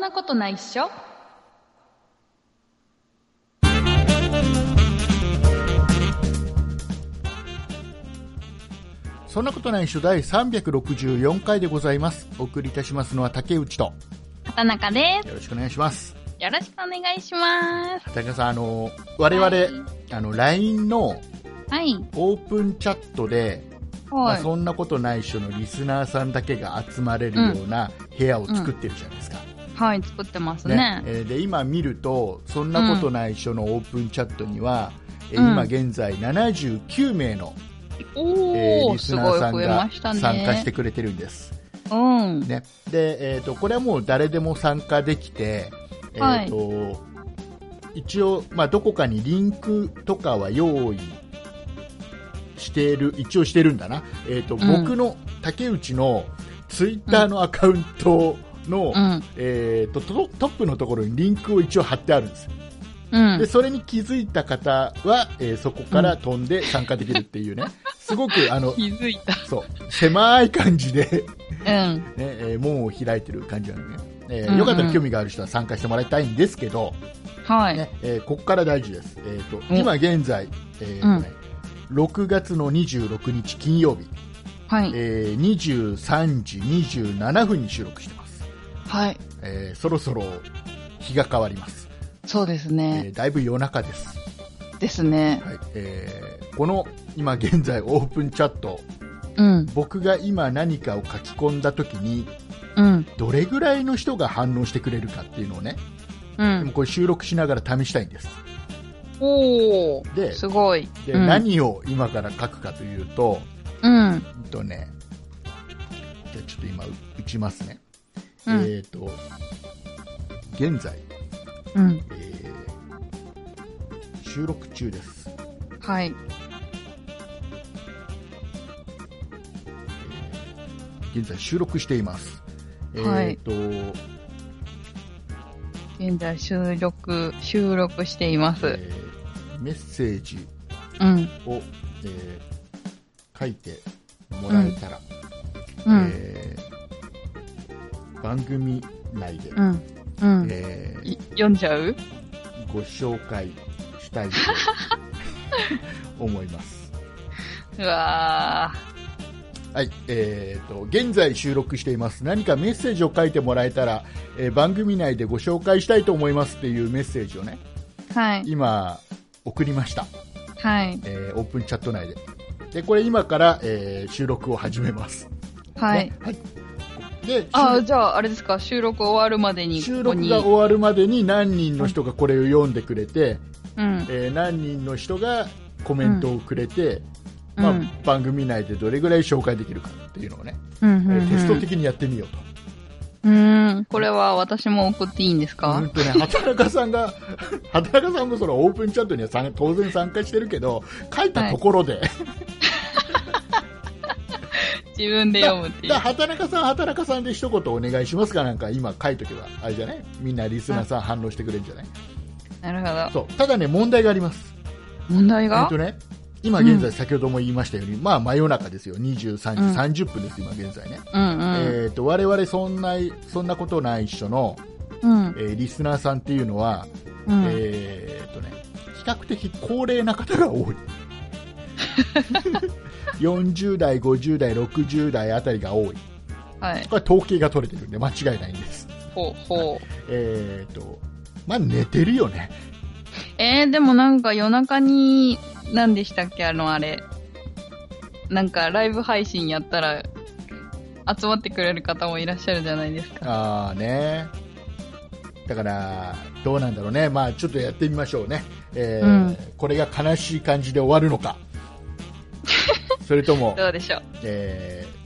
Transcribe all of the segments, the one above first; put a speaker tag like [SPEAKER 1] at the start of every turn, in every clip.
[SPEAKER 1] なことないっしょ
[SPEAKER 2] そんなことないっしょ第364回でございます。お送りいたしますのは竹内と、
[SPEAKER 1] 畑中で
[SPEAKER 2] よろしくお願いします。
[SPEAKER 1] す。よろしくお願いします。
[SPEAKER 2] 竹中さん、あの、我々、
[SPEAKER 1] はい
[SPEAKER 2] あの、LINE の
[SPEAKER 1] はい。
[SPEAKER 2] オープンチャットで、まあ
[SPEAKER 1] はい。
[SPEAKER 2] そんなことないっしょのリスナーさんだけが集まれるような部屋を作ってるじゃないですか。
[SPEAKER 1] はい、作ってますね。
[SPEAKER 2] えーで、今見ると、そんなことないっしょのオープンチャットには、えー
[SPEAKER 1] うん
[SPEAKER 2] 今現在79名の、えー
[SPEAKER 1] おー、
[SPEAKER 2] リス
[SPEAKER 1] す
[SPEAKER 2] ナ
[SPEAKER 1] ご
[SPEAKER 2] ー
[SPEAKER 1] い
[SPEAKER 2] さん
[SPEAKER 1] 増え
[SPEAKER 2] が
[SPEAKER 1] ました
[SPEAKER 2] 参
[SPEAKER 1] ね。
[SPEAKER 2] 加してくれてるんです。
[SPEAKER 1] うん。
[SPEAKER 2] ね、で、えー、とこれはもう誰でも参加できて、えーと一応、まあ、どこかにリンクとかは用意している一応してるんだな、えーと
[SPEAKER 1] ん
[SPEAKER 2] 僕の竹内のツイッターのアカウントの、
[SPEAKER 1] うん。
[SPEAKER 2] えー、とトトップのところにリンクを一応貼ってあるんですよ
[SPEAKER 1] うん
[SPEAKER 2] で。それに気づいた方は、えーそこから飛んで参加できるっ ていうね、すごくあの
[SPEAKER 1] 気づい
[SPEAKER 2] そう狭い感じで
[SPEAKER 1] た。うん。
[SPEAKER 2] ねえー門を開いてる感じなのね、えー
[SPEAKER 1] うんうん
[SPEAKER 2] よかったら興味がある人は参加してもらいたいんですけど、
[SPEAKER 1] はい。
[SPEAKER 2] ねえーここから大事です、えーと
[SPEAKER 1] うん
[SPEAKER 2] 今現在、えーとね6月の26日金曜日、
[SPEAKER 1] はい。
[SPEAKER 2] えー23時27分に収録してます、
[SPEAKER 1] はい。
[SPEAKER 2] えーそろそろ日が変わります、
[SPEAKER 1] そうです
[SPEAKER 2] え
[SPEAKER 1] ね。
[SPEAKER 2] ーだいぶ夜中です、
[SPEAKER 1] ですね。
[SPEAKER 2] はいえーこの今現在オープンチャット
[SPEAKER 1] うん。
[SPEAKER 2] 僕が今何かを書き込んだ時に
[SPEAKER 1] うん。
[SPEAKER 2] どれぐらいの人が反応してくれるかっていうのをね
[SPEAKER 1] う
[SPEAKER 2] でも
[SPEAKER 1] ん。
[SPEAKER 2] これ収録しながら試したいんです。
[SPEAKER 1] お
[SPEAKER 2] です
[SPEAKER 1] ごい。
[SPEAKER 2] で、
[SPEAKER 1] うん、
[SPEAKER 2] 何を今から書くかというと、
[SPEAKER 1] うん。
[SPEAKER 2] うんとね、じゃあちょっと今打ちますね。
[SPEAKER 1] うん
[SPEAKER 2] えっ、と、現在、
[SPEAKER 1] うん。
[SPEAKER 2] えー収録中です。
[SPEAKER 1] はい。
[SPEAKER 2] 現在収録しています。
[SPEAKER 1] はい
[SPEAKER 2] えっ、と、
[SPEAKER 1] 現在収録、収録しています。
[SPEAKER 2] えーメッセージ
[SPEAKER 1] うん。
[SPEAKER 2] を、えー書いてもらえたら、
[SPEAKER 1] うん。
[SPEAKER 2] えー番組内で、
[SPEAKER 1] うん。うん。
[SPEAKER 2] えー
[SPEAKER 1] い読んじゃう
[SPEAKER 2] ご紹介したいと思います。
[SPEAKER 1] うわ
[SPEAKER 2] はい、えー、と、現在収録しています。何かメッセージを書いてもらえたら、えー番組内でご紹介したいと思いますっていうメッセージをね、
[SPEAKER 1] ー。はい。
[SPEAKER 2] 今、送りました。
[SPEAKER 1] はい。
[SPEAKER 2] えーオープンチャット内で。で、これ今から、えー収録を始めます。
[SPEAKER 1] はい
[SPEAKER 2] ね。はい。で、
[SPEAKER 1] あ、
[SPEAKER 2] 収
[SPEAKER 1] じゃあ、あれですか、収録終わるまでに、こ
[SPEAKER 2] 収
[SPEAKER 1] こ
[SPEAKER 2] 録
[SPEAKER 1] に
[SPEAKER 2] が終わるまでに何人の人がこれを読んでくれて、
[SPEAKER 1] うん。
[SPEAKER 2] えー何人の人がコメントをくれて、
[SPEAKER 1] うん
[SPEAKER 2] まあ
[SPEAKER 1] うん
[SPEAKER 2] 番組内でどれぐらい紹介できるかっていうのをね、
[SPEAKER 1] うん。
[SPEAKER 2] え
[SPEAKER 1] う
[SPEAKER 2] ー
[SPEAKER 1] ん
[SPEAKER 2] テスト的にやってみようと。
[SPEAKER 1] うん。これは私も送っていいんです
[SPEAKER 2] う
[SPEAKER 1] か
[SPEAKER 2] んとね、畑中さんが、畑中さんもそのオープンチャットには参当然参加してるけど、書いたところで、
[SPEAKER 1] 自分で読むってい
[SPEAKER 2] だ
[SPEAKER 1] う。
[SPEAKER 2] 畑中さん、畑中さんで一言お願いしますかなんか今書いとけば、あれじゃないみんなリスナーさん反応してくれるんじゃない
[SPEAKER 1] なるほ
[SPEAKER 2] そう。ただね、問題があります。
[SPEAKER 1] ど。問題
[SPEAKER 2] え
[SPEAKER 1] が
[SPEAKER 2] っとね、今現在先ほども言いましたように、まあ真夜中ですよ。23時30分です、今現在ね。
[SPEAKER 1] うんうん。
[SPEAKER 2] えー、と我々そんな、そんなことないっしょの、
[SPEAKER 1] うん
[SPEAKER 2] え。ーリスナーさんっていうのは、
[SPEAKER 1] うん。
[SPEAKER 2] えーとね、比較的高齢な方が多い。40代、50代、60代あたりが多い。
[SPEAKER 1] はい。
[SPEAKER 2] これ統計が取れてるんで間違いないんです。
[SPEAKER 1] ほうほう。
[SPEAKER 2] えーと、まあ寝てるよね。
[SPEAKER 1] えー、でもなんか夜中に、何でしたっけ、あの、あれ。なんか、ライブ配信やったら、集まってくれる方もいらっしゃるじゃないですか。
[SPEAKER 2] あーね。だから、どうなんだろうね。まあちょっとやってみましょうね。えー
[SPEAKER 1] うん
[SPEAKER 2] これが悲しい感じで終わるのか。それ とも、
[SPEAKER 1] どうでしょう。
[SPEAKER 2] えー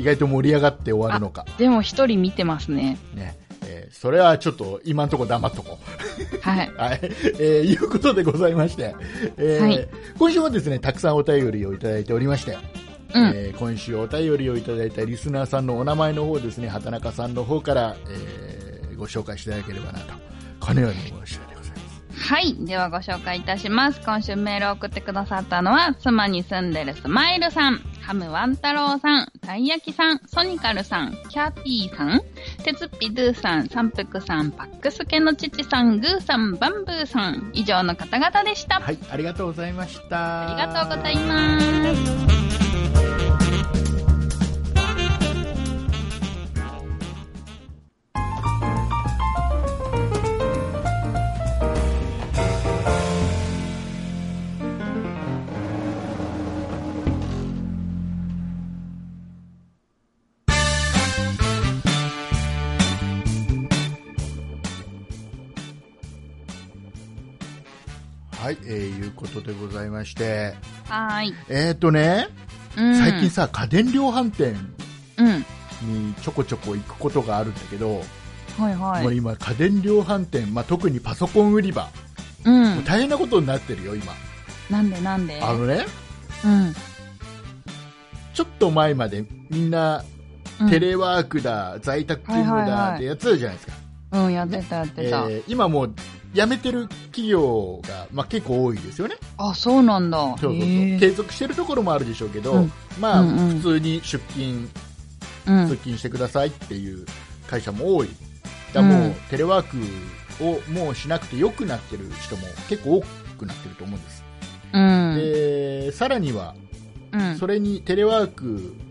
[SPEAKER 2] 意外と盛り上がって終わるのか、
[SPEAKER 1] でも一人見てますね。
[SPEAKER 2] ねえーそれはちょっと今のところ黙っとこう。
[SPEAKER 1] はい。
[SPEAKER 2] はい、 えーいうことでございまして、えー
[SPEAKER 1] はい
[SPEAKER 2] 今週もですね、たくさんお便りをいただいておりまして、
[SPEAKER 1] うん。
[SPEAKER 2] えー今週お便りをいただいたリスナーさんのお名前の方ですね、畑中さんの方から、えーご紹介していただければなと、このように思う次第でございます。
[SPEAKER 1] はい。ではご紹介いたします。今週メールを送ってくださったのは、妻に住んでるスマイルさん、ハムワンタロウさん、たい焼きさん、ソニカルさん、キャピーさん、鉄っぴドゥさん、三福さん、パックスケの父さん、グーさん、バンブーさん、以上の方々でした。
[SPEAKER 2] はい、ありがとうございました。
[SPEAKER 1] ありがとうございます。
[SPEAKER 2] はい、えー、いうことでございまして、
[SPEAKER 1] はーい。
[SPEAKER 2] えっ、ー、とね、
[SPEAKER 1] うん、
[SPEAKER 2] 最近さ、家電量販店
[SPEAKER 1] うん。
[SPEAKER 2] にちょこちょこ行くことがあるんだけど、
[SPEAKER 1] はいは
[SPEAKER 2] もう
[SPEAKER 1] い。
[SPEAKER 2] 今、家電量販店、まあ、特にパソコン売り場、
[SPEAKER 1] う。
[SPEAKER 2] もうん大変なことになってるよ、今。
[SPEAKER 1] なんでなんで
[SPEAKER 2] あのね、
[SPEAKER 1] うん。
[SPEAKER 2] ちょっと前までみんな
[SPEAKER 1] うん
[SPEAKER 2] テレワークだ、在宅勤務
[SPEAKER 1] はいはい
[SPEAKER 2] だ
[SPEAKER 1] はい
[SPEAKER 2] ってやつじゃないですか、
[SPEAKER 1] うん、やってたやってた。
[SPEAKER 2] えー今もう辞めてる企業が、まあ、結構多いですよね
[SPEAKER 1] あ、そうなんだ。
[SPEAKER 2] そうそうそう
[SPEAKER 1] へー
[SPEAKER 2] 継続してるところもあるでしょうけど、
[SPEAKER 1] うん
[SPEAKER 2] まあ
[SPEAKER 1] うんうん
[SPEAKER 2] 普通に出勤
[SPEAKER 1] うん
[SPEAKER 2] 通勤してくださいっていう会社も多いだからもう、
[SPEAKER 1] うん
[SPEAKER 2] テレワークをもうしなくてよくなってる人も結構多くなってると思うんです、
[SPEAKER 1] うん。
[SPEAKER 2] でさらには
[SPEAKER 1] うん
[SPEAKER 2] それにテレワーク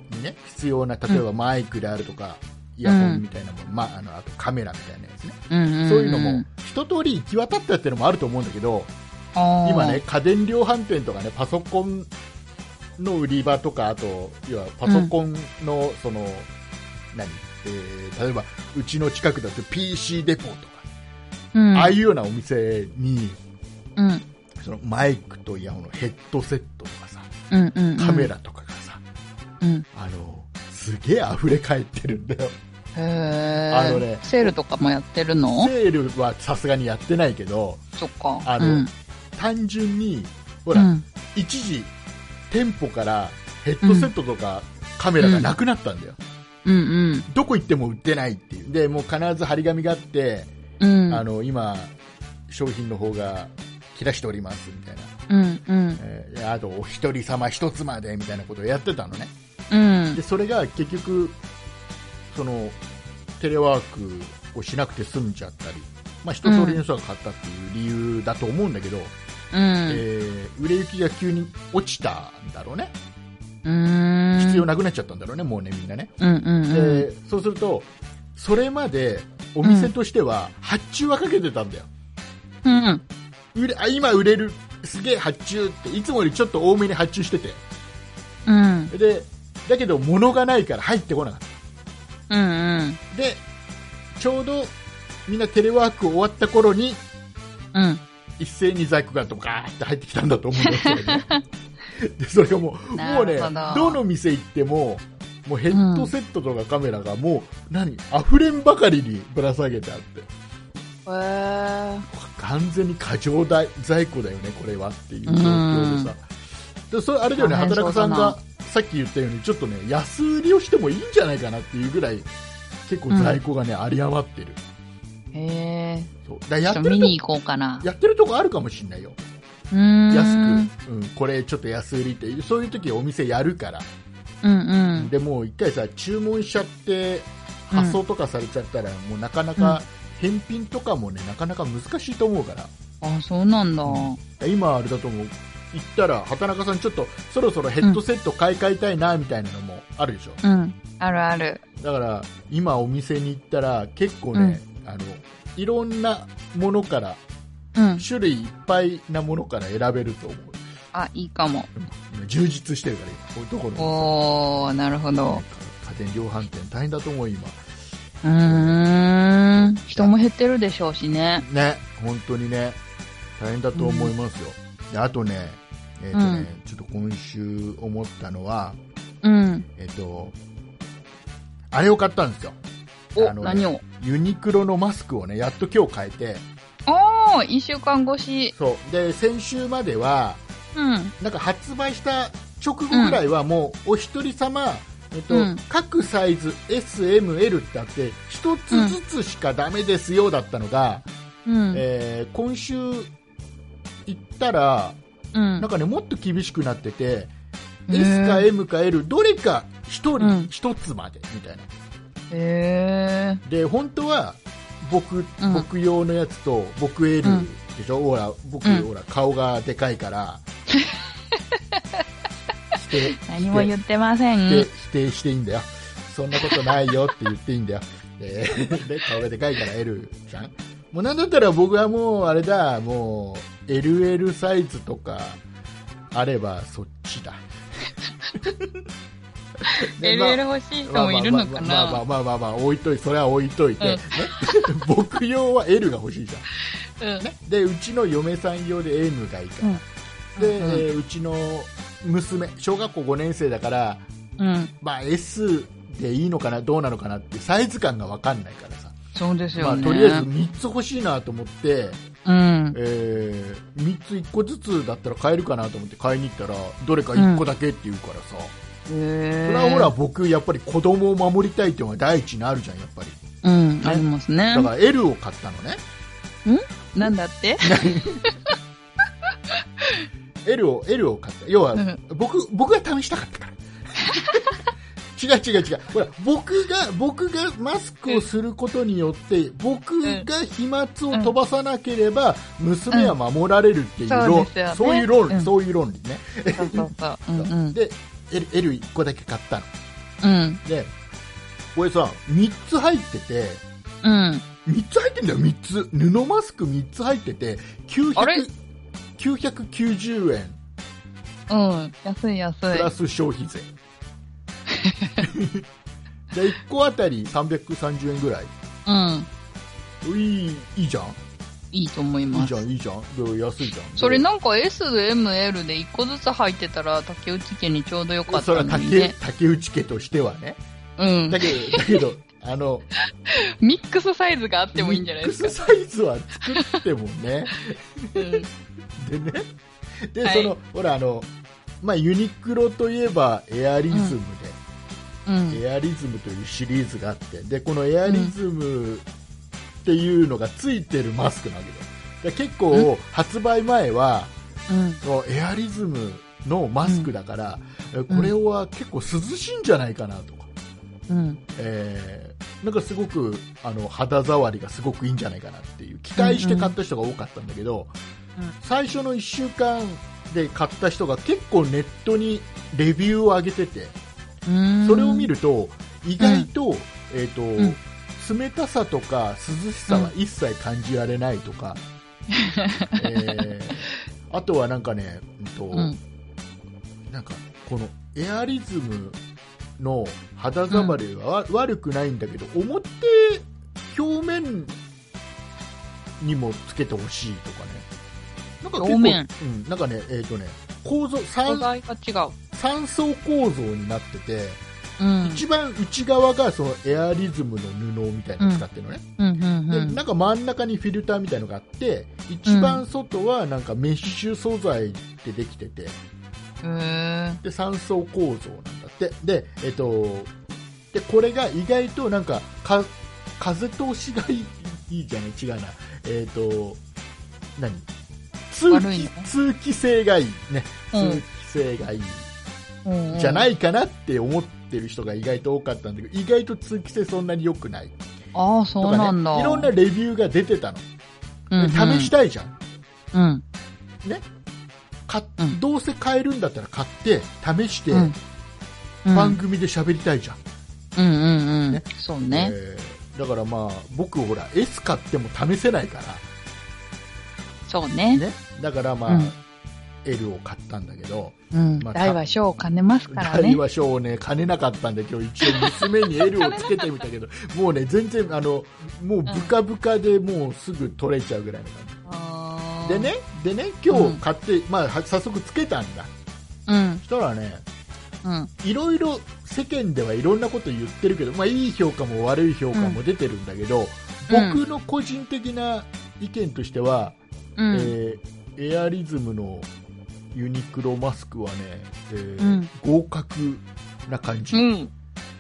[SPEAKER 2] にね必要な例えばマイクであるとか、イヤホンみたいなもの、まあ、あのあとカメラみたいなやつね、
[SPEAKER 1] うん
[SPEAKER 2] そういうのも。一通り行き渡ったっていうのもあると思うんだけど、今
[SPEAKER 1] 今
[SPEAKER 2] ね、家電量販店とかねパソコンの売り場とかあと要はパソコンのその、何、えー例えばうちの近くだと PC デポとか、
[SPEAKER 1] うん。
[SPEAKER 2] ああいうようなお店に
[SPEAKER 1] うん。
[SPEAKER 2] そのマイクとイヤホンのヘッドセットとかさ
[SPEAKER 1] うん。うん。
[SPEAKER 2] カメラとかがさ、
[SPEAKER 1] うん。
[SPEAKER 2] あのすげえ溢れ返ってるんだよ
[SPEAKER 1] へえ。
[SPEAKER 2] あのね
[SPEAKER 1] セールとかもやってるの
[SPEAKER 2] セールはさすがにやってないけど
[SPEAKER 1] そっか。
[SPEAKER 2] あの
[SPEAKER 1] うん
[SPEAKER 2] 単純にほら、
[SPEAKER 1] うん
[SPEAKER 2] 一時店舗からヘッドセットとかカメラがなくなったんだよ、
[SPEAKER 1] うん
[SPEAKER 2] どこ行っても売ってないっていうでもう必ず張り紙があって、
[SPEAKER 1] うん。うん。
[SPEAKER 2] あの今商品の方が切らしておりますみたいな、
[SPEAKER 1] うんうん。
[SPEAKER 2] えーあとお一人様一つまでみたいなことをやってたのね
[SPEAKER 1] うん
[SPEAKER 2] で。それが結局そのテレワークをしなくて済んじゃったり、まあ、一通りの人が買ったっていう理由だと思うんだけど、
[SPEAKER 1] うん
[SPEAKER 2] え。ー売れ行きが急に落ちたんだろうね
[SPEAKER 1] うん。
[SPEAKER 2] 必要なくなっちゃったんだろうね、もうね、みんなね。
[SPEAKER 1] うんうんうん。
[SPEAKER 2] で、そうすると、それまでお店としては発注はかけてたんだよ。
[SPEAKER 1] うん。
[SPEAKER 2] 売れあ今売れる、すげえ発注って、いつもよりちょっと多めに発注してて。
[SPEAKER 1] うん。
[SPEAKER 2] で、だけど物がないから入ってこなかっ
[SPEAKER 1] うんうん。
[SPEAKER 2] た。で、ちょうどみんなテレワーク終わった頃に、
[SPEAKER 1] うん。
[SPEAKER 2] 一斉に在庫がドカーって入ってきたんだと思うんです よね。で、それがもう、
[SPEAKER 1] な
[SPEAKER 2] もうね
[SPEAKER 1] るほど、
[SPEAKER 2] どの店行っても、もうヘッドセットとかカメラがもう、何、溢れんばかりにぶら下げてあっ
[SPEAKER 1] へ
[SPEAKER 2] て、
[SPEAKER 1] え。
[SPEAKER 2] 完全に過剰だ在庫だよね、これはっていう状況でさ。で、それ、あれだよね、
[SPEAKER 1] 大変そう
[SPEAKER 2] 働
[SPEAKER 1] だ
[SPEAKER 2] く
[SPEAKER 1] な
[SPEAKER 2] さんが、さっき言ったように、ちょっとね、安売りをしてもいいんじゃないかなっていうぐらい、結構在庫がね、有り余ってる。
[SPEAKER 1] へえ。
[SPEAKER 2] そう。だから
[SPEAKER 1] ちょ
[SPEAKER 2] や
[SPEAKER 1] っ
[SPEAKER 2] っ
[SPEAKER 1] と
[SPEAKER 2] て
[SPEAKER 1] 見
[SPEAKER 2] ると
[SPEAKER 1] に行こうかな。
[SPEAKER 2] やってるとこあるかもしれないよ。
[SPEAKER 1] うーん。
[SPEAKER 2] 安く、うん、これちょっと安売りってそういう時お店やるから、
[SPEAKER 1] うんうん。
[SPEAKER 2] でもう一回さ注文しちゃって発送とかされちゃったら、もうなかなか返品とかもねなかなか難しいと思うから
[SPEAKER 1] あ、そうなんだ。
[SPEAKER 2] 今あれだと思う行ったら畑中さんちょっとそろそろヘッドセット買い替えたいなみたいなのもあるでしょ、
[SPEAKER 1] うん。あるある。
[SPEAKER 2] だから今お店に行ったら結構ね、あのいろんなものから
[SPEAKER 1] うん。
[SPEAKER 2] 種類いっぱいなものから選べると思う
[SPEAKER 1] あ、いいかも。
[SPEAKER 2] 今充実してるから今こういうところも
[SPEAKER 1] おー、なるほど。
[SPEAKER 2] 家電量販店大変だと思う今
[SPEAKER 1] うーん。人も減ってるでしょうしね。
[SPEAKER 2] ね本当にね大変だと思いますよ、であとね,、えーとねちょっと今週思ったのは
[SPEAKER 1] うん。
[SPEAKER 2] えっ、とあれを買ったんですよ
[SPEAKER 1] お、
[SPEAKER 2] あのね
[SPEAKER 1] 何を
[SPEAKER 2] ユニクロのマスクをねやっと今日変えて
[SPEAKER 1] おー、一週間越し。
[SPEAKER 2] そうで先週までは
[SPEAKER 1] うん。
[SPEAKER 2] なんか発売した直後ぐらいはもうお一人様、えっと
[SPEAKER 1] うん
[SPEAKER 2] 各サイズ SML ってあって一つずつしかダメですよだったのが、
[SPEAKER 1] うん。
[SPEAKER 2] えー今週行ったら
[SPEAKER 1] うん
[SPEAKER 2] なん。かね、もっと厳しくなってて、
[SPEAKER 1] へー
[SPEAKER 2] S か M か L、どれか1人
[SPEAKER 1] うん
[SPEAKER 2] 1つまでみたいな。
[SPEAKER 1] へえ
[SPEAKER 2] で本当は僕,、
[SPEAKER 1] うん
[SPEAKER 2] 僕用のやつと僕 L
[SPEAKER 1] うん
[SPEAKER 2] でしょ、ほら僕、
[SPEAKER 1] うん
[SPEAKER 2] ほら顔がでかいから 否定
[SPEAKER 1] 何も言ってません。
[SPEAKER 2] で否定していいんだよそんなことないよって言っていいんだよでで顔がでかいから L じゃんもうなんだったら僕はもうあれだもう LL サイズとかあればそっちだでまあ
[SPEAKER 1] LL 欲しい人もいるのか
[SPEAKER 2] まあま
[SPEAKER 1] な
[SPEAKER 2] あまあまあまあまあまあ置いといそれは置いといて、
[SPEAKER 1] うん
[SPEAKER 2] ね僕用は L が欲しいじゃ
[SPEAKER 1] うん
[SPEAKER 2] んでうちの嫁さん用で M がいいから、で、
[SPEAKER 1] うん
[SPEAKER 2] えーうちの娘小学校5年生だから、
[SPEAKER 1] うん。
[SPEAKER 2] まあ、S でいいのかなどうなのかなってサイズ感が分かんないからさ、
[SPEAKER 1] そうです
[SPEAKER 2] ま
[SPEAKER 1] よ
[SPEAKER 2] あ、
[SPEAKER 1] ね。
[SPEAKER 2] とりあえず3つ欲しいなと思って、
[SPEAKER 1] うん。
[SPEAKER 2] え3つ1個ずつだったら買えるかなと思って買いに行ったらどれか1個だけって言うからさ、そ
[SPEAKER 1] へ
[SPEAKER 2] れは
[SPEAKER 1] え。
[SPEAKER 2] ほら僕やっぱり子供を守りたいっていうのが第一にあるじゃんやっぱり
[SPEAKER 1] うん、ありますね
[SPEAKER 2] だ。から L を買ったのね
[SPEAKER 1] なんだって
[SPEAKER 2] L を L を買った要は
[SPEAKER 1] うん
[SPEAKER 2] 僕僕が試したか ったから違う違う違うほら僕が僕がマスクをすることによって僕が飛沫を飛ばさなければ娘は守られるっていう
[SPEAKER 1] うん
[SPEAKER 2] 論、
[SPEAKER 1] そうですよね
[SPEAKER 2] そういう論理、
[SPEAKER 1] うん
[SPEAKER 2] そういう論理ね、
[SPEAKER 1] そうそうそう。うんうん。
[SPEAKER 2] で L, L 1個だけ買ったの
[SPEAKER 1] うん。
[SPEAKER 2] でこれさ3つ入ってて
[SPEAKER 1] うん。
[SPEAKER 2] 3つ入ってんだよ3つ布マスク3つ入ってて900
[SPEAKER 1] あれ
[SPEAKER 2] 990円
[SPEAKER 1] うん。安い安い。
[SPEAKER 2] プラス消費税 で1個あたり330円ぐらい
[SPEAKER 1] うん。
[SPEAKER 2] いいいいじゃん
[SPEAKER 1] いいと思い
[SPEAKER 2] いい
[SPEAKER 1] ます
[SPEAKER 2] じゃ。んいいじゃんで安いじゃん
[SPEAKER 1] それ
[SPEAKER 2] で
[SPEAKER 1] なんか SML で1個ずつ入ってたら竹内家にちょうどよかっ
[SPEAKER 2] それ
[SPEAKER 1] た
[SPEAKER 2] は
[SPEAKER 1] のに
[SPEAKER 2] 竹
[SPEAKER 1] ね。
[SPEAKER 2] 竹内家としてはね
[SPEAKER 1] うん
[SPEAKER 2] だ。けどだ けどあの
[SPEAKER 1] ミックスサイズがあってもいいんじゃないです
[SPEAKER 2] ミ
[SPEAKER 1] か。
[SPEAKER 2] ックスサイズは作ってもね
[SPEAKER 1] うん
[SPEAKER 2] でねで、
[SPEAKER 1] はい
[SPEAKER 2] そのほらあのまあ、ユニクロといえばエアリズム
[SPEAKER 1] うん
[SPEAKER 2] で、。エアリズムというシリーズがあってでこのエアリズムっていうのがついてるマスクなわけでで結構発売前は
[SPEAKER 1] うん。
[SPEAKER 2] こうエアリズムのマスクだから、えこれは結構涼しいんじゃないかなとか、
[SPEAKER 1] うん。
[SPEAKER 2] えーなんかすごくあの肌触りがすごくいいんじゃないかなっていう期待して買った人が多かったんだけど、
[SPEAKER 1] うんうん
[SPEAKER 2] 最初の1週間で買った人が結構ネットにレビューを上げてて
[SPEAKER 1] うん
[SPEAKER 2] それを見ると意外と,、えーと
[SPEAKER 1] ん
[SPEAKER 2] 冷たさとか涼しさは一切感じられないと か、えーあとはなんかね、うんと
[SPEAKER 1] うん。
[SPEAKER 2] なんかこのエアリズムの肌触りは、悪くないんだけど表表面にもつけてほしいとかねなんか結構
[SPEAKER 1] 表面
[SPEAKER 2] うん、なんかねえっ、とね構造
[SPEAKER 1] 素
[SPEAKER 2] 三
[SPEAKER 1] 材が違う。
[SPEAKER 2] 三層構造になってて、
[SPEAKER 1] うん。
[SPEAKER 2] 一番内側がそのエアリズムの布みたいなの使ってるのね、
[SPEAKER 1] うんうんう
[SPEAKER 2] で
[SPEAKER 1] ん。
[SPEAKER 2] なんか真ん中にフィルターみたいのがあって一番外はなんかメッシュ素材でできてて、
[SPEAKER 1] へ
[SPEAKER 2] で3層構造なんだってで,、えっとでこれが意外となんかか風通しがいいいいじゃない違うなえっ、と何通
[SPEAKER 1] 悪い
[SPEAKER 2] 気
[SPEAKER 1] の
[SPEAKER 2] 通気性がいいね
[SPEAKER 1] うん
[SPEAKER 2] 通気性がいい、
[SPEAKER 1] え。
[SPEAKER 2] じゃないいかなって思ってる人が意外と多かったんだけど意外と通気性そんなに良くない
[SPEAKER 1] ああ、そ
[SPEAKER 2] と
[SPEAKER 1] う
[SPEAKER 2] か、ね、
[SPEAKER 1] なんだ。
[SPEAKER 2] いろんなレビューが出てたの、
[SPEAKER 1] うんうん
[SPEAKER 2] で試したいじゃん
[SPEAKER 1] うん。
[SPEAKER 2] か
[SPEAKER 1] うん
[SPEAKER 2] どうせ買えるんだったら買って試して、
[SPEAKER 1] うんうん
[SPEAKER 2] 番組で喋りたいじゃん
[SPEAKER 1] うんうんう
[SPEAKER 2] ね
[SPEAKER 1] ん。そうね。
[SPEAKER 2] えーだからまあ僕ほら S 買っても試せないか
[SPEAKER 1] そう
[SPEAKER 2] ら、
[SPEAKER 1] ね。
[SPEAKER 2] ね、だからまあ、
[SPEAKER 1] うん
[SPEAKER 2] L を買ったんだけど
[SPEAKER 1] うん。
[SPEAKER 2] まあ
[SPEAKER 1] 大は小を兼ねますから
[SPEAKER 2] 大
[SPEAKER 1] ね。
[SPEAKER 2] は小をね兼ねなかったんで今日一応娘に L をつけてみたけどもうね全然あのもうブカブカでもうすぐ取れちゃうぐらいの感
[SPEAKER 1] あ
[SPEAKER 2] じ
[SPEAKER 1] ー
[SPEAKER 2] で。ねでね今
[SPEAKER 1] う
[SPEAKER 2] 日
[SPEAKER 1] ん
[SPEAKER 2] 買って、まあは早速つけたんだ
[SPEAKER 1] うん
[SPEAKER 2] そ。したらね
[SPEAKER 1] うん。
[SPEAKER 2] いろいろ世間ではいろんなこと言ってるけど、まあ、いい評価も悪い評価も出てるんだけど、
[SPEAKER 1] うん
[SPEAKER 2] 僕の個人的な意見としては、
[SPEAKER 1] うん。
[SPEAKER 2] えーエアリズムのユニクロマスクはね、えー
[SPEAKER 1] うん
[SPEAKER 2] 合格な感じ、
[SPEAKER 1] う
[SPEAKER 2] うん
[SPEAKER 1] ん。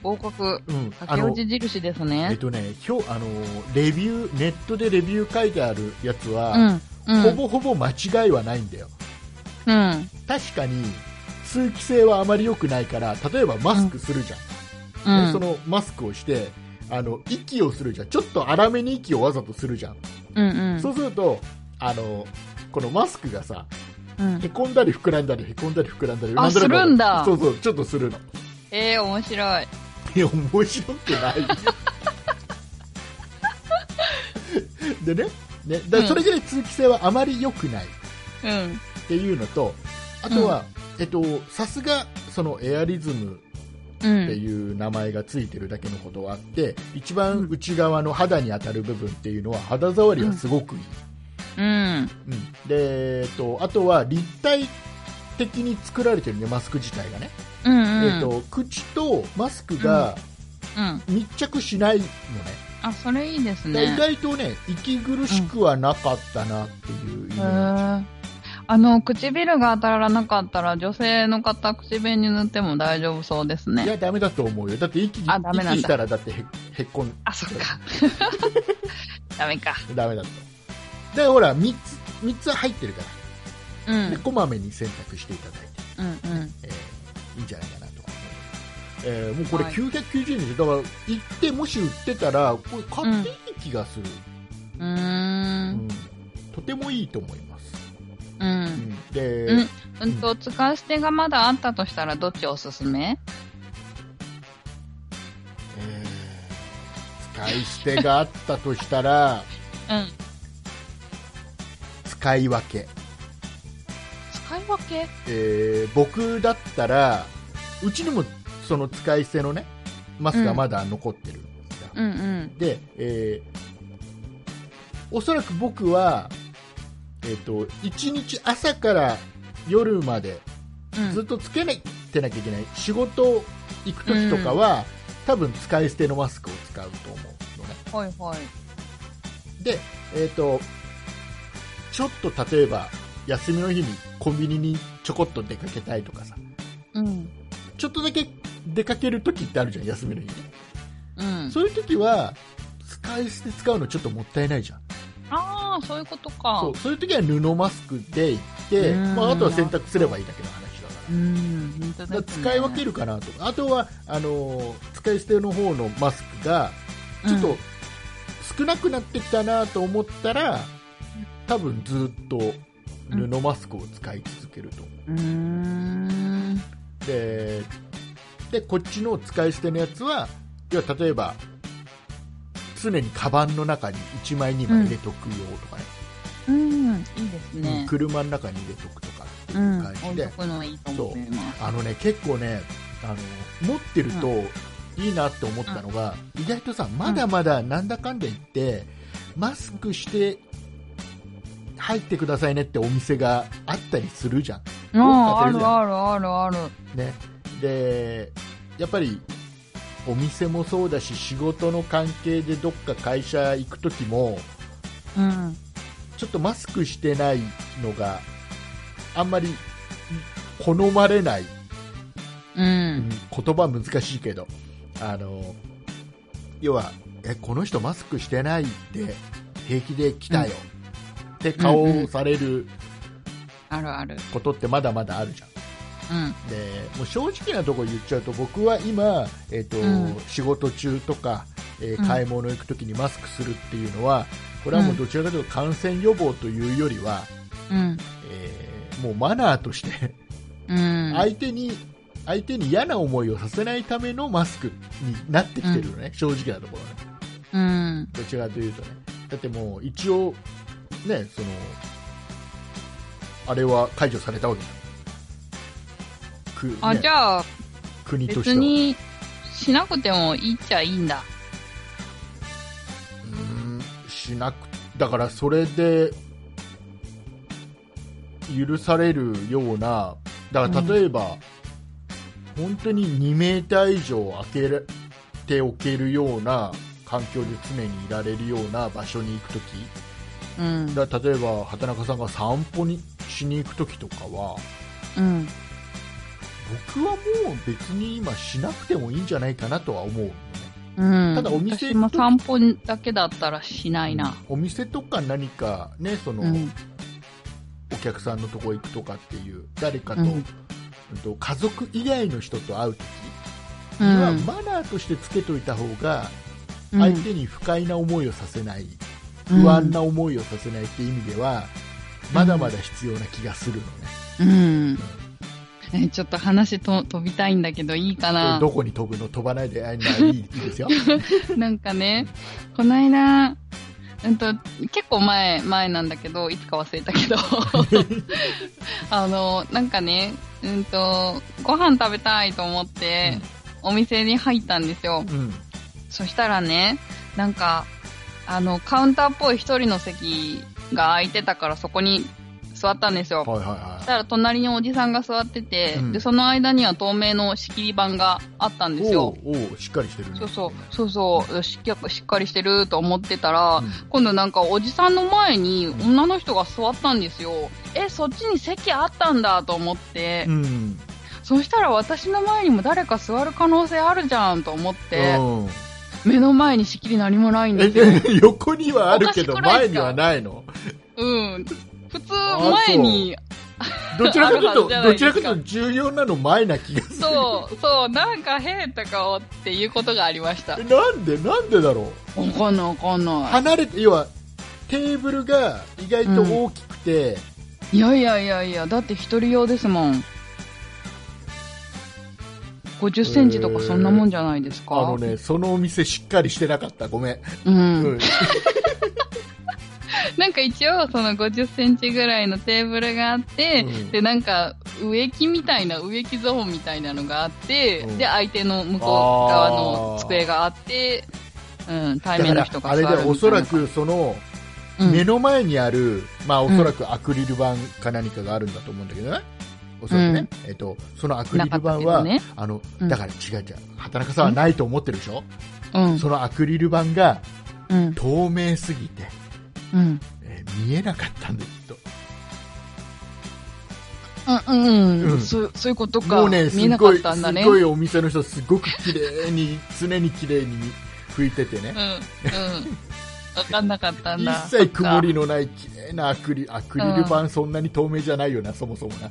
[SPEAKER 1] 合格。
[SPEAKER 2] あ
[SPEAKER 1] 竹
[SPEAKER 2] の
[SPEAKER 1] 内印です
[SPEAKER 2] えっ
[SPEAKER 1] ね。
[SPEAKER 2] とね、ひょあのレビューネットでレビュー書いてあるやつ
[SPEAKER 1] う
[SPEAKER 2] は、
[SPEAKER 1] ん。うん。
[SPEAKER 2] ほぼほぼ間違いはないんだよ
[SPEAKER 1] うん。
[SPEAKER 2] 確かに通気性はあまり良くないから例えばマスクするじゃん、
[SPEAKER 1] うん。
[SPEAKER 2] でそのマスクをしてあの息をするじゃんちょっと荒めに息をわざとするじゃん、
[SPEAKER 1] うんうん。
[SPEAKER 2] そうするとあのこのマスクがさ
[SPEAKER 1] うん
[SPEAKER 2] へこんだり膨らんだりへこんだり膨らんだり
[SPEAKER 1] あ
[SPEAKER 2] なんとなく
[SPEAKER 1] するんだ
[SPEAKER 2] そうそうちょっとするの
[SPEAKER 1] ええ面白い。
[SPEAKER 2] いや面白くないよ でねねだからそれぐらい通気性はあまり良くない
[SPEAKER 1] うん。
[SPEAKER 2] っていうのとあとは、えっとさすがそのエアリズム
[SPEAKER 1] う
[SPEAKER 2] って
[SPEAKER 1] ん。
[SPEAKER 2] いう名前がついてるだけのことはあって一
[SPEAKER 1] う
[SPEAKER 2] 番
[SPEAKER 1] ん
[SPEAKER 2] 内側の肌に当たる部分っていうのは肌触りはすごくいい、
[SPEAKER 1] うん。
[SPEAKER 2] うんでえっとあとは立体的に作られてるねマスク自体がね、
[SPEAKER 1] うんうん。
[SPEAKER 2] えっと口とマスクが
[SPEAKER 1] うん。
[SPEAKER 2] 密着しないのね,
[SPEAKER 1] あ、それいいです
[SPEAKER 2] で、
[SPEAKER 1] ね。
[SPEAKER 2] 意外とね息苦しくはなかったなっていうイメ
[SPEAKER 1] へ
[SPEAKER 2] ージ
[SPEAKER 1] ーあの、唇が当たらなかったら、女性の方、口紅塗っても大丈夫そうです
[SPEAKER 2] い
[SPEAKER 1] ね。
[SPEAKER 2] やダメだと思うよだって息
[SPEAKER 1] あダメなんだ
[SPEAKER 2] 息したらだってへへっこん
[SPEAKER 1] あ、そっか。ダメか。
[SPEAKER 2] ダメだと。だからほら、3つ、三つ入ってるか
[SPEAKER 1] うん。う
[SPEAKER 2] ら、
[SPEAKER 1] ん
[SPEAKER 2] でこまめに選択していただいて、
[SPEAKER 1] うん。
[SPEAKER 2] えーいいんじゃないかなと思います。えーもうこれ
[SPEAKER 1] はい
[SPEAKER 2] 990円で、だから行って、もし売ってたら、これ買っていい気がする。
[SPEAKER 1] うー
[SPEAKER 2] うん
[SPEAKER 1] ん。
[SPEAKER 2] とてもいいと思います。
[SPEAKER 1] う。
[SPEAKER 2] うんんで、
[SPEAKER 1] うん。うんと、使い捨てがまだあったとしたら、どっちおすすめ
[SPEAKER 2] えー使い捨てがあったとした ら、
[SPEAKER 1] うん。
[SPEAKER 2] 使い分け。
[SPEAKER 1] 使い分け
[SPEAKER 2] えー僕だったら、うちにもその使い捨てのね、マスがまだ残ってるんだ。
[SPEAKER 1] うんうん。
[SPEAKER 2] で、えーおそらく僕は、えっと1日朝から夜まで
[SPEAKER 1] うん
[SPEAKER 2] ずっとつけなてなきゃいけない、仕事行く時とかは、多分使い捨てのマスクを使うと思うのね
[SPEAKER 1] はいはい。
[SPEAKER 2] で、えっとちょっと例えば休みの日にコンビニにちょこっと出かけたいとかさ
[SPEAKER 1] うん。
[SPEAKER 2] ちょっとだけ出かける時ってあるじゃん休みの日ね、
[SPEAKER 1] うん。
[SPEAKER 2] そういう時は使い捨て使うのちょっともったいないじゃん
[SPEAKER 1] ああ、そういうことか。
[SPEAKER 2] そうそういう時は布マスクで行って、
[SPEAKER 1] うん
[SPEAKER 2] まあ、あとは洗濯すればいいだけの話だか
[SPEAKER 1] うん。本当
[SPEAKER 2] らだ
[SPEAKER 1] です
[SPEAKER 2] から
[SPEAKER 1] ね
[SPEAKER 2] 使い分けるかなとあとはあのー使い捨ての方のマスクがちょっ
[SPEAKER 1] う
[SPEAKER 2] と
[SPEAKER 1] ん
[SPEAKER 2] 少なくなってきたなと思ったら多分ずっと布マスクを使い続けると思
[SPEAKER 1] うーん。
[SPEAKER 2] うででこっちの使い捨てのやつは要は例えば常にカバンの中に1枚2枚入れとくよとかね、
[SPEAKER 1] うん。いいですね。
[SPEAKER 2] 車の中に入れとくとかっていう
[SPEAKER 1] うん、
[SPEAKER 2] 感
[SPEAKER 1] 置
[SPEAKER 2] じ
[SPEAKER 1] い
[SPEAKER 2] で、
[SPEAKER 1] とくのはいいと思います。
[SPEAKER 2] あのね、結構ね、あの、持ってるといいなって思ったのが、意外とさ、まだまだなんだかんだ言って、マスクして入ってくださいねってお店があったりするじゃん。
[SPEAKER 1] ああ、あ
[SPEAKER 2] どっ
[SPEAKER 1] る
[SPEAKER 2] か
[SPEAKER 1] あるあるある。
[SPEAKER 2] ね。で、やっぱり、お店もそうだし、仕事の関係でどっか会社行くときも、
[SPEAKER 1] うん。
[SPEAKER 2] ちょっとマスクしてないのがあんまり好まれない
[SPEAKER 1] うん。
[SPEAKER 2] 言葉難しいけどあの要はえこの人マスクしてないって平気で来たよ、って顔をされる
[SPEAKER 1] あるある。
[SPEAKER 2] ことってまだまだあるじゃん。
[SPEAKER 1] うん。
[SPEAKER 2] でもう正直なところ言っちゃうと僕は今、えっと
[SPEAKER 1] うん
[SPEAKER 2] 仕事中とか、えー
[SPEAKER 1] うん
[SPEAKER 2] 買い物行く時にマスクするっていうのはこれはもうどちらかというと感染予防というよりは、
[SPEAKER 1] うん。
[SPEAKER 2] えーもうマナーとして
[SPEAKER 1] うん。
[SPEAKER 2] 相手に相手に嫌な思いをさせないためのマスクになってきてるのね、正直なところね
[SPEAKER 1] うん。
[SPEAKER 2] どちらかというとねだってもう一応ねそのあれは解除されたわけじゃんく
[SPEAKER 1] あ、
[SPEAKER 2] ね
[SPEAKER 1] じゃあ、
[SPEAKER 2] 国として
[SPEAKER 1] 別
[SPEAKER 2] は
[SPEAKER 1] に、しなくてもいいっちゃいいんだ。
[SPEAKER 2] うーんしなくだからそれで許されるようなだから例えば、本当に2メーター以上開けておけるような環境で常にいられるような場所に行くとき
[SPEAKER 1] うん。
[SPEAKER 2] だから例えば畑中さんが散歩にしに行くときとかは
[SPEAKER 1] うん。
[SPEAKER 2] 僕はもう別に今しなくてもいいんじゃないかなとは思うよね
[SPEAKER 1] うん。
[SPEAKER 2] ただお店
[SPEAKER 1] 私も散歩だけだったらしないな。
[SPEAKER 2] お店とか何かねその、
[SPEAKER 1] うん。
[SPEAKER 2] お客さんのとこ行くとかっていう誰かと,、
[SPEAKER 1] う
[SPEAKER 2] うんんと家族以外の人と会うとき
[SPEAKER 1] う
[SPEAKER 2] には
[SPEAKER 1] ん。
[SPEAKER 2] マナーとしてつけといた方が
[SPEAKER 1] うん
[SPEAKER 2] 相手に不快な思いをさせない、不安な思いをさせないって意味では、まだまだ必要な気がするのね。
[SPEAKER 1] うん。えちょっと話と飛びたいんだけど、いいかな
[SPEAKER 2] どこに飛ぶの飛ばないで、あいいいいで すよ。
[SPEAKER 1] なんかね、こないだ、うんと、結構前、前なんだけど、いつか忘れた けど、あの、なんかね、うんと、ご飯食べたいと思って、お店に入ったんですよ。
[SPEAKER 2] うん。
[SPEAKER 1] そしたらね、なんか、あの、カウンターっぽい一人の席が空いてたから、そこに座ったんですよ。
[SPEAKER 2] はいはいは
[SPEAKER 1] そし
[SPEAKER 2] い。
[SPEAKER 1] たら隣におじさんが座ってて、
[SPEAKER 2] うん
[SPEAKER 1] で、その間には透明の仕切り板があったんです
[SPEAKER 2] お
[SPEAKER 1] よ
[SPEAKER 2] う。おうしっかりしてるね。
[SPEAKER 1] そうそう、そうそう、しっかしっかりしてると思ってたら、
[SPEAKER 2] うん
[SPEAKER 1] 今度なんかおじさんの前に女の人が座ったんですよ。え、そっちに席あったんだと思って、
[SPEAKER 2] うん。
[SPEAKER 1] そしたら私の前にも誰か座る可能性あるじゃんと思って、
[SPEAKER 2] うん
[SPEAKER 1] 目の前に仕切り何もないん
[SPEAKER 2] え
[SPEAKER 1] ですよ。
[SPEAKER 2] で 横にはあるけど
[SPEAKER 1] おかしくないで
[SPEAKER 2] 前
[SPEAKER 1] すか
[SPEAKER 2] にはないの
[SPEAKER 1] うん。普通
[SPEAKER 2] あ
[SPEAKER 1] 前に、
[SPEAKER 2] どちらかというと
[SPEAKER 1] あるはずじゃない
[SPEAKER 2] ど
[SPEAKER 1] で
[SPEAKER 2] ち
[SPEAKER 1] すから
[SPEAKER 2] かというと重要なの前な気がす
[SPEAKER 1] そう、そう、なんか変った顔っていうことがありました。わ
[SPEAKER 2] るなんでなんでだろ
[SPEAKER 1] かんないわかん
[SPEAKER 2] う
[SPEAKER 1] な
[SPEAKER 2] 離れて要はテーブルが意外と大きくて、
[SPEAKER 1] い。いやいやいやいや、だって一人用ですもん。50センチとかそんなもんじゃないですか。
[SPEAKER 2] あのねそのお店しっかりしてなかったごめん、
[SPEAKER 1] う。
[SPEAKER 2] うんん、
[SPEAKER 1] なんか一応、その50センチぐらいのテーブルがあって、
[SPEAKER 2] うん
[SPEAKER 1] で、なんか植木みたいな、植木ゾーンみたいなのがあって、
[SPEAKER 2] うん
[SPEAKER 1] で、相手の向こう側の机があって、うん、対
[SPEAKER 2] だか
[SPEAKER 1] 面の
[SPEAKER 2] ら
[SPEAKER 1] 人が
[SPEAKER 2] あれ
[SPEAKER 1] 座るみたい
[SPEAKER 2] だ
[SPEAKER 1] な
[SPEAKER 2] よおそら、くその
[SPEAKER 1] うん
[SPEAKER 2] 目の前にある、まあおそらくアクリル板か何かがあるんだと思うんだけどねおそらくね、えっとそのアクリル板
[SPEAKER 1] なか
[SPEAKER 2] は、
[SPEAKER 1] ったけどね
[SPEAKER 2] あの
[SPEAKER 1] うん
[SPEAKER 2] だから違う違う畑中さんはないと思ってるでしょ、
[SPEAKER 1] うん、
[SPEAKER 2] そのアクリル板が
[SPEAKER 1] うん、
[SPEAKER 2] 透明すぎて、
[SPEAKER 1] うん。
[SPEAKER 2] えー見えなかったんだきっ
[SPEAKER 1] うん、うん、う
[SPEAKER 2] うん
[SPEAKER 1] ん、そう、そういうこと
[SPEAKER 2] と
[SPEAKER 1] か。
[SPEAKER 2] もうね
[SPEAKER 1] 見
[SPEAKER 2] す
[SPEAKER 1] えなか
[SPEAKER 2] ごい
[SPEAKER 1] ったんだね。
[SPEAKER 2] すごいお店の人すごく綺麗に 常に綺麗に拭いててね
[SPEAKER 1] うん、うん。わかんなかったん
[SPEAKER 2] 一
[SPEAKER 1] だ。
[SPEAKER 2] 切曇りのない綺麗なアクリアクリル板そんなに透明じゃないよな、そもそもな、
[SPEAKER 1] そっ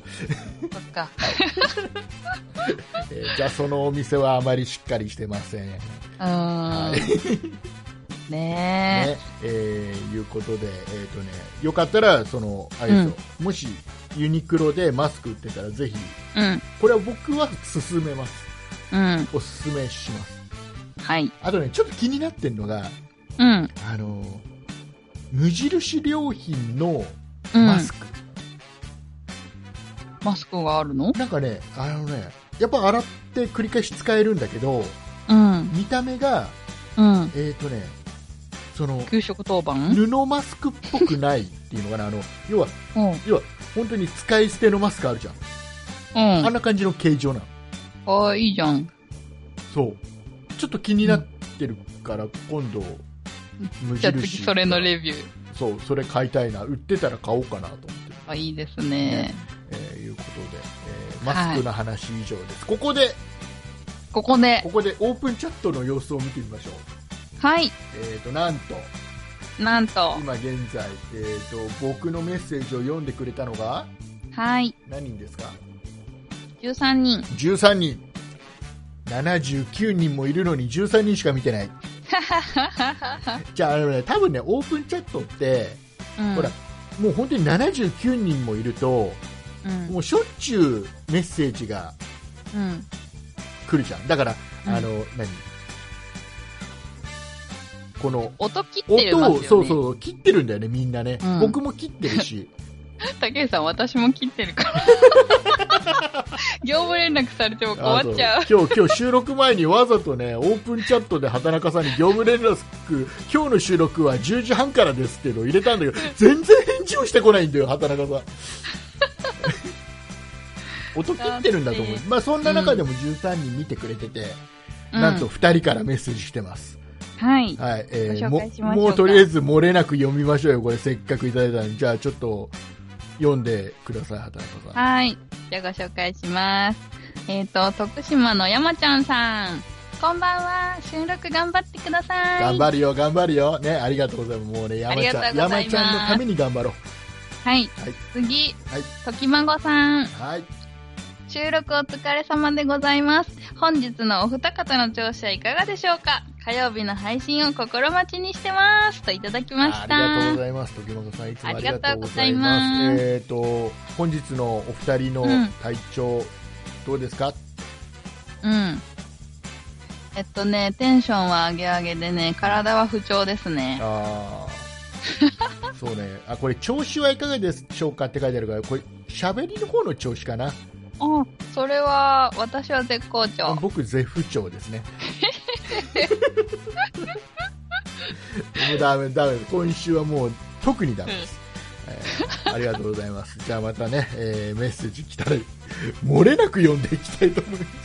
[SPEAKER 1] か。そっか。
[SPEAKER 2] えーじゃあそのお店はあまりしっかりしてません、
[SPEAKER 1] うーん。
[SPEAKER 2] はい
[SPEAKER 1] ね
[SPEAKER 2] ねえーいうことで、えーとね、よかったらそのあれですよ、もしユニクロでマスク売ってたらぜひ
[SPEAKER 1] え。うん。
[SPEAKER 2] これは僕は勧めます
[SPEAKER 1] うん。
[SPEAKER 2] おすすめします
[SPEAKER 1] はい。
[SPEAKER 2] あとねちょっと気になってるのが
[SPEAKER 1] うん。
[SPEAKER 2] あの無印良品の
[SPEAKER 1] うん。
[SPEAKER 2] マスク、
[SPEAKER 1] マスクがあるの
[SPEAKER 2] なんかねあのねやっぱ洗って繰り返し使えるんだけど
[SPEAKER 1] うん。
[SPEAKER 2] 見た目が
[SPEAKER 1] うん。
[SPEAKER 2] えっ、とねその
[SPEAKER 1] 給食当番
[SPEAKER 2] 布マスクっぽくないっていうのかなあの要は
[SPEAKER 1] うん。
[SPEAKER 2] 要は本当に使い捨てのマスクあるじゃん、あ
[SPEAKER 1] うんん。
[SPEAKER 2] な感じの形状なの
[SPEAKER 1] ああ、いいじゃん。
[SPEAKER 2] そうちょっと気になってるから今度無印
[SPEAKER 1] じゃあ次それのレビュー。
[SPEAKER 2] そうそれ買いたいな売ってたら買おうかなと思ってる
[SPEAKER 1] あいいですね。
[SPEAKER 2] えーいうことで、えーマスクの話以上です、ここで
[SPEAKER 1] ここで
[SPEAKER 2] こ、こでオープンチャットの様子を見てみましょう、
[SPEAKER 1] はい。
[SPEAKER 2] えー、となんと
[SPEAKER 1] なんと、
[SPEAKER 2] 今現在、えー、と僕のメッセージを読んでくれたのが
[SPEAKER 1] はい。
[SPEAKER 2] 何人ですか
[SPEAKER 1] 13人。
[SPEAKER 2] 13人79人もいるのに13人しか見てないじゃああの、ね、多分ねオープンチャットって、
[SPEAKER 1] うん。
[SPEAKER 2] ほらもう本当に79人もいると
[SPEAKER 1] うん。
[SPEAKER 2] もうしょっちゅうメッセージが
[SPEAKER 1] うん。
[SPEAKER 2] 来るじゃんだから、
[SPEAKER 1] うん
[SPEAKER 2] あの何この
[SPEAKER 1] 音切って
[SPEAKER 2] 音
[SPEAKER 1] ますよ
[SPEAKER 2] を、
[SPEAKER 1] ね。
[SPEAKER 2] そうそう切ってるんだよねみんなね、
[SPEAKER 1] うん
[SPEAKER 2] 僕も切って るし
[SPEAKER 1] 竹内さん、私も切ってるから。 業務連絡されても困
[SPEAKER 2] あと
[SPEAKER 1] っちゃう。
[SPEAKER 2] 今日今日収録前にわざとねオープンチャットで畑中さんに業務連絡今日の収録は10時半からですっていうのを入れたんだけど全然返事をしてこないんだよ 畑中さん音切ってるんだと思う
[SPEAKER 1] だっ、て
[SPEAKER 2] まあ、そんな中でも13人見てくれてて、
[SPEAKER 1] うん
[SPEAKER 2] なんと2人からメッセージしてます
[SPEAKER 1] はい。
[SPEAKER 2] はい、えー、
[SPEAKER 1] ご
[SPEAKER 2] も
[SPEAKER 1] 紹介しましょうか
[SPEAKER 2] もうとりあえず漏れなく読みましょうよ、これせっかくいただいたのに。じゃあちょっと読んでください、畑中さん。
[SPEAKER 1] はい。じゃあご紹介します。えっ、と、徳島の山ちゃんさん。こんばんは。収録頑張ってください。
[SPEAKER 2] 頑張るよ、頑張るよ。ね、ありがとうございます。もうね、山ち
[SPEAKER 1] ありが
[SPEAKER 2] ゃん、
[SPEAKER 1] とうござ
[SPEAKER 2] 山
[SPEAKER 1] います
[SPEAKER 2] ちゃんのために頑張ろう。
[SPEAKER 1] はい。
[SPEAKER 2] はい
[SPEAKER 1] 次、
[SPEAKER 2] はい
[SPEAKER 1] 時孫さん。
[SPEAKER 2] はい。
[SPEAKER 1] 収録お疲れ様でございます。本日のお二方の調子はいかがでしょうか火曜日の配信を心待ちにしてます。といただきました。
[SPEAKER 2] ありがとうございます。時本さん、いつもありがとうござい
[SPEAKER 1] ありがと
[SPEAKER 2] ま
[SPEAKER 1] うございます
[SPEAKER 2] す。えっ、と、本日のお二人の
[SPEAKER 1] うん
[SPEAKER 2] 体調、ど うですか、
[SPEAKER 1] うん。えっとね、テンションは上げ上げでね、体は不調ですね。
[SPEAKER 2] ああ、そうね。あ、これ、調子はいかがでしょうかって書いてあるから、これ、喋りの方の調子かな。
[SPEAKER 1] あ、それは、私は絶好調。
[SPEAKER 2] 僕、絶不調ですね。もうダメ、ダメ。今週はもう、特にダメです。えーありがとうございます。じゃあまたね、えーメッセージ来たら、漏れなく読んでいきたいと思います。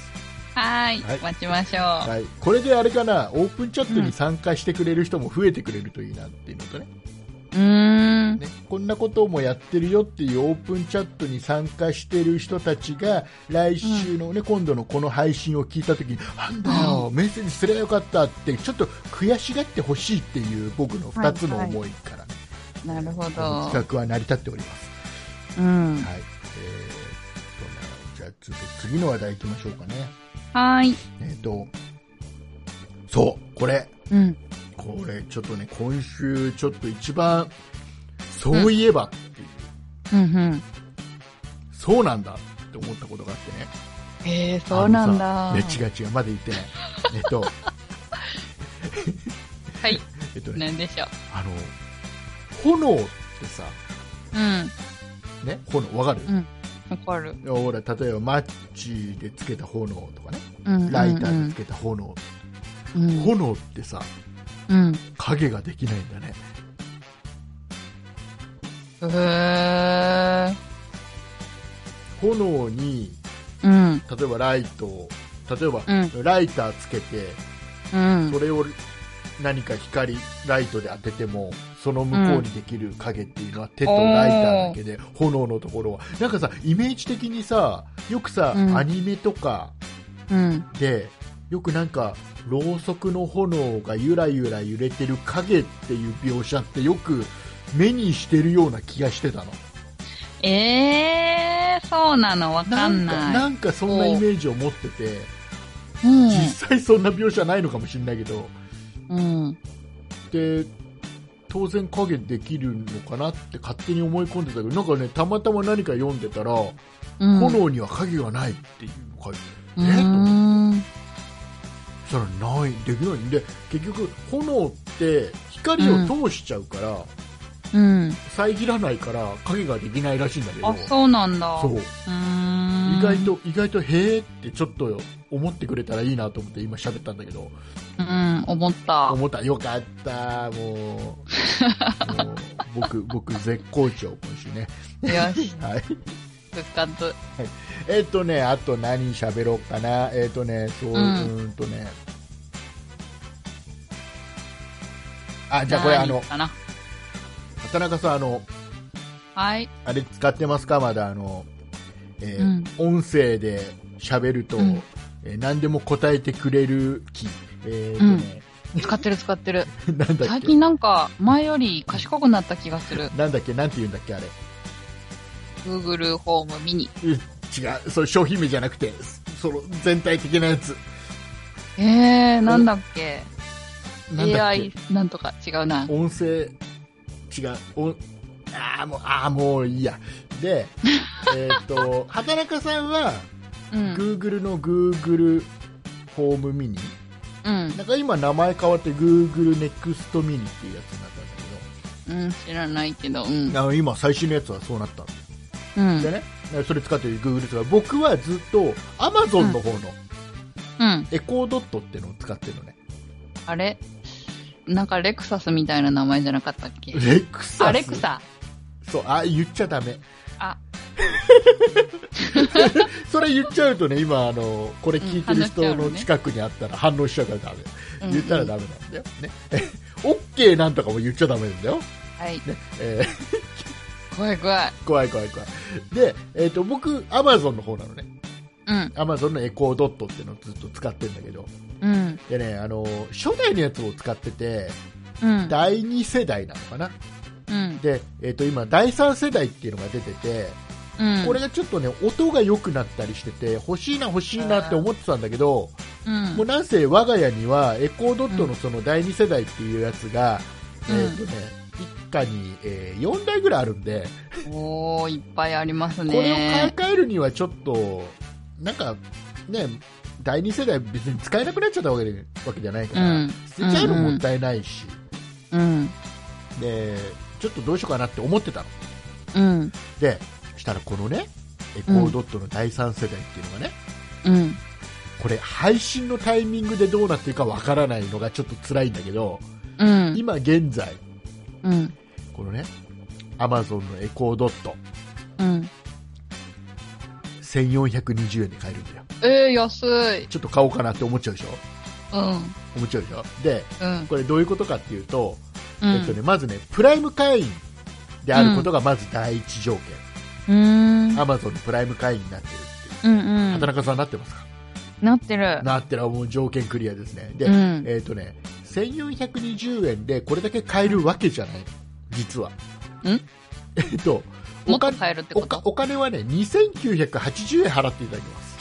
[SPEAKER 1] はーい
[SPEAKER 2] はい
[SPEAKER 1] 待ちましょう。
[SPEAKER 2] はい、これであれかな、オープンチャットに参加してくれる人も増えてくれるといいなっていうのとね、
[SPEAKER 1] うーん。
[SPEAKER 2] ねこんなこともやってるよっていうオープンチャットに参加してる人たちが、来週のね、今度のこの配信を聞いたときに、なんだよ、メッセージすればよかったって、ちょっと悔しがってほしいっていう僕の2つの思いから、ね
[SPEAKER 1] なるほ
[SPEAKER 2] この
[SPEAKER 1] ど。
[SPEAKER 2] 企画は成り立っております。
[SPEAKER 1] うん。
[SPEAKER 2] はいえーっとじゃあちょっと次の話題いきましょうかね。
[SPEAKER 1] はーい。
[SPEAKER 2] えーっとそう、これ、
[SPEAKER 1] うん。
[SPEAKER 2] これちょっとね今週ちょっと一番そういえばっていう、
[SPEAKER 1] うんうん。
[SPEAKER 2] そうなんだって思ったことがあってね
[SPEAKER 1] えー、そうなんだ。
[SPEAKER 2] あのさいや違う違うまだ 言ってないえっと
[SPEAKER 1] はい。
[SPEAKER 2] えっとね
[SPEAKER 1] なんでしょう。
[SPEAKER 2] あの炎ってさ
[SPEAKER 1] う
[SPEAKER 2] ね炎わかる、
[SPEAKER 1] うんん。わかる。
[SPEAKER 2] ほら例えばマッチでつけた炎とかね
[SPEAKER 1] うん。
[SPEAKER 2] ライターでつけた炎、
[SPEAKER 1] うん。
[SPEAKER 2] 炎ってさ
[SPEAKER 1] うん。
[SPEAKER 2] 影ができないんだね
[SPEAKER 1] うーん。
[SPEAKER 2] 炎に
[SPEAKER 1] うん。
[SPEAKER 2] 例えばライトを例えば、
[SPEAKER 1] う
[SPEAKER 2] ライターつけて
[SPEAKER 1] うん
[SPEAKER 2] そ。れを何か光ライトで当ててもその向こうにできる影っていうのは手とライターだけで炎のところはなんかさイメージ的にさよくさ、
[SPEAKER 1] うん
[SPEAKER 2] アニメとか
[SPEAKER 1] うん。
[SPEAKER 2] でよくなんかろうそくの炎がゆらゆら揺れてる影っていう描写ってよく目にしてるような気がしてたの
[SPEAKER 1] えー、そうなのわかん
[SPEAKER 2] か
[SPEAKER 1] ない。
[SPEAKER 2] なんかそんなイメージを持ってて
[SPEAKER 1] うん
[SPEAKER 2] 実際そんな描写ないのかもしれないけど、
[SPEAKER 1] うん。
[SPEAKER 2] で当然影できるのかなって勝手に思い込んでたけどなんかねたまたま何か読んでたら、
[SPEAKER 1] うん。
[SPEAKER 2] 炎には影がないっていうのが
[SPEAKER 1] う
[SPEAKER 2] えっと
[SPEAKER 1] ーん。
[SPEAKER 2] そしたらないできないんで結局炎って光を通しちゃうから、
[SPEAKER 1] うん。
[SPEAKER 2] 遮らないから影ができないらしいんだけど
[SPEAKER 1] あ、そうなんだ。
[SPEAKER 2] そう
[SPEAKER 1] うーん。
[SPEAKER 2] 意外。と意外とへえってちょっと思ってくれたらいいなと思って今喋ったんだけど
[SPEAKER 1] うん、思った。
[SPEAKER 2] 思ったよかっ たもうもう僕僕絶好調今週ね
[SPEAKER 1] よし、
[SPEAKER 2] はい
[SPEAKER 1] 復活。
[SPEAKER 2] えっ、とね、あと何喋ろうかな。えっ、とね、そう、う
[SPEAKER 1] うん
[SPEAKER 2] ーんとね。あ、じゃあこれあの
[SPEAKER 1] 何、かな
[SPEAKER 2] 畑中さん、あの、
[SPEAKER 1] はい。
[SPEAKER 2] あれ使ってますかまだあの、え
[SPEAKER 1] うん
[SPEAKER 2] ー音声で喋ると、
[SPEAKER 1] うん
[SPEAKER 2] えー何でも答えてくれる機。えっ、とね、
[SPEAKER 1] 使ってる使ってる。
[SPEAKER 2] なんだっ
[SPEAKER 1] 最
[SPEAKER 2] け
[SPEAKER 1] 近なんか、前より賢くなった気がする。
[SPEAKER 2] なんだっけなんて言うんだっけあれ。
[SPEAKER 1] Google ホームミニ。
[SPEAKER 2] う違う、それ商品名じゃなくて、その全体的なやつ。
[SPEAKER 1] えー、なんだっけ
[SPEAKER 2] なんだっ
[SPEAKER 1] ?AI
[SPEAKER 2] け
[SPEAKER 1] なんとか違うな。
[SPEAKER 2] 音声違う音ああもうあーもういいや でえっと畑中さんは
[SPEAKER 1] うん。
[SPEAKER 2] Google の Google ホームミニ
[SPEAKER 1] うん。
[SPEAKER 2] なんか今名前変わって Google ネクストミニっていうやつになったんだけ
[SPEAKER 1] うん、知らないけど。うん。
[SPEAKER 2] どあの今最新のやつはそうなったん
[SPEAKER 1] う
[SPEAKER 2] で
[SPEAKER 1] ん。
[SPEAKER 2] ねそれ使ってる Google とか僕はずっと Amazon の方の
[SPEAKER 1] うん。
[SPEAKER 2] エコードットっていうのを使ってるのね、
[SPEAKER 1] あれなんかレクサスみたいな名前じゃなかったっけ
[SPEAKER 2] レクサス
[SPEAKER 1] あ、レクサ。
[SPEAKER 2] そうあ言っちゃダメ
[SPEAKER 1] あ、
[SPEAKER 2] それ言っちゃうとね、今、あの、これ聞いてる人
[SPEAKER 1] うん話しちゃう
[SPEAKER 2] の
[SPEAKER 1] ね
[SPEAKER 2] 近くにあったら反応しちゃうからダ
[SPEAKER 1] うんう
[SPEAKER 2] メ。
[SPEAKER 1] ん
[SPEAKER 2] 言ったらダメなんだよ。ね。オッケーなんとかも言っちゃダメなんだよ。
[SPEAKER 1] はい。
[SPEAKER 2] え
[SPEAKER 1] 怖い怖い。
[SPEAKER 2] ー怖い怖い怖い。で、えっ、と、僕、アマゾンの方なのね。
[SPEAKER 1] うん。
[SPEAKER 2] アマゾンのエコードットっていうのをずっと使ってるんだけど。
[SPEAKER 1] うん。
[SPEAKER 2] でね、あの、初代のやつを使ってて、
[SPEAKER 1] うん。
[SPEAKER 2] 第2世代なのかな。
[SPEAKER 1] うん。
[SPEAKER 2] で、えっ、と、今、第3世代っていうのが出てて、
[SPEAKER 1] うん。
[SPEAKER 2] これがちょっとね音が良くなったりしてて欲しいな欲しいなって思ってたんだけど、
[SPEAKER 1] うん
[SPEAKER 2] もうなんせ我が家にはエコードットのその第2世代っていうやつが、
[SPEAKER 1] うん
[SPEAKER 2] えっ、とね一家に、え4台ぐらいあるんで、
[SPEAKER 1] おー、いっぱいあります
[SPEAKER 2] これを買い
[SPEAKER 1] ね。
[SPEAKER 2] 替えるにはちょっとなんかね第2世代別に使えなくなっちゃったわけでわけじゃないから、
[SPEAKER 1] うん
[SPEAKER 2] 捨てちゃうのもったいないし、
[SPEAKER 1] うん。
[SPEAKER 2] でちょっとどうしようかなって思ってたの
[SPEAKER 1] うん。
[SPEAKER 2] でしたらこのねエコードットの第3世代っていうのがね、
[SPEAKER 1] うん。
[SPEAKER 2] これ配信のタイミングでどうなってるかわからないのがちょっと辛いんだけど、
[SPEAKER 1] うん。
[SPEAKER 2] 今現在
[SPEAKER 1] うん。
[SPEAKER 2] このねアマゾンのエコードット
[SPEAKER 1] うん。
[SPEAKER 2] 1420円で買えるんだよ
[SPEAKER 1] えー、安い。
[SPEAKER 2] ちょっと買おうかなって思っちゃうでしょ
[SPEAKER 1] うん。
[SPEAKER 2] 思っちゃうでしょで
[SPEAKER 1] うん。
[SPEAKER 2] これどういうことかっていうと、
[SPEAKER 1] う
[SPEAKER 2] えっと
[SPEAKER 1] ん。
[SPEAKER 2] ね、まずねプライム会員であることがまず第一条
[SPEAKER 1] う
[SPEAKER 2] 件、
[SPEAKER 1] ん。
[SPEAKER 2] アマゾンのプライム会員になってるっていう
[SPEAKER 1] うんうん。
[SPEAKER 2] 畑中さんなってますか、
[SPEAKER 1] なってる。
[SPEAKER 2] なってらもう条件クリアですねで、
[SPEAKER 1] うん。
[SPEAKER 2] えっ、とね、1420円でこれだけ買えるわけじゃない、実は。えっ、と、
[SPEAKER 1] も
[SPEAKER 2] お
[SPEAKER 1] っと
[SPEAKER 2] 金
[SPEAKER 1] 買えるって
[SPEAKER 2] お
[SPEAKER 1] こ
[SPEAKER 2] か
[SPEAKER 1] と
[SPEAKER 2] お金はね、2980円払っていただきます。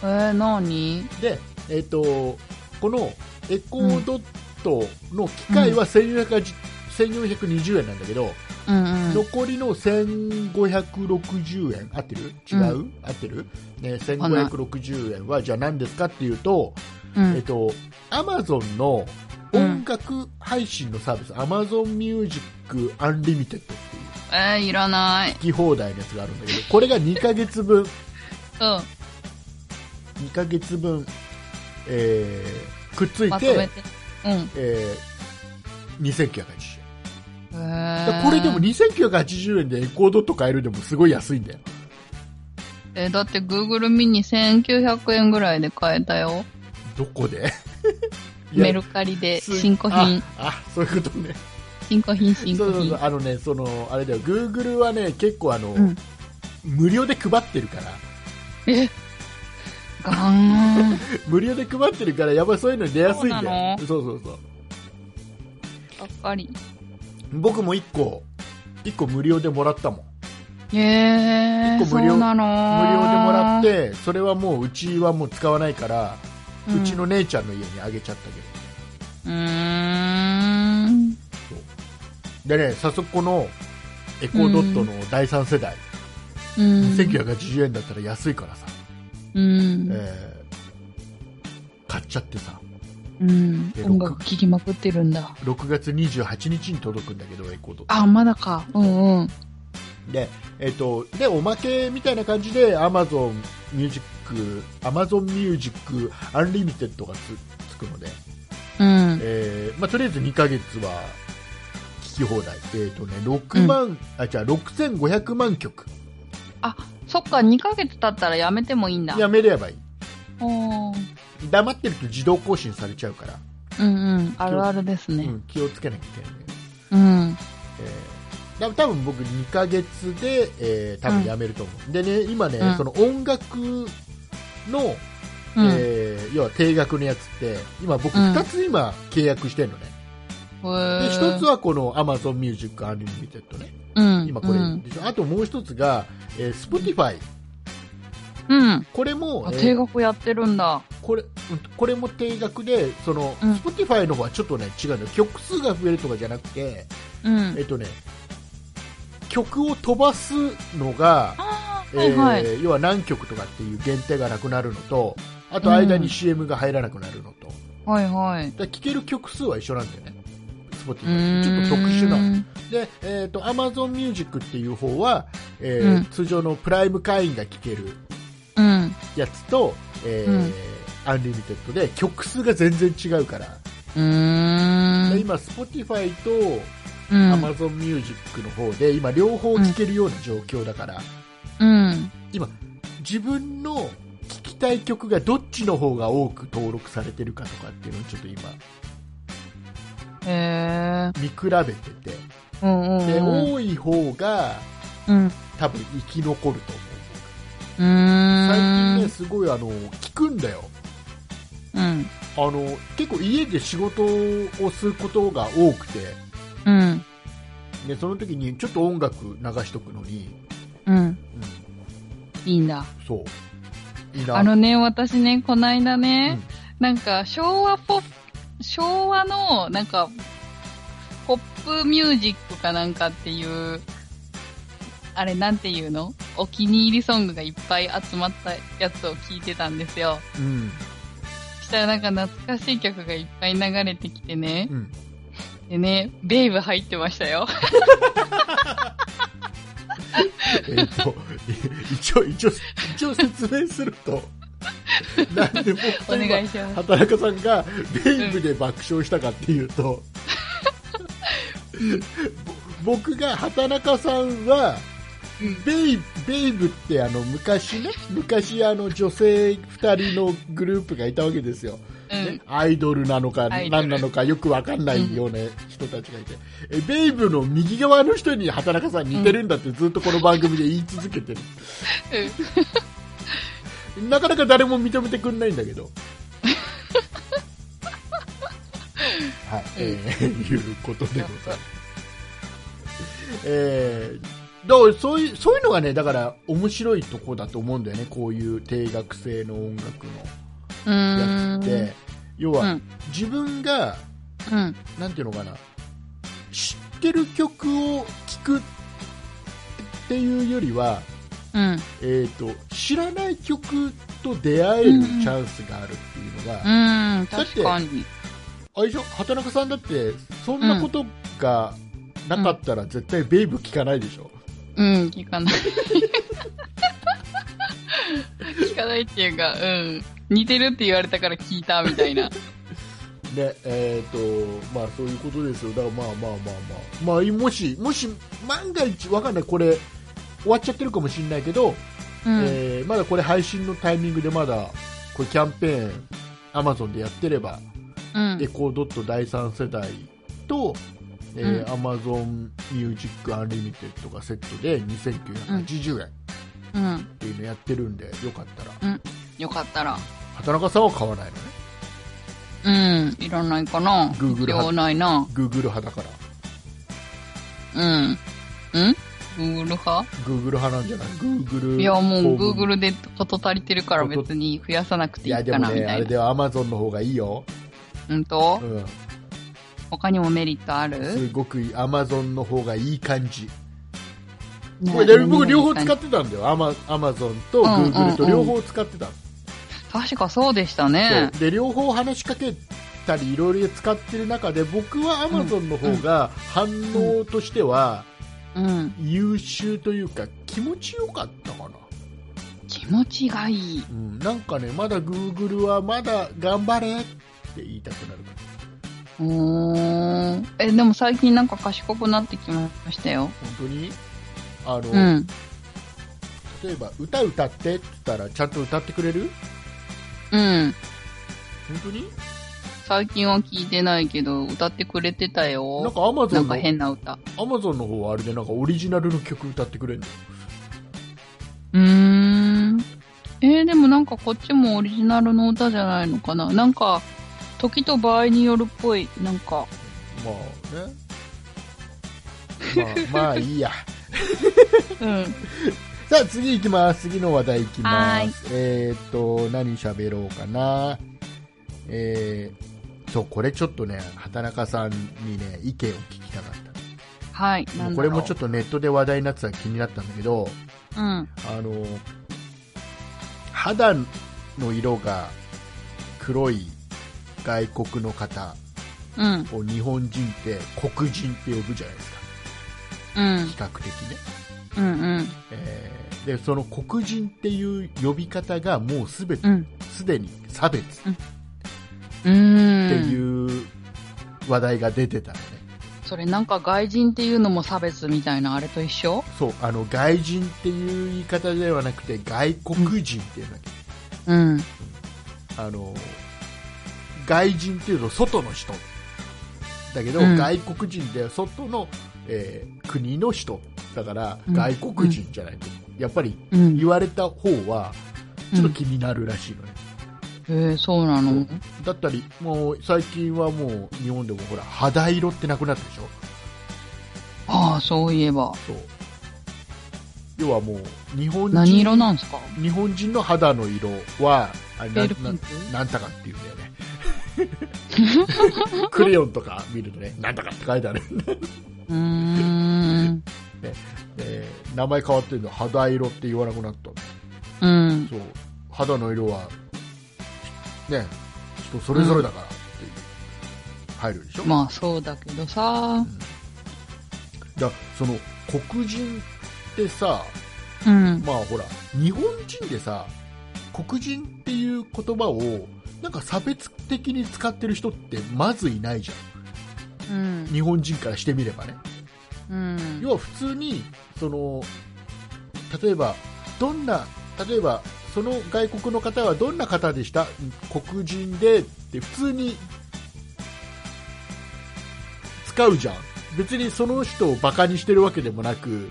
[SPEAKER 1] えー、なに
[SPEAKER 2] で、えっ、と、このエコードットの機械は1480 1420円なんだけど、
[SPEAKER 1] うんうん。
[SPEAKER 2] 残りの1560円、合ってる違う、
[SPEAKER 1] う
[SPEAKER 2] 合ってる、ね、?1560 円はじゃあ何ですかっていうと、
[SPEAKER 1] う
[SPEAKER 2] えっ
[SPEAKER 1] ん。
[SPEAKER 2] と、アマゾンの音楽配信のサービス、アマゾンミュージックアンリミテッドっていう、
[SPEAKER 1] えー、いらない。
[SPEAKER 2] 聞き放題のやつがあるんだけど、これが2ヶ月分、
[SPEAKER 1] うん。
[SPEAKER 2] 2ヶ月分、えー、くっつい
[SPEAKER 1] まとめ
[SPEAKER 2] て、
[SPEAKER 1] て。うん。
[SPEAKER 2] えー、2980円。
[SPEAKER 1] え
[SPEAKER 2] だから
[SPEAKER 1] ー、
[SPEAKER 2] これでも2980円でエコードと買えるでもすごい安いんだよ。
[SPEAKER 1] えーだって Google ミニ1900円ぐらいで買えたよ。
[SPEAKER 2] どこでいや
[SPEAKER 1] メルカリで、
[SPEAKER 2] す
[SPEAKER 1] 新古品、
[SPEAKER 2] あ。あ、そういうことね。
[SPEAKER 1] 新古品、新
[SPEAKER 2] そう
[SPEAKER 1] 古
[SPEAKER 2] そうそう
[SPEAKER 1] 品。
[SPEAKER 2] あのね、その、あれだよ、Google はね、結構あの、
[SPEAKER 1] うん。
[SPEAKER 2] 無料で配ってるから、
[SPEAKER 1] えガン。
[SPEAKER 2] 無料で配ってるからやばいそういうのに出やす
[SPEAKER 1] そう
[SPEAKER 2] いんだ
[SPEAKER 1] な
[SPEAKER 2] よ
[SPEAKER 1] の
[SPEAKER 2] そうそうそう
[SPEAKER 1] ばっかり。
[SPEAKER 2] 僕も1個一個無料でもらったもん
[SPEAKER 1] えー、
[SPEAKER 2] 一個無料
[SPEAKER 1] そうなの
[SPEAKER 2] 無料でもらってそれはもううちはもう使わないから、うちの姉ちゃんの家にあげちゃったけ
[SPEAKER 1] うん。うーん。
[SPEAKER 2] どでね早速このエコードットの第3世代、
[SPEAKER 1] うん。
[SPEAKER 2] 1980円だったら安いからさ、
[SPEAKER 1] うん。
[SPEAKER 2] えー買っちゃってさ
[SPEAKER 1] うん
[SPEAKER 2] で。
[SPEAKER 1] 音楽聴きまくってるんだ。
[SPEAKER 2] 6月28日に届くんだけどエコードット
[SPEAKER 1] あ、まだか。うんうん。
[SPEAKER 2] で、えっと、で、おまけみたいな感じで、アマゾンミュージック、アマゾンミュージックアンリミテッドがつつくので、
[SPEAKER 1] うん。
[SPEAKER 2] えーまあ、とりあえず2ヶ月は聞き放題。えっ、とね、6万、あ、じゃあ6500万曲。
[SPEAKER 1] そっか、2ヶ月経ったらやめてもいいんだ。
[SPEAKER 2] やめればいい。
[SPEAKER 1] おー
[SPEAKER 2] 黙ってると自動更新されちゃうから、
[SPEAKER 1] うんうん。あるあるです
[SPEAKER 2] う
[SPEAKER 1] ね。
[SPEAKER 2] ん、気をつけなきゃいけないね。
[SPEAKER 1] うん。
[SPEAKER 2] えーだ多分僕2ヶ月で、えー多分やめると思う。でね、今ね、
[SPEAKER 1] うん
[SPEAKER 2] その音楽の、
[SPEAKER 1] うん。へ
[SPEAKER 2] えー要は定額のやつって今僕
[SPEAKER 1] うん
[SPEAKER 2] 2つ今契約してるのね、
[SPEAKER 1] ー
[SPEAKER 2] で1つはこの AmazonMusic アンリミテッドね
[SPEAKER 1] うん。
[SPEAKER 2] 今これ
[SPEAKER 1] うん。
[SPEAKER 2] でしょ、あともう1つが、えー Spotify
[SPEAKER 1] うん。
[SPEAKER 2] これも、
[SPEAKER 1] あ
[SPEAKER 2] えー
[SPEAKER 1] 定額やってるんだ。
[SPEAKER 2] これうんこれも定額でその、
[SPEAKER 1] うん
[SPEAKER 2] Spotify の方はちょっとね違うんだよ曲数が増えるとかじゃなくて
[SPEAKER 1] う
[SPEAKER 2] えっ、
[SPEAKER 1] ん。
[SPEAKER 2] とね曲を飛ばすのが、
[SPEAKER 1] あ
[SPEAKER 2] え
[SPEAKER 1] ーはい
[SPEAKER 2] ー
[SPEAKER 1] はい。
[SPEAKER 2] 要は何曲とかっていう限定がなくなるのとあと間に CM が入らなくなるのと、
[SPEAKER 1] はいはい。
[SPEAKER 2] だから聴ける曲数は一緒なんだよね、Spotify ちょっと特殊なの
[SPEAKER 1] ーん
[SPEAKER 2] で、えー、と Amazon Music っていう方は、え
[SPEAKER 1] う
[SPEAKER 2] ー
[SPEAKER 1] ん
[SPEAKER 2] 通常のプライム会員が聴ける
[SPEAKER 1] うん。
[SPEAKER 2] やつと、えー
[SPEAKER 1] うん
[SPEAKER 2] アンリミテッドで曲数が全然違うから、
[SPEAKER 1] うー
[SPEAKER 2] で
[SPEAKER 1] ん。
[SPEAKER 2] 今、Spotify と
[SPEAKER 1] うん
[SPEAKER 2] Amazon Music の方で今、両方聴けるような状況だから、
[SPEAKER 1] うん。
[SPEAKER 2] 今、自分の聴きたい曲がどっちの方が多く登録されてるかとかっていうのをちょっと今、
[SPEAKER 1] へえ。
[SPEAKER 2] 見比べてて。
[SPEAKER 1] うんうん
[SPEAKER 2] で
[SPEAKER 1] うん。
[SPEAKER 2] 多い方が
[SPEAKER 1] うん。う
[SPEAKER 2] 多分生き残ると思う
[SPEAKER 1] ー
[SPEAKER 2] 最
[SPEAKER 1] ん。
[SPEAKER 2] 近ねすごいあの聞くんだよ
[SPEAKER 1] うん。
[SPEAKER 2] あの結構家で仕事をすることが多くて
[SPEAKER 1] うん。
[SPEAKER 2] でその時にちょっと音楽流しとくのに、
[SPEAKER 1] うん。
[SPEAKER 2] うん
[SPEAKER 1] いいんだ。
[SPEAKER 2] そう。いいな
[SPEAKER 1] あのね、私ね、こないだ
[SPEAKER 2] うん
[SPEAKER 1] ね、なんか昭和ポップ、昭和の、なんか、ポップミュージックかなんかっていう、あれなんていうのお気に入りソングがいっぱい集まったやつを聞いてたんですよ。
[SPEAKER 2] うん。
[SPEAKER 1] したらなんか懐かしい曲がいっぱい流れてきてね
[SPEAKER 2] う。ん。
[SPEAKER 1] でね、ベイブ入ってましたよ。
[SPEAKER 2] えっと、 い一応、一応、一応説明する と、なんで僕
[SPEAKER 1] お
[SPEAKER 2] が今
[SPEAKER 1] 願いします。
[SPEAKER 2] 畑中さんがベイブで爆笑したかっていうと、ぼ僕が畑中さんは
[SPEAKER 1] うん
[SPEAKER 2] ベイベイブってあの昔ね昔あの女性2人のグループがいたわけですよ、
[SPEAKER 1] うん
[SPEAKER 2] ね。アイドルなのか
[SPEAKER 1] アイドル
[SPEAKER 2] 何なのかよくわかんないような人たちがいて、えベイブの右側の人に畑中さん似てるんだってずっとこの番組で言い続けてる、
[SPEAKER 1] うん
[SPEAKER 2] なかなか誰も認めてくれないんだけ ど。はい、えー、いうことでございます。えー、だからそういう、そういうのがね、だから面白いとこだと思うんだよね、こういう定額制の音楽
[SPEAKER 1] う
[SPEAKER 2] の
[SPEAKER 1] ー
[SPEAKER 2] や
[SPEAKER 1] ん
[SPEAKER 2] つって。要
[SPEAKER 1] う
[SPEAKER 2] は、
[SPEAKER 1] ん。
[SPEAKER 2] 自分が、
[SPEAKER 1] うん。
[SPEAKER 2] なんていうのかな、知ってる曲を聴くっていうよりは、
[SPEAKER 1] うん。
[SPEAKER 2] えー、と知らない曲と出会えるチャンスがあるっていうのが、あ
[SPEAKER 1] うん。
[SPEAKER 2] だっ
[SPEAKER 1] 確
[SPEAKER 2] て
[SPEAKER 1] かに。
[SPEAKER 2] れでしょ畑中さんだってそんなことがなかったら絶対ベイブ聞かないでしょ、
[SPEAKER 1] うん、聞かない。聞かないっていうか、うん。似てるって言われたから聞いたみたいな。
[SPEAKER 2] ねえーとまあ、そういうことですよだからまあまあまあまあ、まあ、もしもし万が一わかんないこれ終わっちゃってるかもしれないけど、
[SPEAKER 1] うん。
[SPEAKER 2] えーまだこれ配信のタイミングでまだこれキャンペーン Amazon でやってれば
[SPEAKER 1] うん
[SPEAKER 2] エコードット第3世代と、えー
[SPEAKER 1] うん
[SPEAKER 2] Amazon Music Unlimited がセットで2980円
[SPEAKER 1] うん。
[SPEAKER 2] っていうのやってるんで、よかったら
[SPEAKER 1] よかったら。
[SPEAKER 2] 畑中さんは買わないのね
[SPEAKER 1] うん。いらないかな。
[SPEAKER 2] Google
[SPEAKER 1] 必要ないな。
[SPEAKER 2] Google 派だから
[SPEAKER 1] うん。うん ?Google 派
[SPEAKER 2] Google 派なんじゃない Google
[SPEAKER 1] いや、もう
[SPEAKER 2] 法文
[SPEAKER 1] Google でこと足りてるから別に増やさなくて
[SPEAKER 2] い
[SPEAKER 1] いい
[SPEAKER 2] やで
[SPEAKER 1] か
[SPEAKER 2] も
[SPEAKER 1] な、み
[SPEAKER 2] ねあ
[SPEAKER 1] た
[SPEAKER 2] れ
[SPEAKER 1] い
[SPEAKER 2] で
[SPEAKER 1] な。
[SPEAKER 2] は Amazon の方がいいよ、
[SPEAKER 1] うんと
[SPEAKER 2] うん、
[SPEAKER 1] 他にもメリットある
[SPEAKER 2] すごくいい Amazon の方がいい感じこ
[SPEAKER 1] ね
[SPEAKER 2] れで僕両方使
[SPEAKER 1] 何
[SPEAKER 2] ってたんだよ Ama- Amazon と
[SPEAKER 1] うんうん
[SPEAKER 2] Google と両方使ってたの
[SPEAKER 1] 確かそうでしたね。
[SPEAKER 2] そうで両方話しかけたりいろいろ使ってる中で僕は Amazon の方が反応としては
[SPEAKER 1] うん。
[SPEAKER 2] 優秀というか気持ちよかったかな、
[SPEAKER 1] 気持ちがいい。
[SPEAKER 2] うん、なんかねまだ Google はまだ頑張れって言いたくなるか
[SPEAKER 1] うーん。え、でも最近なんか賢くなってきましたよ。
[SPEAKER 2] ら本当にあの、
[SPEAKER 1] うん。
[SPEAKER 2] 例えば歌歌ってって言ったらちゃんと歌ってくれる
[SPEAKER 1] うん。
[SPEAKER 2] 本当に
[SPEAKER 1] 最近は聞いてないけど、歌ってくれてた
[SPEAKER 2] なん
[SPEAKER 1] よ。
[SPEAKER 2] か Amazon
[SPEAKER 1] なんか
[SPEAKER 2] の
[SPEAKER 1] 変な歌。
[SPEAKER 2] Amazon の方はあれでなんかオリジナルの曲歌ってくれるの
[SPEAKER 1] うーん。えーでもなんかこっちもオリジナルの歌じゃないのかななんか、時と場合によるっぽい、なんか。
[SPEAKER 2] まあねまあまあ いいや
[SPEAKER 1] うん。
[SPEAKER 2] さあ次行きます次の話題行きま
[SPEAKER 1] はい
[SPEAKER 2] すえーっ、と何喋ろうかなえーそうこれちょっとね畑中さんにね意見を聞きたかっ
[SPEAKER 1] はい。なんだ
[SPEAKER 2] た
[SPEAKER 1] ろう
[SPEAKER 2] これもちょっとネットで話題になってたの気になったんだけど
[SPEAKER 1] うん。
[SPEAKER 2] あの肌の色が黒い外国の方
[SPEAKER 1] うん。
[SPEAKER 2] を日本人って黒人って呼ぶじゃないですか
[SPEAKER 1] うん。
[SPEAKER 2] 比較的ね
[SPEAKER 1] うん。うん。
[SPEAKER 2] えーでその黒人っていう呼び方がもうすべて
[SPEAKER 1] うん。
[SPEAKER 2] すでに差別っ
[SPEAKER 1] う
[SPEAKER 2] て
[SPEAKER 1] ーん。
[SPEAKER 2] いう話題が出てたのね、
[SPEAKER 1] それなんか外人っていうのも差別みたいなあれと一緒
[SPEAKER 2] そうあの外人っていう言い方ではなくて外国人っていうの,、
[SPEAKER 1] うん。
[SPEAKER 2] あの外人っていうと外の人だけど、
[SPEAKER 1] うん
[SPEAKER 2] 外国人では外の、えー国の人だから
[SPEAKER 1] うん
[SPEAKER 2] 外国人じゃないと、やっぱり
[SPEAKER 1] うん。
[SPEAKER 2] 言われた方はちょっと気になるらしいのね、
[SPEAKER 1] えー、そうなの
[SPEAKER 2] だったりもう最近はもう日本でもほら肌色ってなくなったでしょ
[SPEAKER 1] ああ、そういえば。
[SPEAKER 2] そう要はもう日本人
[SPEAKER 1] 何色なんですか
[SPEAKER 2] 日本人の肌の色はあれな
[SPEAKER 1] ペールピ
[SPEAKER 2] な
[SPEAKER 1] ンク
[SPEAKER 2] なんたかって いうんだよねクレヨンとか見るとねなんたかって書いてある、
[SPEAKER 1] うーん。
[SPEAKER 2] えー名前変わってるの肌色って言わなくなった
[SPEAKER 1] うん。
[SPEAKER 2] そう肌の色はね人それぞれだからって入るでしょ、
[SPEAKER 1] まあそうだけどさ。
[SPEAKER 2] だその黒人ってさ
[SPEAKER 1] うん。
[SPEAKER 2] まあほら日本人でさ黒人っていう言葉をなんか差別的に使ってる人ってまずいないじゃ
[SPEAKER 1] うんん。
[SPEAKER 2] 日本人からしてみればね
[SPEAKER 1] うん。
[SPEAKER 2] 要は普通にその例えばどんな例えばその外国の方はどんな方でした黒人でって普通に使うじゃん別にその人をバカにしてるわけでもなく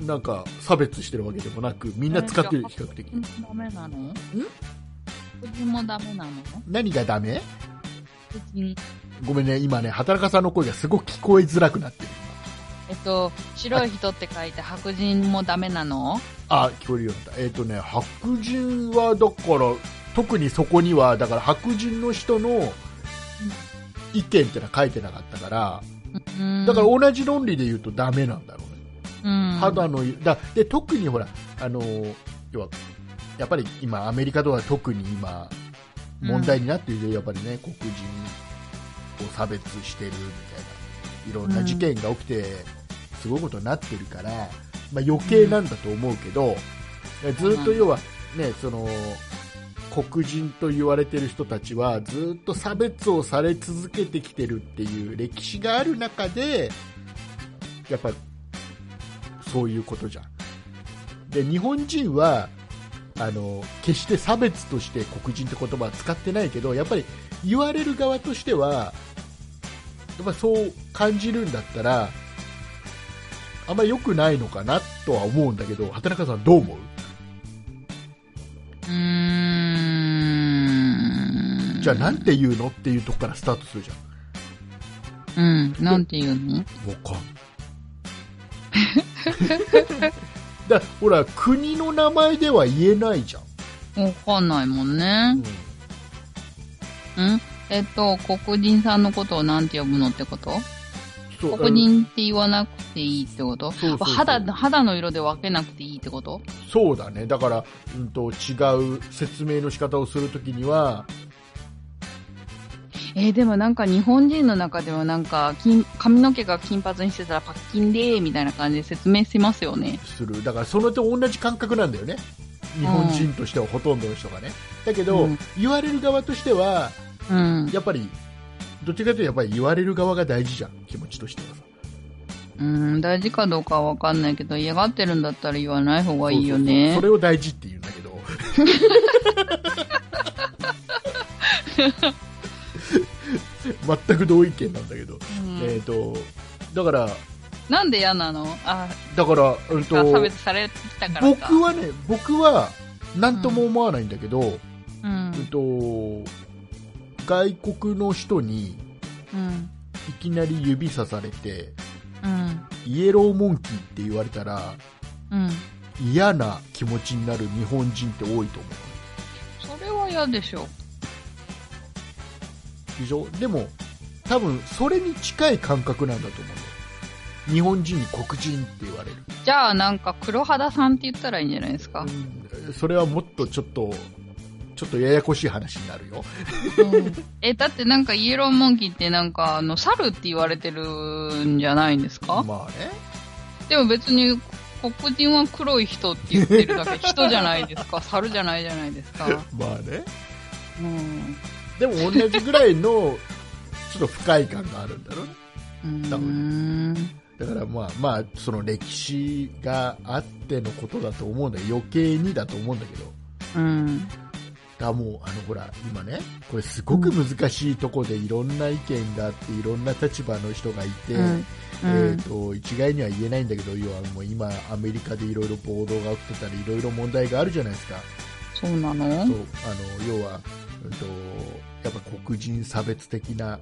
[SPEAKER 2] なんか差別してるわけでもなくみんな使ってる比較的
[SPEAKER 1] 黒人もダメなのん黒人もダメなの
[SPEAKER 2] 何がダメ
[SPEAKER 1] 黒人。
[SPEAKER 2] ごめんね今ね畑中さんの声がすごく聞こえづらくなってる
[SPEAKER 1] えっと、白い人って書いて白人もダメなの
[SPEAKER 2] あ聞こえるようになった、えっとね、白人はだから特にそこにはだから白人の人の意見っていうのは書いてなかったから
[SPEAKER 1] うん
[SPEAKER 2] だから同じ論理で言うとダメなんだろうね、
[SPEAKER 1] うん、
[SPEAKER 2] 肌の色だで特にほらあの要はやっぱり今アメリカでは特に今問題になっているよやっぱりね黒人を差別してるみたいないろんな事件が起きてすごいことになってるから、まあ、余計なんだと思うけど、ずっと要はねその黒人と言われてる人たちはずっと差別をされ続けてきてるっていう歴史がある中でやっぱそういうことじゃんで日本人はあの決して差別として黒人って言葉は使ってないけどやっぱり言われる側としてはやっぱそう感じるんだったらあんま良くないのかなとは思うんだけど畑中さんどう思う
[SPEAKER 1] うーん。
[SPEAKER 2] じゃあなんて言うのっていうとこからスタートするじゃん
[SPEAKER 1] うん。なんて言うの
[SPEAKER 2] わかんない だからほら国の名前では言えないじゃん、
[SPEAKER 1] わかんないもん
[SPEAKER 2] う
[SPEAKER 1] ね
[SPEAKER 2] ん。
[SPEAKER 1] うんえっと、黒人さんのことをなんて呼ぶのってこと
[SPEAKER 2] そう
[SPEAKER 1] 黒人って言わなくていいってこと
[SPEAKER 2] そうそうそう
[SPEAKER 1] 肌の肌の色で分けなくていいってこと
[SPEAKER 2] そうだねだから、うん、と違う説明の仕方をするときには
[SPEAKER 1] えーでもなんか日本人の中ではなんか金髪の毛が金髪にしてたらパッキンでーみたいな感じで説明しますよね。
[SPEAKER 2] するだからそれと同じ感覚なんだよね日本人としてはほとんどの人がね、だけど、
[SPEAKER 1] うん
[SPEAKER 2] 言われる側としては
[SPEAKER 1] うん。
[SPEAKER 2] やっぱりどっちかというとやっぱり言われる側が大事じゃん気持ちとしてはさ
[SPEAKER 1] うん、大事かどうかは分かんないけど嫌がってるんだったら言わない方がいいよ
[SPEAKER 2] そうそうそう
[SPEAKER 1] ね
[SPEAKER 2] そ。れを大事って言うんだけど全く同意見なんだけど、
[SPEAKER 1] うん
[SPEAKER 2] えっ、とだから
[SPEAKER 1] なんで嫌なのあ、
[SPEAKER 2] だから、うんと、
[SPEAKER 1] 差別されてきたからか。
[SPEAKER 2] 僕はね僕は何とも思わないんだけど、うん
[SPEAKER 1] うん。
[SPEAKER 2] と外国の人に
[SPEAKER 1] うん。
[SPEAKER 2] いきなり指さされて
[SPEAKER 1] うん。
[SPEAKER 2] イエローモンキーって言われたら
[SPEAKER 1] うん。
[SPEAKER 2] 嫌な気持ちになる日本人って多いと思う
[SPEAKER 1] それは嫌でしょ。
[SPEAKER 2] でしょでも多分それに近い感覚なんだと思うんだよ日本人に黒人って言われる、
[SPEAKER 1] じゃあなんか黒肌さんって言ったらいいんじゃないですか。
[SPEAKER 2] うんそれはもっとちょっとちょっとややこしい話になるよ
[SPEAKER 1] え、だってなんかイエローモンキーってなんかあの猿って言われてるんじゃないんですか、
[SPEAKER 2] まあね
[SPEAKER 1] でも別に黒人は黒い人って言ってるだけ人じゃないです か猿じゃないじゃないですか。
[SPEAKER 2] まあね
[SPEAKER 1] うん。
[SPEAKER 2] でも同じぐらいのちょっと不快感があるんだろうね
[SPEAKER 1] うーん。
[SPEAKER 2] だからまあまあその歴史があってのことだと思うんだけど余計にだと思うんだけど
[SPEAKER 1] うん。
[SPEAKER 2] だからもうあのほら今ねこれすごく難しいとこでいろんな意見があっていろんな立場の人がいて、
[SPEAKER 1] うんう
[SPEAKER 2] え
[SPEAKER 1] ん
[SPEAKER 2] ー、と一概には言えないんだけど要はもう今アメリカでいろいろ暴動が起きてたりいろいろ問題があるじゃないですか、
[SPEAKER 1] そうなの
[SPEAKER 2] そうあの要は、うんとやっぱ黒人差別的な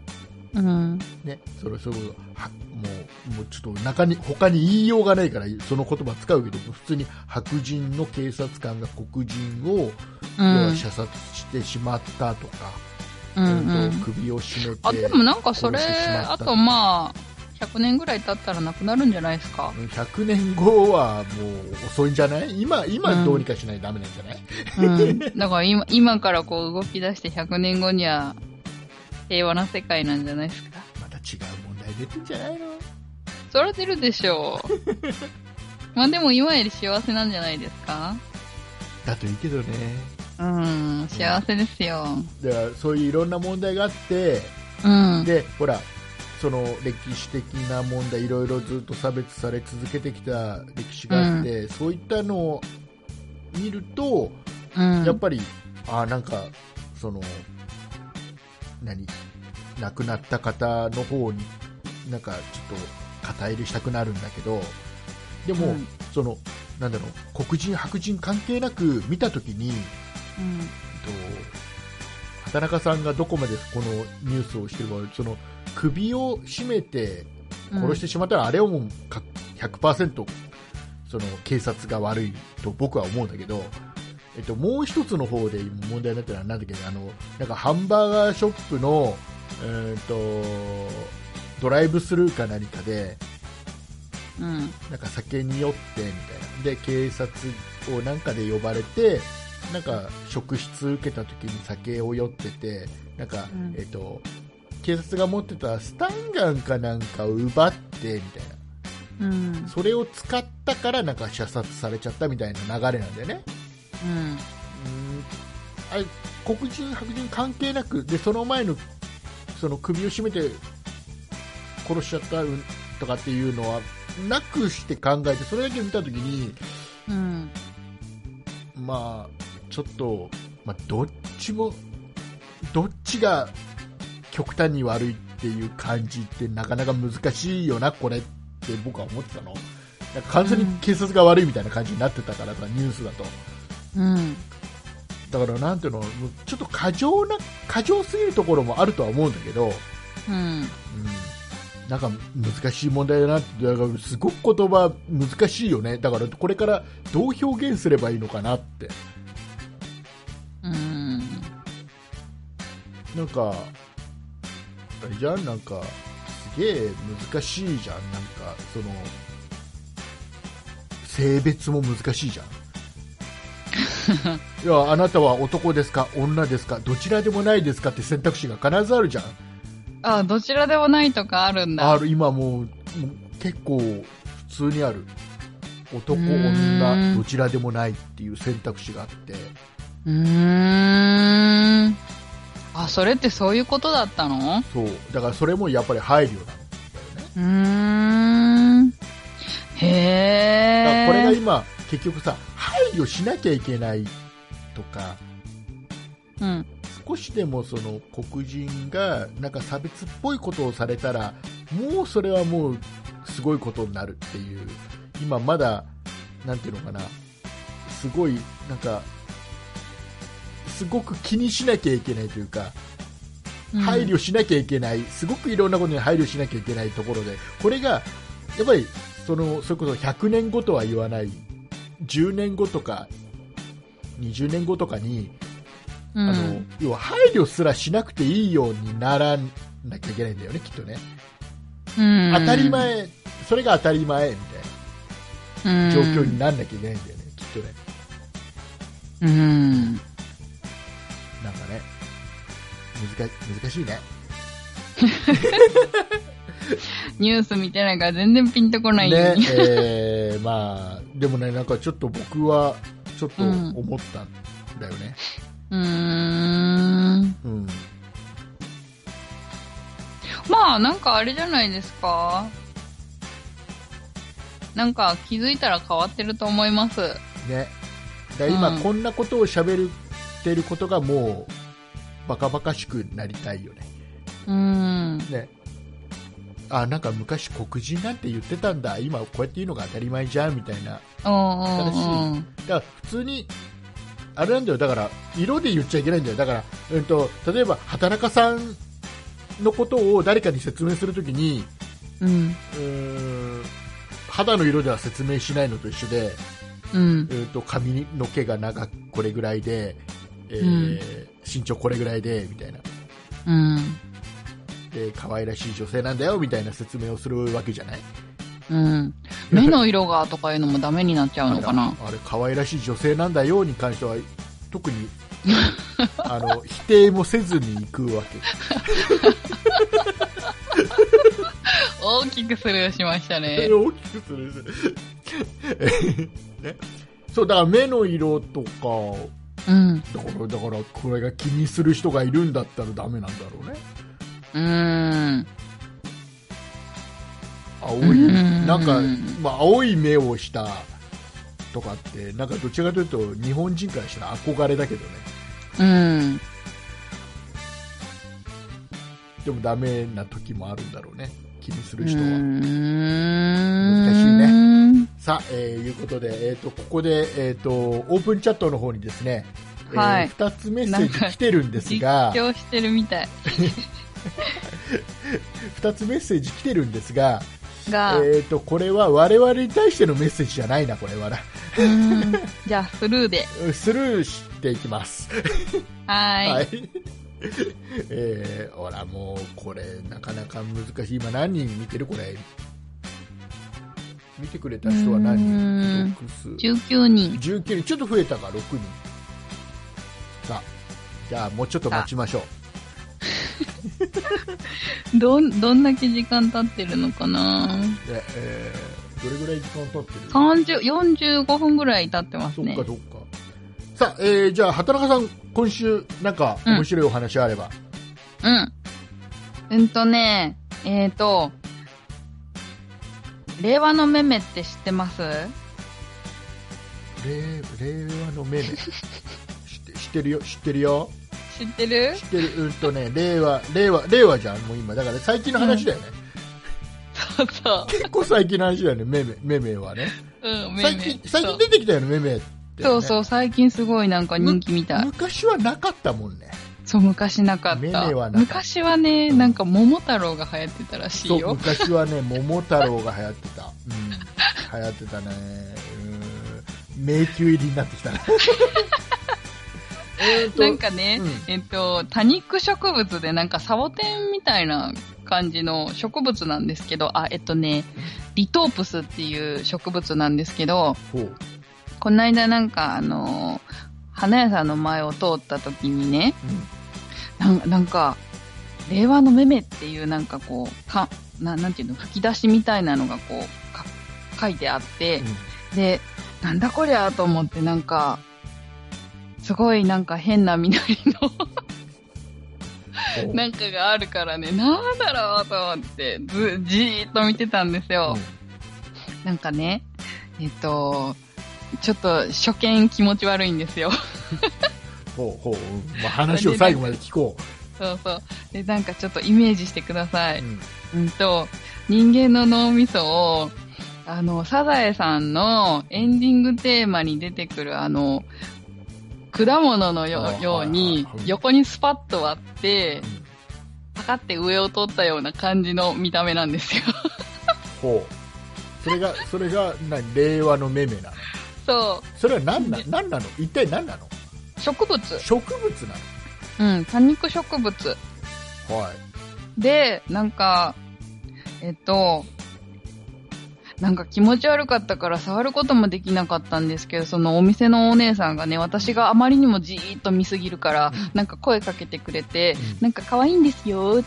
[SPEAKER 1] うん。
[SPEAKER 2] ね、それそれこそはもうもうちょっと中に他に言いようがないからその言葉使うけど普通に白人の警察官が黒人を
[SPEAKER 1] う
[SPEAKER 2] 要は
[SPEAKER 1] ん。
[SPEAKER 2] 射殺してしまったとか、
[SPEAKER 1] うんう
[SPEAKER 2] えーと
[SPEAKER 1] ん。
[SPEAKER 2] 首を絞めて
[SPEAKER 1] あ、でもなんかそれ、
[SPEAKER 2] 殺してしまった
[SPEAKER 1] あとまあ、100年ぐらい経ったらなくなるんじゃないですか。
[SPEAKER 2] 100年後はもう遅いんじゃない今今どうにかしないとダメなんじゃない、
[SPEAKER 1] うん。だから今、今からこう動き出して100年後には平和な世界なんじゃないですか。
[SPEAKER 2] また違う問題出てんじゃないの
[SPEAKER 1] そら出るでしょう。 まあでも今より幸せなんじゃないですか
[SPEAKER 2] だといいけどね
[SPEAKER 1] うん、幸せですよ。
[SPEAKER 2] だからそういういろんな問題があって
[SPEAKER 1] うん。
[SPEAKER 2] でほらその歴史的な問題いろいろずっと差別され続けてきた歴史があって、そういったのを見ると
[SPEAKER 1] うん。
[SPEAKER 2] やっぱり、あなんかその何亡くなった方の方になんかちょっと肩入れしたくなるんだけどでも、
[SPEAKER 1] うん
[SPEAKER 2] そのなんだろう黒人白人関係なく見た時に
[SPEAKER 1] うん
[SPEAKER 2] えっと畑中さんがどこまでこのニュースをしてるかその首を絞めて殺してしまったら、あれをもうか100%その警察が悪いと僕は思うんだけど、えっと、もう一つの方で今問題になってるのはなんだっけあのなんかハンバーガーショップの、えーっとドライブスルーか何かで
[SPEAKER 1] うん。
[SPEAKER 2] なんか酒に酔ってみたいなで警察をなんかで呼ばれてなんか職質受けた時に酒を酔っててなんか、
[SPEAKER 1] うん
[SPEAKER 2] えっと警察が持ってたスタンガンかなんかを奪ってみたいな
[SPEAKER 1] うん。
[SPEAKER 2] それを使ったからなんか射殺されちゃったみたいな流れなんだよね。
[SPEAKER 1] うん。
[SPEAKER 2] うんあれ黒人、白人関係なくでその前のその首を絞めて殺しちゃったうんとかっていうのはなくして考えてそれだけ見たときに、
[SPEAKER 1] うん。
[SPEAKER 2] まあ、ちょっと、まあ、どっちもどっちが極端に悪いっていう感じってなかなか難しいよな、これって僕は思ってたの。なんか完全に警察が悪いみたいな感じになってたからさ、ニュースだと。
[SPEAKER 1] うん。
[SPEAKER 2] だからなんていうのもうちょっと過剰な過剰すぎるところもあるとは思うんだけど、
[SPEAKER 1] うん。
[SPEAKER 2] うん、なんか難しい問題だなってだからすごく言葉難しいよねだからこれからどう表現すればいいのかなって
[SPEAKER 1] うん。
[SPEAKER 2] なんかあれじゃんなんかすげえ難しいじゃんなんかその性別も難しい じゃんいやあなたは男ですか女ですかどちらでもないですかって選択肢が必ずあるじゃん
[SPEAKER 1] あ、どちらでもないとかあるんだ。
[SPEAKER 2] ある今もうもう結構普通にある男
[SPEAKER 1] うー
[SPEAKER 2] 女
[SPEAKER 1] ん
[SPEAKER 2] どちらでもないっていう選択肢があって
[SPEAKER 1] うーん。あ、それってそういうことだったの
[SPEAKER 2] そうだからそれもやっぱり配慮なのだよね
[SPEAKER 1] うーん。へ
[SPEAKER 2] だからこれが
[SPEAKER 1] え。
[SPEAKER 2] 今結局さ配慮しなきゃいけないとか
[SPEAKER 1] うん。
[SPEAKER 2] 少しでもその黒人がなんか差別っぽいことをされたらもうそれはもうすごいことになるっていう今まだなんていうのかなすごいなんかすごく気にしなきゃいけないというか
[SPEAKER 1] うん
[SPEAKER 2] 配。慮しなきゃいけない、すごくいろんなことに配慮しなきゃいけないところで、これがやっぱりそのそれこそ100年後とは言わない、10年後とか20年後とかに、
[SPEAKER 1] うん
[SPEAKER 2] あの要は配慮すらしなくていいようにならなきゃいけないんだよね、きっとね。
[SPEAKER 1] うん
[SPEAKER 2] 当たり前、それが当たり前みたいな状況に
[SPEAKER 1] な
[SPEAKER 2] ならなきゃいけないんだよね、きっとね。
[SPEAKER 1] うん。
[SPEAKER 2] なんかね、難難しいね。
[SPEAKER 1] ニュース見てないから全然ピンとこない
[SPEAKER 2] ね
[SPEAKER 1] よ
[SPEAKER 2] えーまあでもねなんかちょっと僕はちょっと思ったんだよね、
[SPEAKER 1] うーん。
[SPEAKER 2] うん
[SPEAKER 1] まあ、なんかあれじゃないですか。なんか気づいたら変わってると思います。
[SPEAKER 2] ねだから今
[SPEAKER 1] うん
[SPEAKER 2] こんなことを喋ってることがもうバカバカしくなりたいよね
[SPEAKER 1] うん。
[SPEAKER 2] ねあなんか昔黒人なんて言ってたんだ今こうやって言うのが当たり前じゃんみたいな
[SPEAKER 1] おーおーおー
[SPEAKER 2] だから普通にあれなんだよだから色で言っちゃいけないんだよだから、うん、と例えば畑中さんのことを誰かに説明するときに
[SPEAKER 1] うん。
[SPEAKER 2] うーん肌の色では説明しないのと一緒で、
[SPEAKER 1] うん
[SPEAKER 2] え。ー、と髪の毛が長くこれぐらいで、えー
[SPEAKER 1] うん
[SPEAKER 2] 身長これぐらいでみたいな
[SPEAKER 1] うん。
[SPEAKER 2] で可愛らしい女性なんだよみたいな説明をするわけじゃない
[SPEAKER 1] うん。目の色がとかいうのもダメになっちゃうのかな。
[SPEAKER 2] あれ可愛らしい女性なんだよに関しては 特にあの否定もせずに行くわけ
[SPEAKER 1] 大きくスルーしましたね。
[SPEAKER 2] 大きくするねそうだから目の色とか
[SPEAKER 1] うん。
[SPEAKER 2] だからだからこれが気にする人がいるんだったらダメなんだろうね
[SPEAKER 1] うーん。
[SPEAKER 2] 青
[SPEAKER 1] う
[SPEAKER 2] い
[SPEAKER 1] ん
[SPEAKER 2] なんか、まあ、青い目をしたとかってなんかどちらかというと日本人からしたら憧れだけどね
[SPEAKER 1] うん。
[SPEAKER 2] でもダメな時もあるんだろうね気にす
[SPEAKER 1] う
[SPEAKER 2] る人は、
[SPEAKER 1] ーん。
[SPEAKER 2] さあ、えーいうことで、えー、とここで、えー、とオープンチャットの方にですね、え
[SPEAKER 1] はい
[SPEAKER 2] 2つメッセージ来てるんです
[SPEAKER 1] 実
[SPEAKER 2] が
[SPEAKER 1] 況してるみたい。
[SPEAKER 2] 2つメッセージ来てるんですが、
[SPEAKER 1] が、
[SPEAKER 2] えー、とこれは我々に対してのメッセージじゃないなこれはな
[SPEAKER 1] うーんじゃあ、スルーで。
[SPEAKER 2] スルーしていきます
[SPEAKER 1] は
[SPEAKER 2] は
[SPEAKER 1] ーい。
[SPEAKER 2] い。 えー、ほら、もう、これ、なかなか難しい。今、何人見てるこれ。見てくれた人は何
[SPEAKER 1] うーん
[SPEAKER 2] 人ちょっ
[SPEAKER 1] 19人。
[SPEAKER 2] と数 ?19 人。ちょっと増えたか、6人。さあ、じゃあ、もうちょっと待ちましょう。
[SPEAKER 1] どん、どんだけ時間経ってるのかな
[SPEAKER 2] でえー、どれぐらい時間経ってる
[SPEAKER 1] 30、45分ぐらい経ってます
[SPEAKER 2] そっ
[SPEAKER 1] ね
[SPEAKER 2] か、。そっか。さあ、えー、じゃあ、畑中さん、今週、なんか、
[SPEAKER 1] うん
[SPEAKER 2] 面白いお話あれば。
[SPEAKER 1] うん。うんとね、えーと、令和のメメって知ってます
[SPEAKER 2] 令令和の メメ。知って知ってるよ、知ってるよ。
[SPEAKER 1] 知ってる
[SPEAKER 2] 知ってるうんとね令和令和令和じゃんもう今だから最近の話だよね、
[SPEAKER 1] そうそう。
[SPEAKER 2] 結構最近の話だよねめめめめはね
[SPEAKER 1] うん、メ
[SPEAKER 2] 最
[SPEAKER 1] メ
[SPEAKER 2] 近。最近出てきたよねめめってね、
[SPEAKER 1] そうそうう、最近すごいなんか人気みたい。
[SPEAKER 2] 昔はなかったもんね
[SPEAKER 1] そう、昔なかった。
[SPEAKER 2] メメはなかった
[SPEAKER 1] 昔はね、なんか桃太郎が流行ってたらし
[SPEAKER 2] そ
[SPEAKER 1] いうよ。
[SPEAKER 2] 昔はね桃太郎が流行ってた、うん、流行ってたねうん迷宮入りになってき たねえーと
[SPEAKER 1] なんかね、
[SPEAKER 2] うん
[SPEAKER 1] えっと、多肉植物でなんかサボテンみたいな感じの植物なんですけど、あ、えっとね、リトープスっていう植物なんですけど、
[SPEAKER 2] ほう
[SPEAKER 1] この間なんかあのー花屋さんの前を通った時にね、なんなんか、令和のメメっていうなんかこう、か、ななんていうの、吹き出しみたいなのがこう、か書いてあって、で、なんだこりゃと思ってなんか、すごいなんか変な実り
[SPEAKER 2] うんほ
[SPEAKER 1] の
[SPEAKER 2] う
[SPEAKER 1] なんかがあるからね、なんだろうと思って、ず、じーっと見てたんですよ。
[SPEAKER 2] うん
[SPEAKER 1] なんかね、えっと、ちょっと初見気持ち悪いんですよ。
[SPEAKER 2] ほうほう、うんまあ、話を最後まで聞こ
[SPEAKER 1] そうそう。で、なんかちょっとイメージしてくださ
[SPEAKER 2] う、
[SPEAKER 1] い。
[SPEAKER 2] うん
[SPEAKER 1] うんと、人間の脳みそを、あの、サザエさんのエンディングテーマに出てくるあの、果物のよ
[SPEAKER 2] あー
[SPEAKER 1] ように
[SPEAKER 2] はいはい、
[SPEAKER 1] 横にスパッと割って
[SPEAKER 2] う、ん
[SPEAKER 1] パカって上を取ったような感じの見た目なんですよ。
[SPEAKER 2] ほうそれ がそれが何令和のめめなの
[SPEAKER 1] そ
[SPEAKER 2] それは何な何なの一体何なの
[SPEAKER 1] う。植物。
[SPEAKER 2] 植物な
[SPEAKER 1] うん、多肉植物。
[SPEAKER 2] のはい
[SPEAKER 1] で、なんか、えっと、なんか気持ち悪かったから触ることもできなかったんですけど、そのお店のお姉さんがね、私があまりにもじーっと見すぎるから、なんか声かけてくれて、
[SPEAKER 2] うん
[SPEAKER 1] なんか可愛いんですよ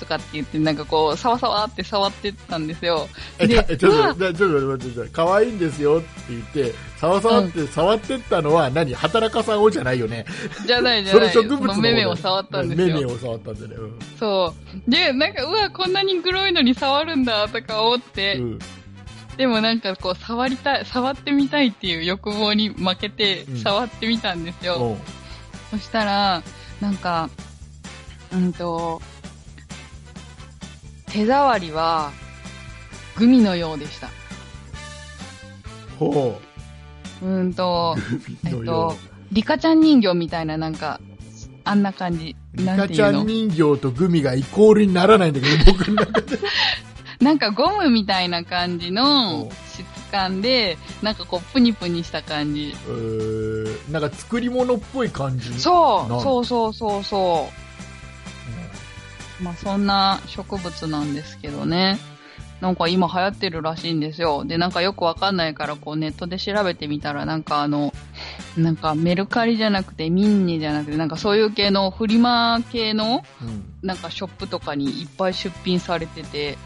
[SPEAKER 1] とかって言って、なんかこう、さわさわって触ってたんですよ。
[SPEAKER 2] え
[SPEAKER 1] で
[SPEAKER 2] たえちょっ
[SPEAKER 1] う
[SPEAKER 2] と
[SPEAKER 1] わ
[SPEAKER 2] 待ってちょっと待ってちょっと待って可愛いんですよって言ってさわさわって触ってったのは何働かさんをじゃないよね
[SPEAKER 1] じゃないじゃ
[SPEAKER 2] そ
[SPEAKER 1] な
[SPEAKER 2] れ
[SPEAKER 1] いよ。そ
[SPEAKER 2] 植物の
[SPEAKER 1] の
[SPEAKER 2] 方
[SPEAKER 1] メメを触ったんです
[SPEAKER 2] メメ
[SPEAKER 1] よ。
[SPEAKER 2] を触ったんだよねうん
[SPEAKER 1] そう。で、なんか、うわ、こんなにグロいのに触るんだとか思って、
[SPEAKER 2] うん
[SPEAKER 1] でもなんかこう触りたい、触ってみたいっていう欲望に負けて
[SPEAKER 2] うん
[SPEAKER 1] 触ってみたんですよ。
[SPEAKER 2] うん
[SPEAKER 1] そしたら、なんか、うんと、手触りはグミのようでした。
[SPEAKER 2] ほ
[SPEAKER 1] うんと、
[SPEAKER 2] う
[SPEAKER 1] えっ
[SPEAKER 2] のよ
[SPEAKER 1] と、リカちゃん人形みたいななんか、あんな感じ。
[SPEAKER 2] リ
[SPEAKER 1] な
[SPEAKER 2] カ
[SPEAKER 1] んてい
[SPEAKER 2] ちゃ
[SPEAKER 1] うんの
[SPEAKER 2] 人形とグミがイコールにならないんだけど僕の中で
[SPEAKER 1] なんかゴムみたいな感じの質感で、なんかこう、プニプニした感じ。
[SPEAKER 2] えー、なんか作り物っぽい感じ。
[SPEAKER 1] そ
[SPEAKER 2] なん
[SPEAKER 1] う、そうそうそうそう。まあそんな植物なんですけどね。なんか今流行ってるらしいんですよ。で、なんかよくわかんないから、こうネットで調べてみたら、なんかあの、なんかメルカリじゃなくてミンニじゃなくて、なんかそういう系のフリマ系の、
[SPEAKER 2] うんうん
[SPEAKER 1] なんかショップとかにいっぱい出品されてて、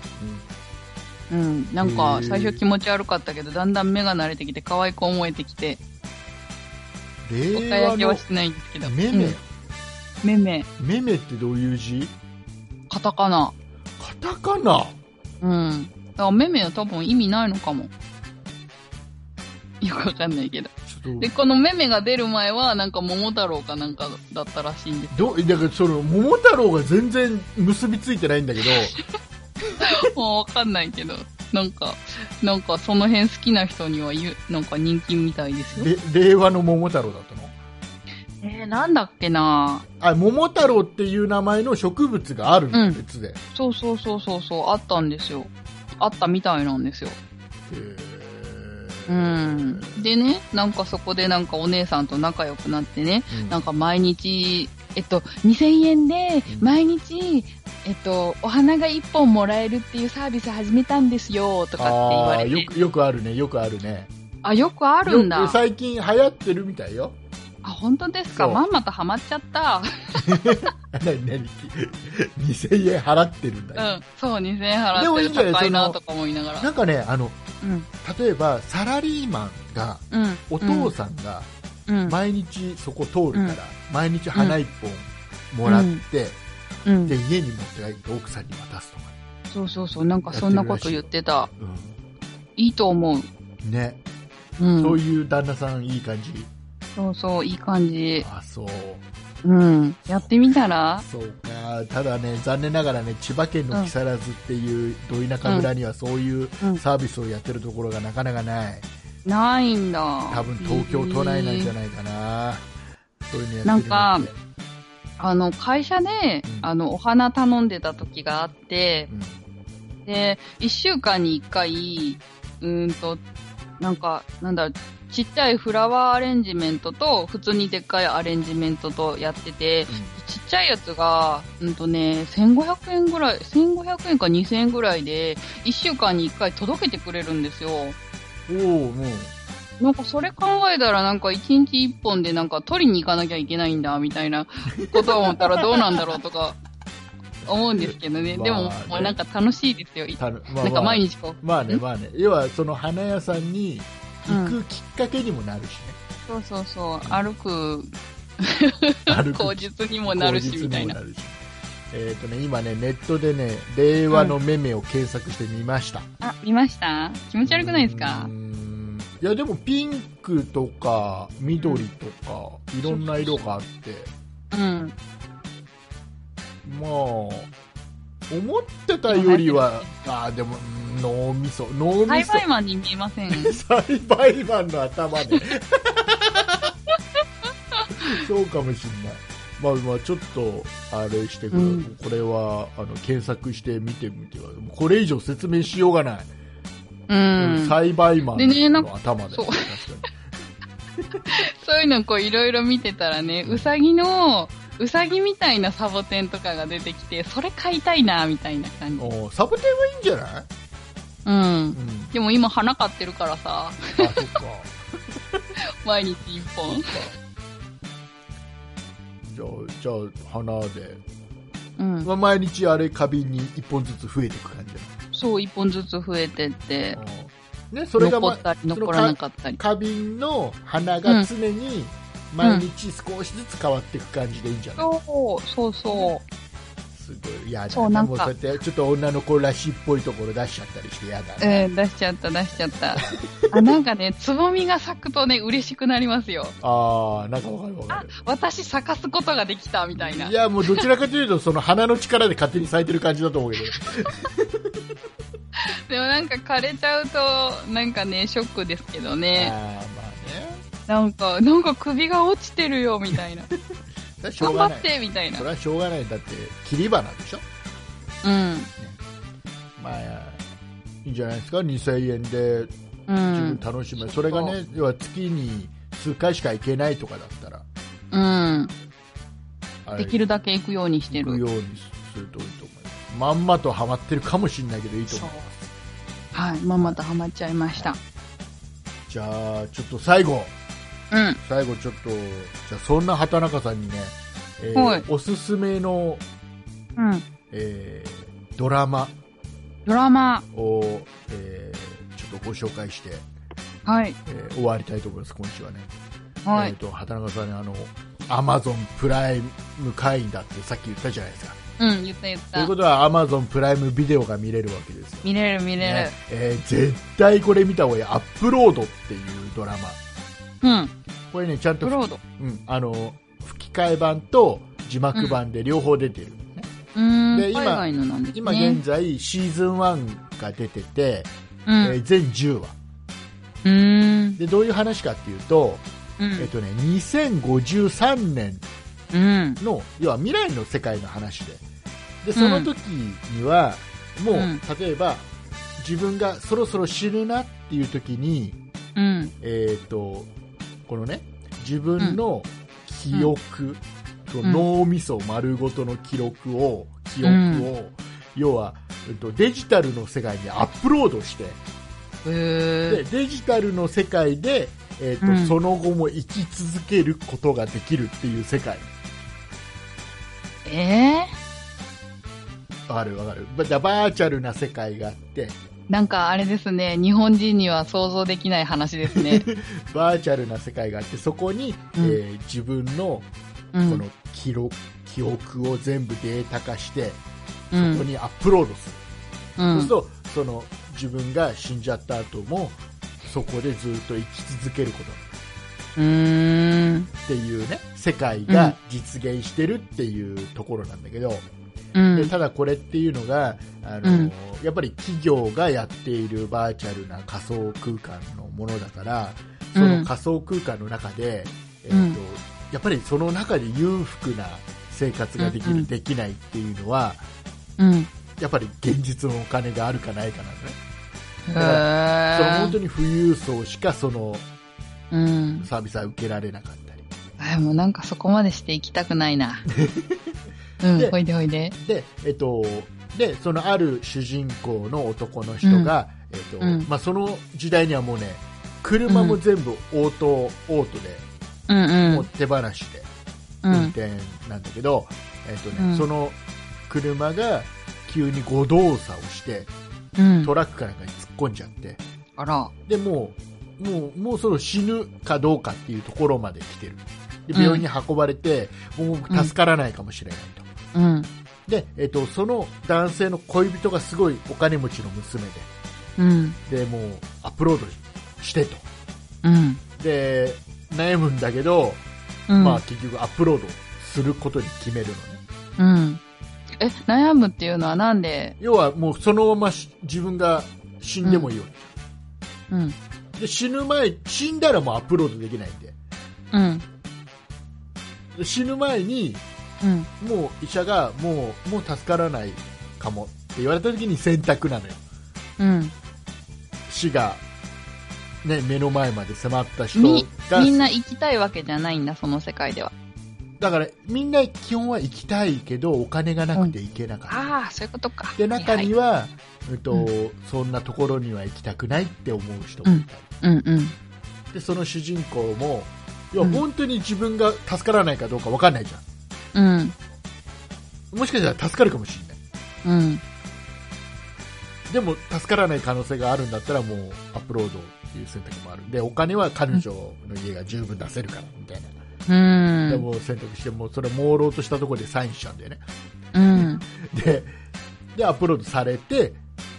[SPEAKER 2] うん
[SPEAKER 1] うん、なんか
[SPEAKER 2] へー
[SPEAKER 1] 最初気持ち悪かったけど、だんだん目が慣れてきて、可愛く思えてきて、おた
[SPEAKER 2] 令
[SPEAKER 1] や
[SPEAKER 2] 和
[SPEAKER 1] きは
[SPEAKER 2] の
[SPEAKER 1] してないんですけど。
[SPEAKER 2] めめ、
[SPEAKER 1] うんめめ、
[SPEAKER 2] めめってどういう字
[SPEAKER 1] カタカナ。
[SPEAKER 2] カタカナ
[SPEAKER 1] うん。だからめめは多分意味ないのかも。よくわかんないけど。
[SPEAKER 2] ちょっ
[SPEAKER 1] で、このめめが出る前は、なんか桃太郎かなんかだったらしいんです。
[SPEAKER 2] とどだからその桃太郎が全然結びついてないんだけど
[SPEAKER 1] もうわかんないけど。なんか、なんかその辺好きな人にはゆ、なんか人気みたいですよ。
[SPEAKER 2] れ令和の桃太郎だったの
[SPEAKER 1] えー、なんだっけな
[SPEAKER 2] あ桃太郎っていう名前の植物がある
[SPEAKER 1] うん
[SPEAKER 2] 別で、
[SPEAKER 1] そうそうそうそうそう、あったんですよ。あったみたいなんですよ。う
[SPEAKER 2] へー
[SPEAKER 1] ん。でね、なんかそこでなんかお姉さんと仲良くなってね、
[SPEAKER 2] うん
[SPEAKER 1] なんか毎日、えっと、2000円で、毎日、えっと、お花が1本もらえるっていうサービス始めたんですよ、とかって言わ
[SPEAKER 2] あ
[SPEAKER 1] れ
[SPEAKER 2] ー
[SPEAKER 1] て。
[SPEAKER 2] よくよくあるねよくあるね
[SPEAKER 1] あ、よくあるんだ
[SPEAKER 2] よく。最近流行ってるみたいよ
[SPEAKER 1] あ、本当ですか
[SPEAKER 2] そう
[SPEAKER 1] まんまとハマっちゃった。
[SPEAKER 2] 何何 2000円払ってるん
[SPEAKER 1] う
[SPEAKER 2] だよ、
[SPEAKER 1] ん。そう、2000円払
[SPEAKER 2] でもいい
[SPEAKER 1] っ
[SPEAKER 2] ん
[SPEAKER 1] て
[SPEAKER 2] じゃな
[SPEAKER 1] る高い
[SPEAKER 2] いそ
[SPEAKER 1] な
[SPEAKER 2] の
[SPEAKER 1] とか思いながら。
[SPEAKER 2] なんかねあの
[SPEAKER 1] うん。
[SPEAKER 2] 例えばサラリーマンが
[SPEAKER 1] うん。
[SPEAKER 2] お父さんが
[SPEAKER 1] うん。
[SPEAKER 2] 毎日そこ通るから、毎日花一本もらって、
[SPEAKER 1] うん
[SPEAKER 2] で。家に持って帰って奥さんに渡すとか、
[SPEAKER 1] そうそうそう。なんかそんなこと言ってた。いいと思う。
[SPEAKER 2] ね、
[SPEAKER 1] うん。
[SPEAKER 2] そういう旦那さんいい感じ
[SPEAKER 1] そうそう、いい感じ。
[SPEAKER 2] あそう
[SPEAKER 1] うん。やってみたら
[SPEAKER 2] そうかただね残念ながらね千葉県の木更津っていうど田舎村にはそういう
[SPEAKER 1] うん
[SPEAKER 2] サービスをやってるところがなかなかない
[SPEAKER 1] ないんだ。
[SPEAKER 2] 多分東京都内なんじゃ
[SPEAKER 1] い
[SPEAKER 2] ないかな、そういうのやってるのって
[SPEAKER 1] あの、会社で、あの、お花頼んでた時があって、
[SPEAKER 2] うん
[SPEAKER 1] で、一週間に一回、うーんと、なんか、なんだろう、ちっちゃいフラワーアレンジメントと、普通にでっかいアレンジメントとやってて、ちっちゃいやつが、うんとね、1500円ぐらい、1500円か2000円ぐらいで、一週間に一回届けてくれるんですよ。
[SPEAKER 2] うんおおもう
[SPEAKER 1] なんかそれ考えたらなんか一日一本でなんか取りに行かなきゃいけないんだみたい なことを思ったらどうなんだろうとか 思うんですけどね。
[SPEAKER 2] まあ
[SPEAKER 1] でももうなんか楽しいですよ。
[SPEAKER 2] たのまあまあ
[SPEAKER 1] なんか毎日こう。
[SPEAKER 2] まあねまあね要はその花屋さんに行くきっかけにもなるし
[SPEAKER 1] そうそうそう。歩く
[SPEAKER 2] ね、歩く
[SPEAKER 1] 口実にもなるしみたいな。
[SPEAKER 2] 口実にもるしえっ、とね今ねネットでね令和のメメを検索してみました、
[SPEAKER 1] あ、見ました気持ち悪くないですか
[SPEAKER 2] うーんいやでもピンクとか緑とかいろんな色があって
[SPEAKER 1] うん。
[SPEAKER 2] まあ思ってたよりはあーでもうん脳みそ脳み
[SPEAKER 1] 栽
[SPEAKER 2] そ
[SPEAKER 1] 培マンに見えませ ん。
[SPEAKER 2] 栽培マンの頭でそうかもしんないまあまあちょっとあれしてくれ、
[SPEAKER 1] うん
[SPEAKER 2] これはあの検索して見てみてはこれ以上説明しようがない、
[SPEAKER 1] うん。
[SPEAKER 2] 栽培マ
[SPEAKER 1] でね
[SPEAKER 2] ン
[SPEAKER 1] なん
[SPEAKER 2] の頭で
[SPEAKER 1] そう
[SPEAKER 2] 確か
[SPEAKER 1] そういうのこういろいろ見てたらね、うさぎの、うさぎみたいなサボテンとかが出てきて、それ買いたいなみたいな感
[SPEAKER 2] に
[SPEAKER 1] じ。
[SPEAKER 2] おーサボテンはいいんじゃない、
[SPEAKER 1] うん
[SPEAKER 2] う。ん、
[SPEAKER 1] でも今花買ってるからさ、
[SPEAKER 2] あそっか
[SPEAKER 1] 毎日一本。
[SPEAKER 2] じゃあじゃあ花で、
[SPEAKER 1] うん。
[SPEAKER 2] まあ、毎日あれ花瓶に1本ずつ増えていく感じだ
[SPEAKER 1] そう、一本ずつ増えてって、
[SPEAKER 2] うんねそれが、
[SPEAKER 1] 残
[SPEAKER 2] ま
[SPEAKER 1] ったり
[SPEAKER 2] その
[SPEAKER 1] 残らなかったり。
[SPEAKER 2] 花瓶の花が常に毎日少しずつ変わっていく感じでいいんじゃない、
[SPEAKER 1] そう、そうそう。
[SPEAKER 2] すごい嫌だ
[SPEAKER 1] そうなんか
[SPEAKER 2] もうそうやってちょっと女の子らしいっぽいところ出しちゃったりして嫌だね、
[SPEAKER 1] うん、出しちゃった、出しちゃ った。あ、なんかね、つぼみが咲くとね、嬉しくなりますよ。
[SPEAKER 2] ああなんかわかるわか
[SPEAKER 1] あ
[SPEAKER 2] る、
[SPEAKER 1] 私咲かすことができた、みたいな。
[SPEAKER 2] やもうどちらかというとその花の力で勝手に咲いてる感じだと思うけど
[SPEAKER 1] でもなんか枯れちゃうと、なんかね、ショックですけど
[SPEAKER 2] あー
[SPEAKER 1] ね。
[SPEAKER 2] まあね
[SPEAKER 1] なんか、なんか首が落ちてるよ、みたいな。
[SPEAKER 2] それはしょ
[SPEAKER 1] 頑
[SPEAKER 2] う
[SPEAKER 1] 張
[SPEAKER 2] がな
[SPEAKER 1] っ
[SPEAKER 2] い
[SPEAKER 1] て、みたいな
[SPEAKER 2] そ。れはしょうがないだって切り花でしょ
[SPEAKER 1] うん。
[SPEAKER 2] まあいいんじゃないですか2000円で
[SPEAKER 1] う
[SPEAKER 2] 十分
[SPEAKER 1] ん。
[SPEAKER 2] 楽しめる、それがね要は月に数回しか行けないとかだったら
[SPEAKER 1] うん。
[SPEAKER 2] あれ
[SPEAKER 1] できるだけ行くようにして
[SPEAKER 2] 行く
[SPEAKER 1] る。
[SPEAKER 2] ようにするといいと思いますまんまとハマってるかもしれないけどいいと思
[SPEAKER 1] そう
[SPEAKER 2] う。
[SPEAKER 1] はい。まんまとハマっちゃいました。
[SPEAKER 2] じゃあちょっと最後
[SPEAKER 1] うん。
[SPEAKER 2] 最後ちょっとじゃあそんな畑中さんにね、えー
[SPEAKER 1] はい
[SPEAKER 2] おすすめの、
[SPEAKER 1] うん。
[SPEAKER 2] えードラマ
[SPEAKER 1] ドラマ。
[SPEAKER 2] を、えーちょっとご紹介して、
[SPEAKER 1] はい。
[SPEAKER 2] えー終わりたいと思います今週はね、
[SPEAKER 1] は
[SPEAKER 2] えー
[SPEAKER 1] い。
[SPEAKER 2] と畑中さんねあのアマゾンプライム会員だってさっき言ったじゃないですか
[SPEAKER 1] うん。言った言っ
[SPEAKER 2] という
[SPEAKER 1] た
[SPEAKER 2] こ。とはアマゾンプライムビデオが見れるわけですよ
[SPEAKER 1] 見れる見れる
[SPEAKER 2] ね。えー絶対これ見た方がいいアップロードっていうドラマ
[SPEAKER 1] うん。
[SPEAKER 2] これねちゃんと
[SPEAKER 1] ブロード。
[SPEAKER 2] うん、あの吹き替え版と字幕版で両方出てる、ね
[SPEAKER 1] うーん。
[SPEAKER 2] で
[SPEAKER 1] 海
[SPEAKER 2] 今
[SPEAKER 1] 外のなんですね。
[SPEAKER 2] 今現在シーズン1が出てて、
[SPEAKER 1] う
[SPEAKER 2] え
[SPEAKER 1] ん。
[SPEAKER 2] ー全10話
[SPEAKER 1] うーん。
[SPEAKER 2] でどういう話かっていうと、
[SPEAKER 1] う
[SPEAKER 2] えっ
[SPEAKER 1] ん。
[SPEAKER 2] とね、2053年
[SPEAKER 1] うん。
[SPEAKER 2] の要は未来の世界の話ででその時には、もう、
[SPEAKER 1] うん
[SPEAKER 2] 例えば自分がそろそろ死ぬなっていう時に、
[SPEAKER 1] うん。
[SPEAKER 2] えー、とこのね自分の記憶、その脳みそ丸ごとの記録を記憶を、
[SPEAKER 1] うん
[SPEAKER 2] 要は、えっと、デジタルの世界にアップロードして
[SPEAKER 1] へ
[SPEAKER 2] で
[SPEAKER 1] え。
[SPEAKER 2] デジタルの世界で、えーと
[SPEAKER 1] うん
[SPEAKER 2] その後も生き続けることができるっていう世界
[SPEAKER 1] え
[SPEAKER 2] わかるわかるばだバーチャルな世界があって
[SPEAKER 1] ーなんかあれですね。日本人には想像できない話です ね。
[SPEAKER 2] バーチャルな世界があってそこに、
[SPEAKER 1] うん
[SPEAKER 2] えー自分の
[SPEAKER 1] う
[SPEAKER 2] こ
[SPEAKER 1] ん。
[SPEAKER 2] の記録、記憶を全部データ化して、
[SPEAKER 1] う
[SPEAKER 2] ここ
[SPEAKER 1] ん。
[SPEAKER 2] にアップロードする、
[SPEAKER 1] うん。
[SPEAKER 2] そうするとその自分が死んじゃった後もそこでずっと生き続けること
[SPEAKER 1] うーん。
[SPEAKER 2] っていうね世界
[SPEAKER 1] う
[SPEAKER 2] が
[SPEAKER 1] ん
[SPEAKER 2] 実現してるっていうところなんだけど、
[SPEAKER 1] う
[SPEAKER 2] で
[SPEAKER 1] ん。
[SPEAKER 2] ただこれっていうのがあの、
[SPEAKER 1] うん
[SPEAKER 2] やっぱり企業がやっているバーチャルな仮想空間のものだからその仮想空間の中で、えーとやっぱりその中で裕福な生活ができる、
[SPEAKER 1] うんうん
[SPEAKER 2] できないっていうのは
[SPEAKER 1] うん。
[SPEAKER 2] やっぱり現実のお金があるかないかなのね。
[SPEAKER 1] へ
[SPEAKER 2] その
[SPEAKER 1] え
[SPEAKER 2] 本当。に富裕層しかその
[SPEAKER 1] うん。
[SPEAKER 2] サービスは受けられなかったり
[SPEAKER 1] あもうなんかそこまでしていきたくないな。うん
[SPEAKER 2] で、
[SPEAKER 1] ほいでほいで。
[SPEAKER 2] で,、えっと、でそのある主人公の男の人が、えっと
[SPEAKER 1] うん
[SPEAKER 2] まあ、その時代にはもうね車も全部オート、オートで
[SPEAKER 1] うんう。
[SPEAKER 2] もうん手放しで
[SPEAKER 1] う
[SPEAKER 2] 運
[SPEAKER 1] ん。
[SPEAKER 2] 転なんだけど、えっとね
[SPEAKER 1] うん
[SPEAKER 2] その車が急に誤動作をして
[SPEAKER 1] うん
[SPEAKER 2] ト。ラックかなんかに突っ込んじゃって
[SPEAKER 1] あら。
[SPEAKER 2] でもうもうもうその死ぬかどうかっていうところまで来てるで病院に運ばれて、もう助からないかもしれないと、
[SPEAKER 1] うん。
[SPEAKER 2] で、えっとその男性の恋人がすごいお金持ちの娘
[SPEAKER 1] うん。
[SPEAKER 2] ででもうアップロードしてと
[SPEAKER 1] うん。
[SPEAKER 2] で悩むんだけど、
[SPEAKER 1] うん。
[SPEAKER 2] まあ、結局アップロードすることに決めるのね
[SPEAKER 1] うん。え、悩むっていうのはなんで
[SPEAKER 2] 要はもうそのままし自分が死んでもいいよ、
[SPEAKER 1] うん。
[SPEAKER 2] で死ぬ前死んだらもうアップロードできないんで
[SPEAKER 1] うん。
[SPEAKER 2] で死ぬ前に
[SPEAKER 1] うん。
[SPEAKER 2] もう医者がもうもう助からないかもって言われた時に選択なのよ
[SPEAKER 1] うん。
[SPEAKER 2] 死が、ね、目の前まで迫った人
[SPEAKER 1] み、
[SPEAKER 2] が
[SPEAKER 1] みんな行きたいわけじゃないんだ、その世界では。
[SPEAKER 2] だからみんな基本は行きたいけどお金がなくて行けなかった、
[SPEAKER 1] ああ、そういうことか。
[SPEAKER 2] で中に
[SPEAKER 1] は
[SPEAKER 2] は、うんと
[SPEAKER 1] う
[SPEAKER 2] そんなところには行きたくないって思う人もいたり、
[SPEAKER 1] いはい。うん
[SPEAKER 2] でその主人公もいや
[SPEAKER 1] うん
[SPEAKER 2] 本当に自分が助からないかどうか分かんないじ
[SPEAKER 1] う
[SPEAKER 2] ゃ
[SPEAKER 1] ん。うん。
[SPEAKER 2] んもしかしたら助かるかもしれな
[SPEAKER 1] う
[SPEAKER 2] い
[SPEAKER 1] ん。
[SPEAKER 2] でも助からない可能性があるんだったらもうアップロードっていう選択もあるでお金は彼女の家が十分出せるからみたいな、
[SPEAKER 1] うん。
[SPEAKER 2] でもう選択してもうそれ朦朧としたところでサインしちゃうんだよね
[SPEAKER 1] うん。
[SPEAKER 2] ででアップロードされて
[SPEAKER 1] う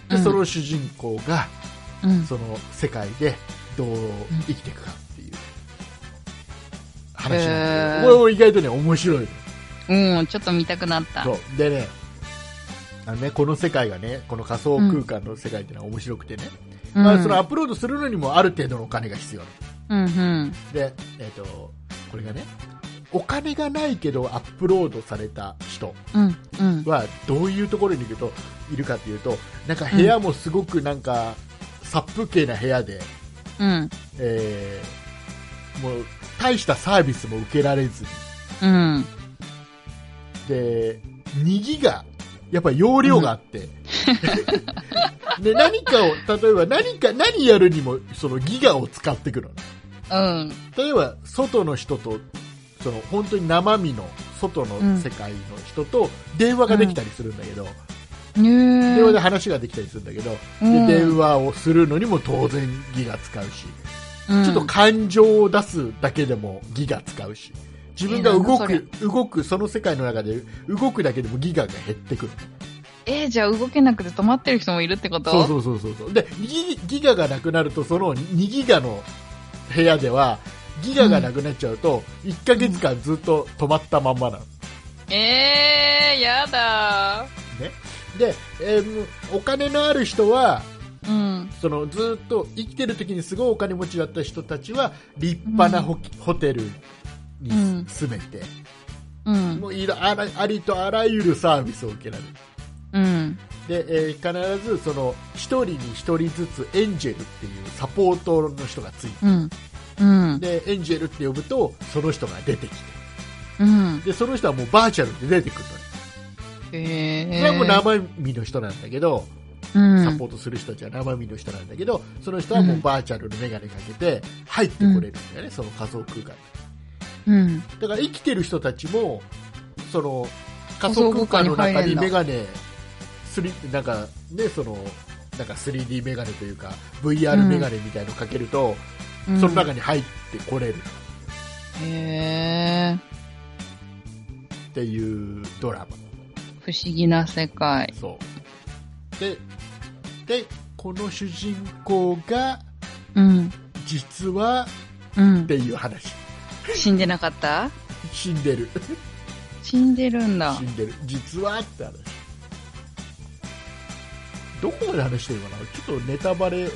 [SPEAKER 2] で
[SPEAKER 1] ん
[SPEAKER 2] その主人公が
[SPEAKER 1] うん。
[SPEAKER 2] その世界でどう生きていくかっていう話なんだけ
[SPEAKER 1] へー
[SPEAKER 2] どこれ意外とね面白いの
[SPEAKER 1] うん、ちょっと見たくなった。
[SPEAKER 2] そうでねあのねこの世界がねこの仮想空間の世界っていうのは面白くてね、
[SPEAKER 1] うん。
[SPEAKER 2] まあ、そのアップロードするのにもある程度のお金が必要なの
[SPEAKER 1] うん、うん。
[SPEAKER 2] で、えー、とこれがねお金がないけどアップロードされた人
[SPEAKER 1] うん、うん。
[SPEAKER 2] はどういうところにいるといるかというとなんか部屋もすごくなんか殺風景な部屋で、
[SPEAKER 1] うん、
[SPEAKER 2] えーもう大したサービスも受けられずに
[SPEAKER 1] うん。
[SPEAKER 2] で2ギガやっぱ容量が あって、で何かを例えば何か何やるにもそのギガを使ってくるのね
[SPEAKER 1] うん、
[SPEAKER 2] 例えば外の人とその本当に生身の外の世界の人と電話ができたりするんだけど、
[SPEAKER 1] ねえ
[SPEAKER 2] 電話で話ができたりするんだけど、
[SPEAKER 1] うん
[SPEAKER 2] で電話をするのにも当然ギガ使うし、
[SPEAKER 1] うん
[SPEAKER 2] ちょっと感情を出すだけでもギガ使うし自分が動く、
[SPEAKER 1] え
[SPEAKER 2] 動くその世界の中で動くだけでもギガが減ってくる
[SPEAKER 1] えーじゃあ動けなくて止まってる人もいるってこと
[SPEAKER 2] そうそうそうそうそうでギギガがなくなるとその2ギガの部屋ではギガがなくなっちゃうと1ヶ月間ずっと止まったまんまなの
[SPEAKER 1] えー、やだ
[SPEAKER 2] ねで、えーお金のある人は
[SPEAKER 1] ー。うん。
[SPEAKER 2] そのずっと生きてる時にすごいお金持ちだった人たちは立派なホ,、ホテルに
[SPEAKER 1] うん
[SPEAKER 2] 住めて、
[SPEAKER 1] うん。
[SPEAKER 2] もういろあらありとあらゆるサービスを受けられる
[SPEAKER 1] うん。
[SPEAKER 2] で、えー必ずその1人に1人ずつエンジェルっていうサポートの人がついて
[SPEAKER 1] うん。うん。
[SPEAKER 2] でエンジェルって呼ぶとその人が出てきて
[SPEAKER 1] うん。
[SPEAKER 2] でその人はもうバーチャルで出てくるのね
[SPEAKER 1] え
[SPEAKER 2] そ
[SPEAKER 1] ー。
[SPEAKER 2] れはもう生身の人なんだけど、
[SPEAKER 1] うん。
[SPEAKER 2] サポートする人たちは生身の人なんだけどその人はもうバーチャルの眼鏡かけて入ってこれるんだよね、その仮想空間に
[SPEAKER 1] うん。
[SPEAKER 2] だから生きてる人たちもその仮想空間の中にメガネスリなんかねそのなんか 3D メガネというか VR メガネみたいのかけると、
[SPEAKER 1] うん
[SPEAKER 2] その中に入ってこれる
[SPEAKER 1] へえー。
[SPEAKER 2] っていうドラマ
[SPEAKER 1] 不思議な世界。
[SPEAKER 2] そうででこの主人公が
[SPEAKER 1] うん。
[SPEAKER 2] 実は
[SPEAKER 1] うん
[SPEAKER 2] って。いう話
[SPEAKER 1] 死んでなかった
[SPEAKER 2] 死んでる
[SPEAKER 1] 死んでるんだ
[SPEAKER 2] 死。んでる実はって話どこまで話してるかなちょっとネタバレ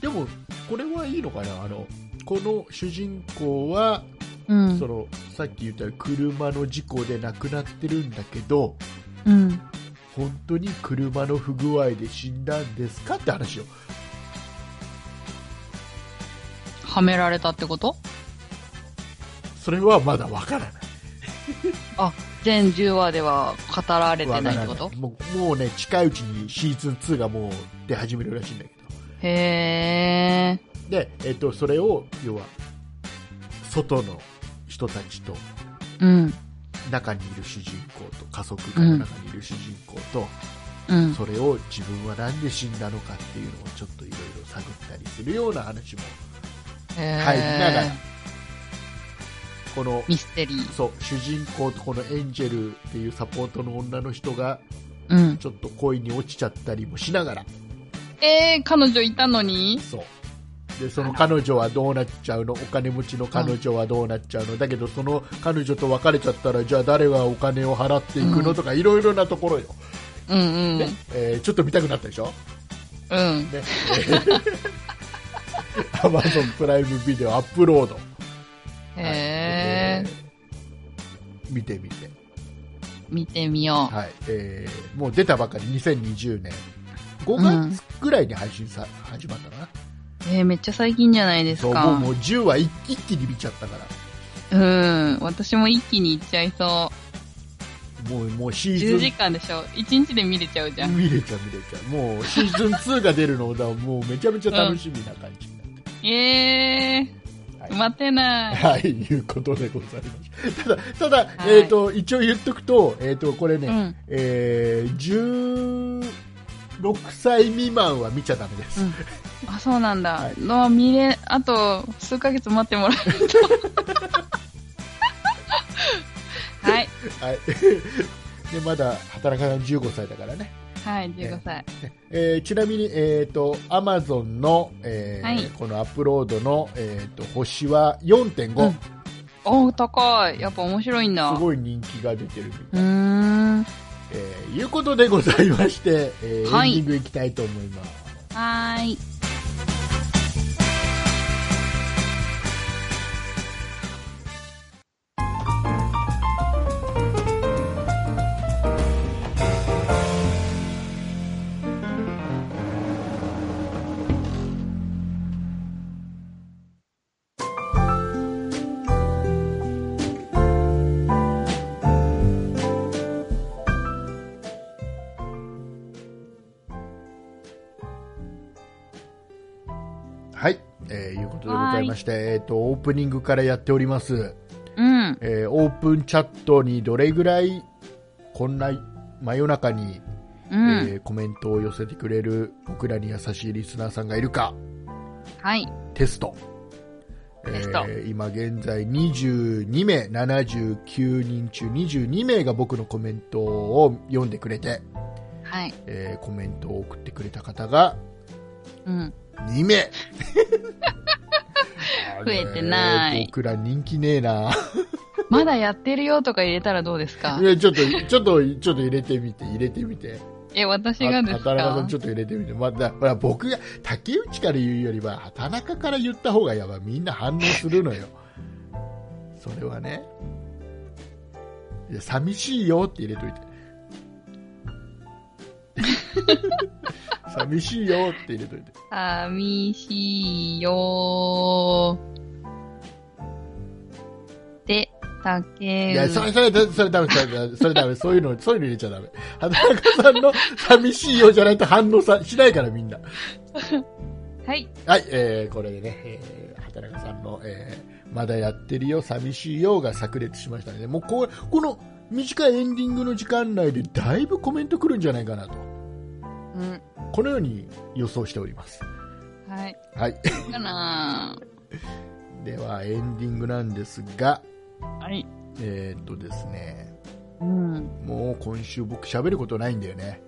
[SPEAKER 2] でもこれはいいのかなあのこの主人公は、
[SPEAKER 1] うん
[SPEAKER 2] そ。のさっき言ったように車の事故で亡くなってるんだけど
[SPEAKER 1] うん。
[SPEAKER 2] 本当に車の不具合で死んだんですかって話を
[SPEAKER 1] はめられたってこと
[SPEAKER 2] それはまだわからない
[SPEAKER 1] あ、全10話では語られて
[SPEAKER 2] わか
[SPEAKER 1] ないっ
[SPEAKER 2] ら
[SPEAKER 1] て
[SPEAKER 2] な
[SPEAKER 1] こ
[SPEAKER 2] い
[SPEAKER 1] と
[SPEAKER 2] もうもうね近いうちにシーズン2がもう出始めるらしいんだけど
[SPEAKER 1] へえ
[SPEAKER 2] で、えっと、それを要は外の人たちと
[SPEAKER 1] ー。うん。
[SPEAKER 2] 中にいる主人公と仮想空間の中にいる主人公と、
[SPEAKER 1] うん。
[SPEAKER 2] それを自分はなんで死んだのかっていうのをちょっといろいろ探ったりするような話も
[SPEAKER 1] へ
[SPEAKER 2] 入りながら
[SPEAKER 1] ー。
[SPEAKER 2] この
[SPEAKER 1] ミステリー。
[SPEAKER 2] そう主人公とこのエンジェルっていうサポートの女の人が
[SPEAKER 1] うん。
[SPEAKER 2] ちょっと恋に落ちちゃったりもしながら
[SPEAKER 1] えー、彼女いたのに
[SPEAKER 2] そうでその彼女はどうなっちゃうのお金持ちの彼女はどうなっちゃうの、だけどその彼女と別れちゃったらじゃあ誰がお金を払っていくの、
[SPEAKER 1] うん
[SPEAKER 2] とかいろいろなところよ、
[SPEAKER 1] うんうん。
[SPEAKER 2] ねえーちょっと見たくなったでしょ、
[SPEAKER 1] うん。
[SPEAKER 2] ね、アマゾンプライムビデオアップロード、はい
[SPEAKER 1] へえー。
[SPEAKER 2] ー見てみて、
[SPEAKER 1] 見てみよう。
[SPEAKER 2] はいえーもう出たばかり2020年5月ぐらいに配信さ、始まったかな
[SPEAKER 1] えー、めっちゃ最近じゃないです
[SPEAKER 2] そうもう
[SPEAKER 1] か
[SPEAKER 2] も。う10話一一気に見ちゃったか
[SPEAKER 1] う
[SPEAKER 2] ら
[SPEAKER 1] ん。私も一気に行っちゃいそ
[SPEAKER 2] もうもうシ
[SPEAKER 1] う。
[SPEAKER 2] ーズン
[SPEAKER 1] 10時間でしょ。1日で見れちゃうじゃん。
[SPEAKER 2] 見れちゃう見れちゃうもうシーズン2が出るのだもうめちゃめちゃ楽しみな感じになって
[SPEAKER 1] え
[SPEAKER 2] はい
[SPEAKER 1] ー。待てない。
[SPEAKER 2] はい、いうことでございます。ただ、ただ、
[SPEAKER 1] い
[SPEAKER 2] えっ、と、一応言っとくと、えっ、と、これね、
[SPEAKER 1] うん
[SPEAKER 2] えー、16歳未満は見ちゃダメです。
[SPEAKER 1] うんあ、そうなんだ。
[SPEAKER 2] はい
[SPEAKER 1] の見れ、あと数ヶ月待ってもらえ ると。はい。
[SPEAKER 2] はい。 で、まだ働かない15歳だからね。
[SPEAKER 1] はい、15歳。
[SPEAKER 2] えーちなみに、えっ、と、アマゾンの、えー
[SPEAKER 1] はい
[SPEAKER 2] このアップロードの、えっ、と、星は4.5、
[SPEAKER 1] うんおー、高い。やっぱ面白いんだ。
[SPEAKER 2] すごい人気が出てるみたい。
[SPEAKER 1] うーん。は
[SPEAKER 2] えーいうことでございまして、えー
[SPEAKER 1] はい
[SPEAKER 2] エンディングいきたいと思います。
[SPEAKER 1] ーい。
[SPEAKER 2] えーいうことでございまして、えっ、と、オープニングからやっております。
[SPEAKER 1] うん。
[SPEAKER 2] えーオープンチャットにどれぐらい、こんな真夜中に、
[SPEAKER 1] うん。
[SPEAKER 2] えーコメントを寄せてくれる僕らに優しいリスナーさんがいるか、
[SPEAKER 1] はい。
[SPEAKER 2] テスト。
[SPEAKER 1] テスト
[SPEAKER 2] えー今現在22名、79人中22名が僕のコメントを読んでくれて、
[SPEAKER 1] はい。
[SPEAKER 2] えーコメントを送ってくれた方が
[SPEAKER 1] うん。
[SPEAKER 2] 2名
[SPEAKER 1] 増えてない
[SPEAKER 2] あれ僕ら人気ねえな。
[SPEAKER 1] まだやってるよとか入れたらどうですか
[SPEAKER 2] いやちょっと、ちょっと、ちょっと入れてみて、入れてみて。
[SPEAKER 1] え、私がです
[SPEAKER 2] 畑中さ
[SPEAKER 1] か
[SPEAKER 2] んちょっと入れてみて。まだ、ほら、僕が、竹内から言うよりは、畑中から言った方がやばい。みんな反応するのよ。それはね。いや寂しいよって入れ といて。寂しいよって入れといて。
[SPEAKER 1] 寂しいよー。で、竹
[SPEAKER 2] いや、
[SPEAKER 1] 内
[SPEAKER 2] それ、それ、それダメ、それダメ、それダメ、そういうの、そういうの入れちゃダメ。畑中さんの寂しいよじゃないと反応さ、しないからみんな。
[SPEAKER 1] はい。
[SPEAKER 2] はい、えーこれでね、えー畑中さんの、えーまだやってるよ、寂しいよが炸裂しましたね。もうこうこの短いエンディングの時間内でだいぶコメント来るんじゃないかなと、
[SPEAKER 1] うん。
[SPEAKER 2] このように予想しております。
[SPEAKER 1] はい。
[SPEAKER 2] はい、
[SPEAKER 1] かな
[SPEAKER 2] ではエンディングなんですが、
[SPEAKER 1] ーはい。
[SPEAKER 2] えーっとですね、
[SPEAKER 1] うん。
[SPEAKER 2] もう今週僕喋ることないんだよね。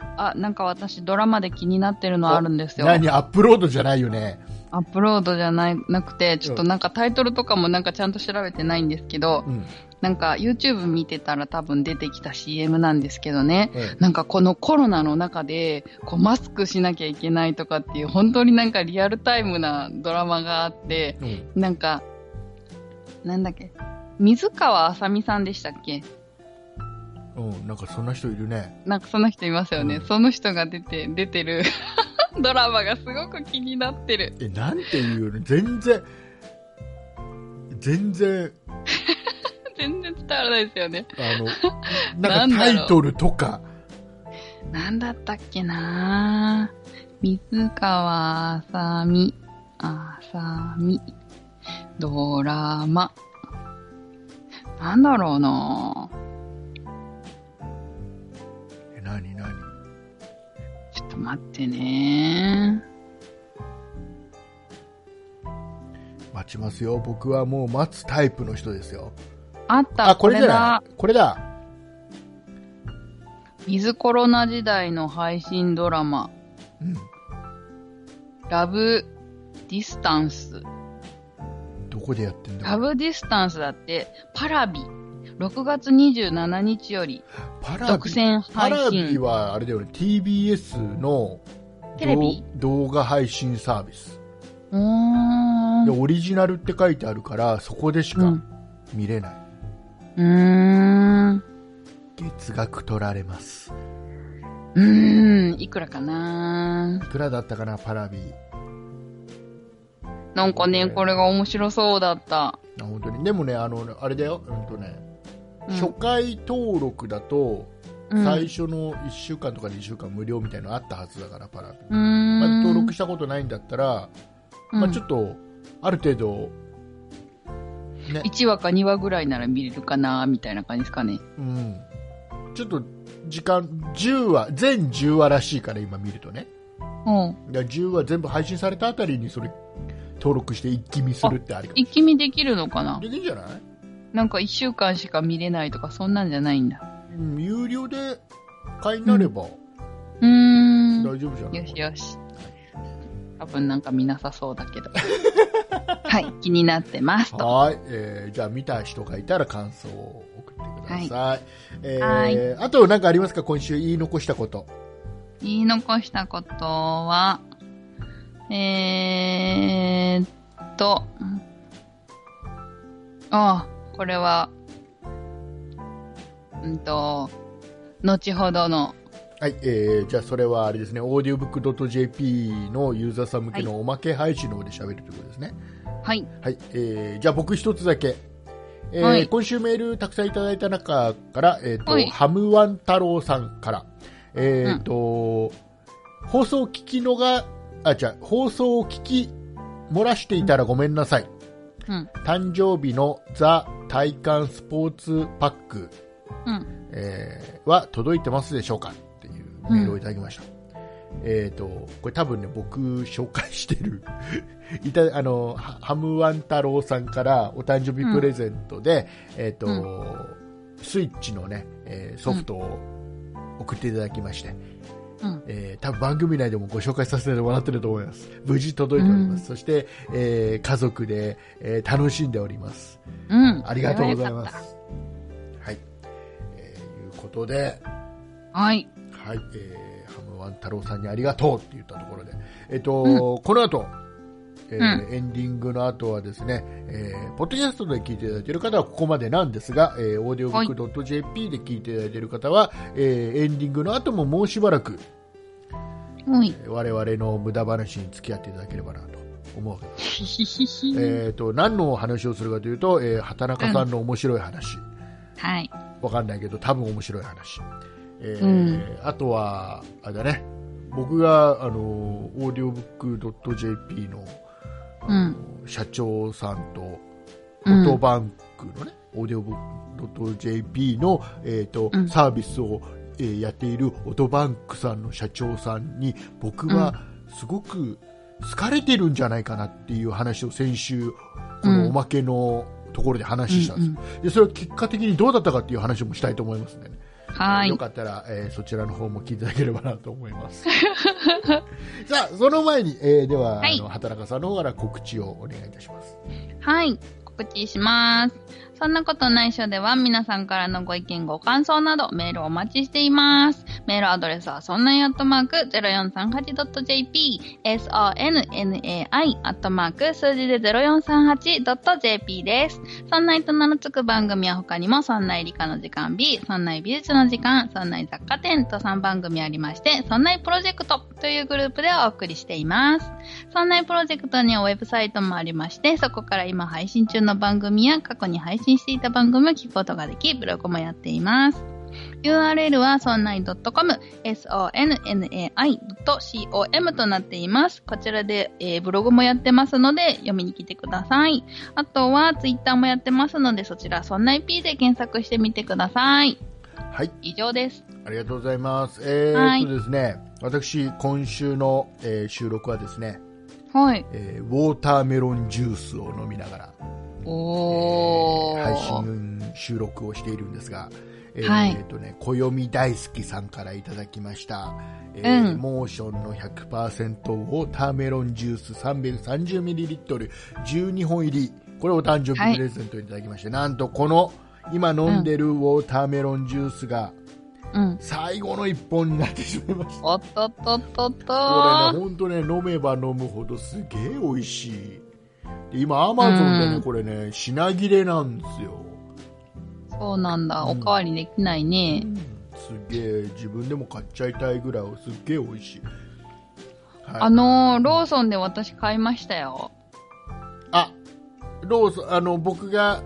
[SPEAKER 1] あ、なんか私ドラマで気になってるのあるんですよ。
[SPEAKER 2] 何アップロードじゃないよね。
[SPEAKER 1] アップロードじゃないなくて、ちょっとなんかタイトルとかもなんかちゃんと調べてないんですけど、
[SPEAKER 2] うん。
[SPEAKER 1] なんか YouTube 見てたら多分出てきた CM なんですけどね。
[SPEAKER 2] ええ
[SPEAKER 1] なんかこのコロナの中でこうマスクしなきゃいけないとかっていう本当になんかリアルタイムなドラマがあって、
[SPEAKER 2] うん
[SPEAKER 1] なんか、なんだっけ、水川あさみさんでしたっけ
[SPEAKER 2] うん、なんかそんな人いるね。
[SPEAKER 1] なんかその人いますよね。
[SPEAKER 2] うん
[SPEAKER 1] その人が出て、出てる ドラマがすごく気になってる。
[SPEAKER 2] え、なんていうの全然、全然、
[SPEAKER 1] 全然伝わらないですよね。
[SPEAKER 2] あの、
[SPEAKER 1] な
[SPEAKER 2] なんん
[SPEAKER 1] だ
[SPEAKER 2] か
[SPEAKER 1] ろ
[SPEAKER 2] タ
[SPEAKER 1] う
[SPEAKER 2] イトルとか、
[SPEAKER 1] なんだったっけなぁ。水川あさみ、あさみ、ドラマ。なんだろうなぁ。
[SPEAKER 2] え、なになに
[SPEAKER 1] ちょっと待ってね
[SPEAKER 2] 待ちますよ。僕はもう待つタイプの人ですよ。
[SPEAKER 1] あった、
[SPEAKER 2] あ、
[SPEAKER 1] こ
[SPEAKER 2] これ
[SPEAKER 1] れ
[SPEAKER 2] じゃ
[SPEAKER 1] だ
[SPEAKER 2] な。いこれだ。
[SPEAKER 1] ウィズコロナ時代の配信ドラマ、
[SPEAKER 2] うん。
[SPEAKER 1] ラブディスタンス。
[SPEAKER 2] どこでやってんだ
[SPEAKER 1] ラブディスタンスだって、パラビ。6月27日より、
[SPEAKER 2] パラ
[SPEAKER 1] 独
[SPEAKER 2] ビ。
[SPEAKER 1] 占
[SPEAKER 2] パ
[SPEAKER 1] 配
[SPEAKER 2] ラビ
[SPEAKER 1] 信。
[SPEAKER 2] はあれだよね、TBS の
[SPEAKER 1] テレビ
[SPEAKER 2] 動動画配信サービス。
[SPEAKER 1] うー
[SPEAKER 2] で、
[SPEAKER 1] ん。
[SPEAKER 2] オリジナルって書いてあるから、そこでし
[SPEAKER 1] う
[SPEAKER 2] か
[SPEAKER 1] ん
[SPEAKER 2] 見れない。
[SPEAKER 1] うーん。
[SPEAKER 2] 月額取られます。
[SPEAKER 1] うーん、いくらかない
[SPEAKER 2] くらだったかな、パラビ。
[SPEAKER 1] なんかね、これが面白そうだった。
[SPEAKER 2] あ本当に。でもね、あの、あれだよ、うんとね、
[SPEAKER 1] うん
[SPEAKER 2] 初回登録だと、
[SPEAKER 1] うん
[SPEAKER 2] 最初の1週間とか2週間無料みたいなのあったはずだから、パラビ。
[SPEAKER 1] うーん。
[SPEAKER 2] まあ、登録したことないんだったら、まあ、ちょ
[SPEAKER 1] っ
[SPEAKER 2] っと、ある程度、ね、
[SPEAKER 1] 1話か2話ぐらいなら見れるかなみたいな感じですかね。
[SPEAKER 2] うん。ちょっと、時間、10話、全10話らしいから、今見るとね。
[SPEAKER 1] うん。
[SPEAKER 2] だから10話全部配信されたあたりに、それ、登録して一気見するってありかも
[SPEAKER 1] 一気見できるのかな
[SPEAKER 2] できるんじゃない
[SPEAKER 1] なんか1週間しか見れないとか、そんなんじゃないんだ。
[SPEAKER 2] うん有料で買いになれば
[SPEAKER 1] うーん。
[SPEAKER 2] 大丈夫じゃない、
[SPEAKER 1] よしよし。多分なんか見なさそうだけど。 はい、気になってますと。
[SPEAKER 2] はい、えーじゃあ見た人がいたら感想を送ってください。えー
[SPEAKER 1] はい
[SPEAKER 2] あと何かありますか今週言い残したこと。
[SPEAKER 1] 言い残したことは、えーっと、ああ、これは、うんと、後ほどの、
[SPEAKER 2] はい、えーじゃあそれはあれですね、audiobook.jp のユーザーさん向けのおまけ配信の方で喋るということですね。
[SPEAKER 1] はい、
[SPEAKER 2] はい、えーじゃあ僕一つだけ。えー
[SPEAKER 1] はい
[SPEAKER 2] 今週メールたくさんいただいた中から、えーと
[SPEAKER 1] はい
[SPEAKER 2] ハムワン太郎さんから、えーと放送を聞きのが、あ、じゃあ放送を聞き漏らしていたらごめんなさい。
[SPEAKER 1] うん。
[SPEAKER 2] 誕生日のザ・体感スポーツパック、
[SPEAKER 1] うん。
[SPEAKER 2] えーは届いてますでしょうかっていうメールをいただきました。えっ、と、これ多分ね、僕紹介してる、 いた、あの、ハハムワン太郎さんからお誕生日プレゼントで、えっ、と、
[SPEAKER 1] う
[SPEAKER 2] スイッチのね、えーソフトを送っていただきまして、
[SPEAKER 1] うん。
[SPEAKER 2] えー多分番組内でもご紹介させてもらってると思います。無事届いております。
[SPEAKER 1] うん
[SPEAKER 2] そして、えー家族で、えー楽しんでおります。
[SPEAKER 1] うん。
[SPEAKER 2] ありがとうございま
[SPEAKER 1] それはよかっ
[SPEAKER 2] す。 はい。えーいうことで、
[SPEAKER 1] た。はい。
[SPEAKER 2] はい、えーハムワン太郎さんにありがとうって言ったところで、えっ、と、
[SPEAKER 1] う
[SPEAKER 2] この後、えー
[SPEAKER 1] う
[SPEAKER 2] エンディングの後はですね、えーポッドキャストで聞いていただいている方はここまでなんですが、えー、オーディオブックドット JP で聞いていただいている方は、えーエンディングの後ももうしばらく、
[SPEAKER 1] はい。
[SPEAKER 2] 我々の無駄話に付き合っていただければなと思うわけです。
[SPEAKER 1] ひひひひ。
[SPEAKER 2] えっ、と、何のお話をするかというと、えー畑中さんの面白い話。
[SPEAKER 1] はい。
[SPEAKER 2] わかんないけど多分面白い話、えー
[SPEAKER 1] うん
[SPEAKER 2] あとはあれだね僕があのオーディオブック .jp の
[SPEAKER 1] うん。
[SPEAKER 2] 社長さんとフ
[SPEAKER 1] うん
[SPEAKER 2] ォトバンクのね、オーディオブック .jp の、えーと
[SPEAKER 1] うん
[SPEAKER 2] サービスを、えーやっているオトバンクさんの社長さんに僕はすごく好かれてるんじゃないかなっていう話を先週こ
[SPEAKER 1] う
[SPEAKER 2] の
[SPEAKER 1] ん
[SPEAKER 2] おまけのところで話したんですよ、でそれは結果的にどうだったかっていう話もしたいと思いますんでね、
[SPEAKER 1] は
[SPEAKER 2] よ
[SPEAKER 1] い。
[SPEAKER 2] かったら、えーそちらの方も聞いていただければなと思います さあその前に、えーでは、
[SPEAKER 1] はい
[SPEAKER 2] あの畑中さんの方から告知をお願いいたします
[SPEAKER 1] はい。告知します。そんなことないっしょでは皆さんからのご意見、ご感想などメールをお待ちしています。メールアドレスはそんないアットマーク 0438.jp、sonnai アットマーク数字で 0438.jp です。そんないと名の付く番組は他にも、そんない理科の時間 B、そんない美術の時間、そんない雑貨店と3番組ありまして、そんないプロジェクトというグループでお送りしています。そんないプロジェクトにはウェブサイトもありまして、そこから今配信中の番組や過去に配信していた番組を聞くことができ、ブログもやっています。URL はそんない .com、sonnai.com となっています。こちらで、えーブログもやってますので、読みに来てください。あとは、ツイッターもやってますので、そちら、そんない P で検索してみてください。
[SPEAKER 2] はい
[SPEAKER 1] 以上です。
[SPEAKER 2] ありがとうございます。え
[SPEAKER 1] は
[SPEAKER 2] ー、
[SPEAKER 1] い
[SPEAKER 2] っとですね、私、今週の、えー収録はですね、
[SPEAKER 1] はい。
[SPEAKER 2] えーウォーターメロンジュースを飲みながら、
[SPEAKER 1] おー。
[SPEAKER 2] 配信収録をしているんですが、えー
[SPEAKER 1] はい
[SPEAKER 2] えーっとね、暦大好きさんからいただきました、えー
[SPEAKER 1] うん
[SPEAKER 2] モーションの100%ウォーターメロンジュース 330ml、12本入り、これお誕生日プレゼントいただきまして、なんとこの、今飲んでるウォーターメロンジュースが
[SPEAKER 1] うん。
[SPEAKER 2] 最後の1本になってしまいました。
[SPEAKER 1] おっとっとっとっと
[SPEAKER 2] こ
[SPEAKER 1] ー。
[SPEAKER 2] れね、本当ね、飲めば飲むほどすげえ美味しい。で今、アマゾンでね、
[SPEAKER 1] うん
[SPEAKER 2] これね、品切れなんですよ。
[SPEAKER 1] そうなんだ。
[SPEAKER 2] う
[SPEAKER 1] お
[SPEAKER 2] ん
[SPEAKER 1] かわりできないね。
[SPEAKER 2] すげえ、自分でも買っちゃいたいぐらい、すっげえ美味しい。はい、
[SPEAKER 1] あのー、ローソンで私買いましたよ。
[SPEAKER 2] あ、ローソン、あの、僕が、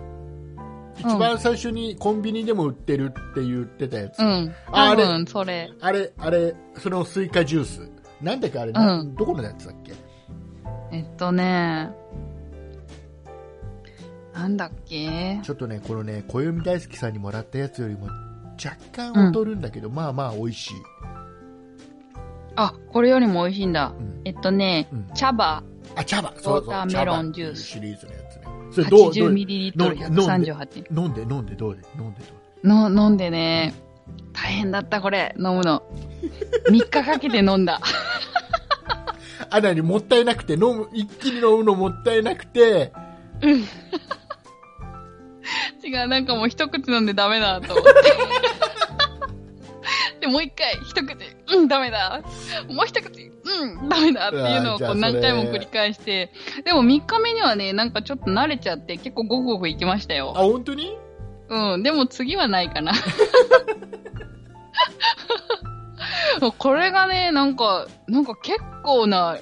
[SPEAKER 2] 一番最初にコンビニでも売ってるって言ってたやつ。
[SPEAKER 1] うん。
[SPEAKER 2] ああ
[SPEAKER 1] 多
[SPEAKER 2] れ
[SPEAKER 1] 分、それ。
[SPEAKER 2] あれ、あれ、そのスイカジュース。なんだっけ、あれ、な
[SPEAKER 1] うん
[SPEAKER 2] どこのやつだっけ
[SPEAKER 1] えっとね。なんだっけ
[SPEAKER 2] ちょっとね、このね、暦大好きさんにもらったやつよりも若干劣るんだけど、まあまあ美味しい。
[SPEAKER 1] あ、これよりも美味しいんだ。
[SPEAKER 2] うん
[SPEAKER 1] えっとね、
[SPEAKER 2] うん
[SPEAKER 1] 茶葉
[SPEAKER 2] あ、茶葉、そうそう、
[SPEAKER 1] ウォーターメロンジュース
[SPEAKER 2] 茶葉っていうシリーズのやつね。それどう、どう、飲んで飲んで
[SPEAKER 1] 80ml138
[SPEAKER 2] 飲んで、飲んで、どうで、飲んで、どう
[SPEAKER 1] の飲んでね、大変だったこれ、飲むの。3日かけて飲んだ。
[SPEAKER 2] で。あ、なに、もったいなくて、飲む、一気に飲むのもったいなくて、
[SPEAKER 1] 違う、なんかもう一口飲んでダメだ と思って。で、もう一回、一口、うん、ダメだ。もう一口、うん、ダメだっていうのを
[SPEAKER 2] うわーじゃあ
[SPEAKER 1] こ
[SPEAKER 2] そうれ
[SPEAKER 1] 何回も繰り返して、でも3日目にはね、なんかちょっと慣れちゃって、結構ゴクゴクいきました
[SPEAKER 2] あ、
[SPEAKER 1] よ。
[SPEAKER 2] 本当に
[SPEAKER 1] うん、でも次はないか な。もうこれがね、なんか、なんか結構な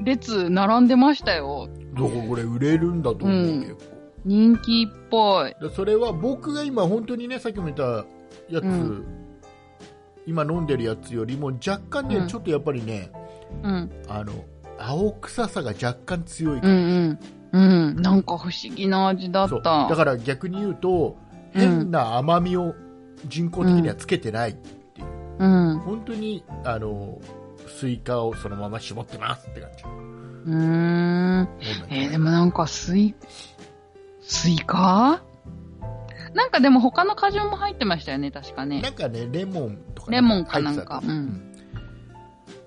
[SPEAKER 1] 列並んでましたよ。
[SPEAKER 2] どここれ売れるんだと思う、
[SPEAKER 1] うん
[SPEAKER 2] 結構。
[SPEAKER 1] 人気っぽい。
[SPEAKER 2] でそれは僕が今本当にね、さっきも言ったやつ、
[SPEAKER 1] うん
[SPEAKER 2] 今飲んでるやつよりも若干ね、
[SPEAKER 1] うん
[SPEAKER 2] ちょっとやっぱりね、
[SPEAKER 1] うん。
[SPEAKER 2] あの、青臭さが若干強い
[SPEAKER 1] うんうん。うん。なんか不思議な味だ
[SPEAKER 2] そう
[SPEAKER 1] っ
[SPEAKER 2] だ
[SPEAKER 1] た。
[SPEAKER 2] から逆に言うと
[SPEAKER 1] うん
[SPEAKER 2] 変な甘みを人工的にはつけてない、
[SPEAKER 1] うん。う
[SPEAKER 2] 本当にあのスイカをそのまま絞ってますって感じ
[SPEAKER 1] ーん。えーでもなんかスイ、スイカなんかでも他の果汁も入ってましたよね、確かね
[SPEAKER 2] な。んかねレモンとか
[SPEAKER 1] レモンかなん
[SPEAKER 2] 入
[SPEAKER 1] か
[SPEAKER 2] ってた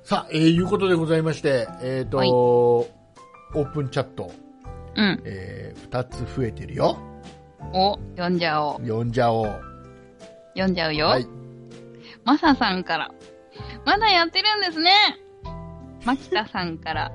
[SPEAKER 2] さあ、えーいうことでございましてえっ、と、
[SPEAKER 1] はい
[SPEAKER 2] オープンチャット、
[SPEAKER 1] うん。
[SPEAKER 2] え2つ増えてるよ
[SPEAKER 1] お、読んじゃおう。
[SPEAKER 2] 呼んじゃおう
[SPEAKER 1] 読んじゃうよ。
[SPEAKER 2] はい
[SPEAKER 1] マサさんから。まだやってるんですね。マキタさんから。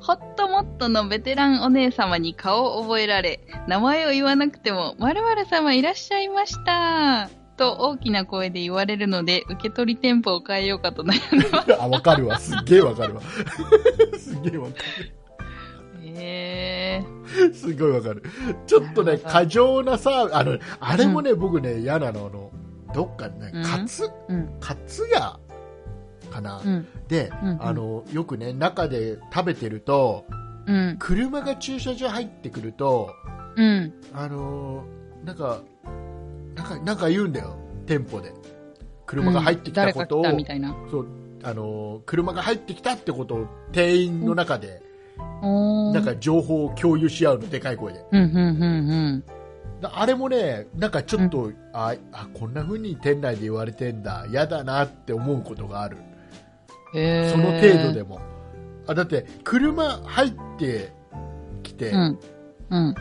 [SPEAKER 1] ホットモットのベテランお姉様に顔を覚えられ、名前を言わなくても、〇〇様いらっしゃいました。と大きな声で言われるので、受け取り店舗を変えようかと悩んでます。
[SPEAKER 2] あわかるわすっげえわかるわ すげえわか
[SPEAKER 1] え
[SPEAKER 2] るすごいわかるちょっと
[SPEAKER 1] な
[SPEAKER 2] ね
[SPEAKER 1] るほど
[SPEAKER 2] 過剰なさあのあれもね、僕ね嫌なのあのどっかね
[SPEAKER 1] うん
[SPEAKER 2] カツ
[SPEAKER 1] ー。うん。
[SPEAKER 2] カツ屋かな、
[SPEAKER 1] うん。
[SPEAKER 2] で、
[SPEAKER 1] うんうん
[SPEAKER 2] あのよくね中で食べてると
[SPEAKER 1] うん。
[SPEAKER 2] 車が駐車場入ってくると
[SPEAKER 1] うん。
[SPEAKER 2] あのーなんかなんかなんか言うんだよ店舗で車が入ってきたこと
[SPEAKER 1] う
[SPEAKER 2] を、
[SPEAKER 1] ん誰か来たみたいな。
[SPEAKER 2] そうあのー車が入ってきたってことを店員の中で、
[SPEAKER 1] おー。
[SPEAKER 2] なんか情報を共有し合うのでかい声で
[SPEAKER 1] うん、うん、うん、
[SPEAKER 2] だあれもねなんかちょっと、ああこんな風に店内で言われてんだ嫌だなって思うことがある
[SPEAKER 1] うん。へー
[SPEAKER 2] その程度で。も。あだって、車入ってきて、
[SPEAKER 1] うん。うん。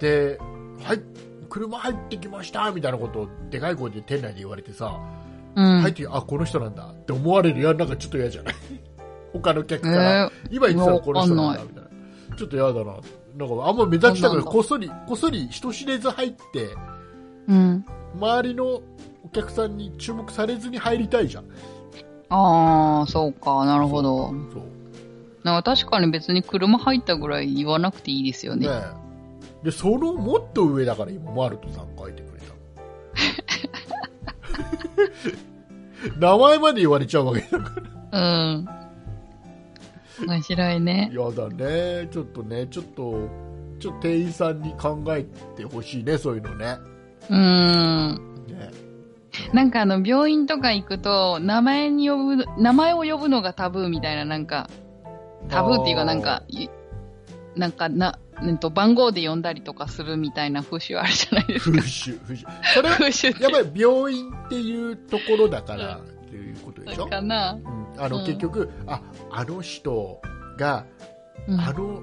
[SPEAKER 2] で、はい、車入ってきましたみたいなことをでかい声で店内で言われてさ、
[SPEAKER 1] うん。
[SPEAKER 2] 入ってきあ、この人なんだって思われるやなんかちょっと嫌じゃない 他の客
[SPEAKER 1] え
[SPEAKER 2] から、
[SPEAKER 1] ー、
[SPEAKER 2] 今言ってたら
[SPEAKER 1] わか
[SPEAKER 2] こ
[SPEAKER 1] ん
[SPEAKER 2] の
[SPEAKER 1] ない
[SPEAKER 2] 人なんだみたいな。ちょっと嫌だな。なんかあんま目立ちたくな
[SPEAKER 1] そうな
[SPEAKER 2] い。
[SPEAKER 1] んだ
[SPEAKER 2] こっそり、こっそり人知れず入って、
[SPEAKER 1] うん。
[SPEAKER 2] 周りのお客さんに注目されずに入りたいじゃん。
[SPEAKER 1] ああ、そうか、なるほど。
[SPEAKER 2] そう。
[SPEAKER 1] なんか確かに別に車入ったぐらい言わなくていいですよね。
[SPEAKER 2] ねえでそのもっと上だから今マルトさん書いてくれ た 名前まで言われちゃうわけだか
[SPEAKER 1] うん。面白いね。
[SPEAKER 2] らやだねちょっとねちょっとちょっと店員さんに考えてほしいねそういうのね
[SPEAKER 1] うん。
[SPEAKER 2] ね
[SPEAKER 1] なんかあの、病院とか行くと、名前に呼ぶ、名前を呼ぶのがタブーみたいな、なんか、タブーっていう
[SPEAKER 2] あ
[SPEAKER 1] か
[SPEAKER 2] ー
[SPEAKER 1] なんか、いなんかな、うんと、番号で呼んだりとかするみたいな風習あるじゃないです
[SPEAKER 2] 風習風習 それ
[SPEAKER 1] か。
[SPEAKER 2] は
[SPEAKER 1] 風習って
[SPEAKER 2] やっぱり病院っていうところだからっていうことでしょ、
[SPEAKER 1] かな。
[SPEAKER 2] うん、あの
[SPEAKER 1] うん
[SPEAKER 2] 結局ああの人が
[SPEAKER 1] うん
[SPEAKER 2] あの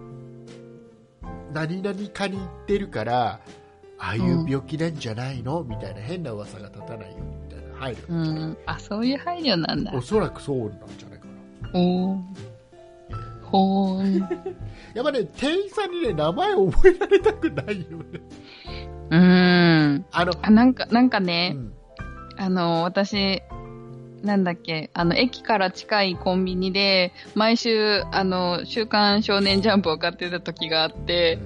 [SPEAKER 2] 何々科に行ってるからああいう病気なんじゃないの、みたいな変な噂が立たないようにみたいな配慮
[SPEAKER 1] う
[SPEAKER 2] なんじゃない
[SPEAKER 1] ん。あ、そういう配慮なんだ
[SPEAKER 2] お。そらくそうなんじゃないかな
[SPEAKER 1] おー。ほーん。
[SPEAKER 2] やっぱね店員さんにね名前覚えられたくないよね
[SPEAKER 1] うーん。
[SPEAKER 2] あの、
[SPEAKER 1] あ、なんか、なんか
[SPEAKER 2] う
[SPEAKER 1] ね、
[SPEAKER 2] ん、
[SPEAKER 1] あの、私、なんだっけ、あの、駅から近いコンビニで、毎週、あの、週刊少年ジャンプを買ってた時があって、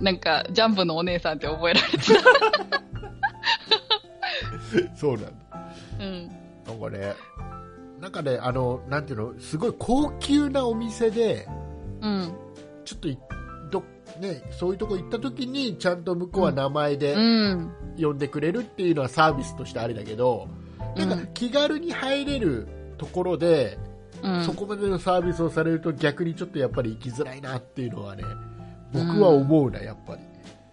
[SPEAKER 1] なんか、ジャンプのお姉さんって覚えられて
[SPEAKER 2] そうなんだ
[SPEAKER 1] た。うん。
[SPEAKER 2] なんかねなんかねあのなんていうのすごい高級なお店で
[SPEAKER 1] うん。
[SPEAKER 2] ちょっといどね、そういうとこ行った時にちゃんと向こうは名前で
[SPEAKER 1] うん。
[SPEAKER 2] 呼んでくれるっていうのはサービスとしてありだけど、なんか気軽に入れるところで、
[SPEAKER 1] うん。
[SPEAKER 2] そこまでのサービスをされると逆にちょっとやっぱり行きづらいなっていうのはね僕は思うな、やっぱり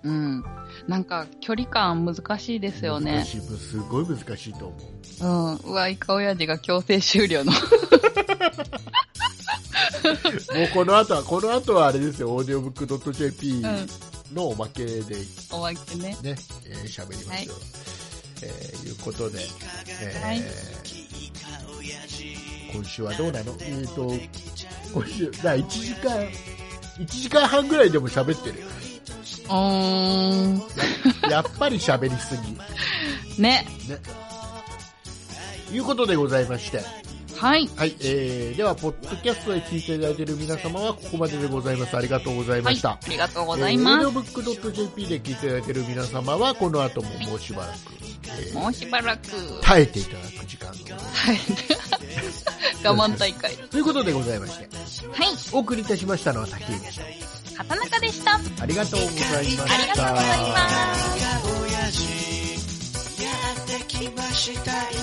[SPEAKER 1] うん。なんか、距離感難しいですよ
[SPEAKER 2] 難
[SPEAKER 1] ね。
[SPEAKER 2] しいすごい難しいと思う
[SPEAKER 1] うん。うわ、イカオヤジが強制終 了の。
[SPEAKER 2] もうこの後はこの後はあれですよオーディオブックドット JP
[SPEAKER 1] うん。
[SPEAKER 2] のおまけで
[SPEAKER 1] おまけね。
[SPEAKER 2] ねえー喋、りますよ、えーいうことで、えー
[SPEAKER 1] はい
[SPEAKER 2] 今週はどうなのえーと今週だ1時間1時間半ぐらいでも喋ってるよ
[SPEAKER 1] うーん。
[SPEAKER 2] やっぱり喋りすぎ。
[SPEAKER 1] ね。
[SPEAKER 2] ね。いうことでございまして。
[SPEAKER 1] はい。
[SPEAKER 2] はい。えー、では、ポッドキャストで聞いていただいている皆様はここまででございます。ありがとうござい
[SPEAKER 1] は
[SPEAKER 2] ま
[SPEAKER 1] い。
[SPEAKER 2] した。
[SPEAKER 1] ありがとうございます
[SPEAKER 2] えー、。radiobook.jp で聞いていただいている皆様は、この後ももうしばらく、えー
[SPEAKER 1] もうしばらく。
[SPEAKER 2] 耐えていただく時間がございます
[SPEAKER 1] はい。我慢大会。
[SPEAKER 2] ということでございまして、
[SPEAKER 1] はい、
[SPEAKER 2] お送りいたしましたのは竹内
[SPEAKER 1] 畑中でした。あ
[SPEAKER 2] ありがとうございました
[SPEAKER 1] りがとうございます。
[SPEAKER 3] やってきましたよ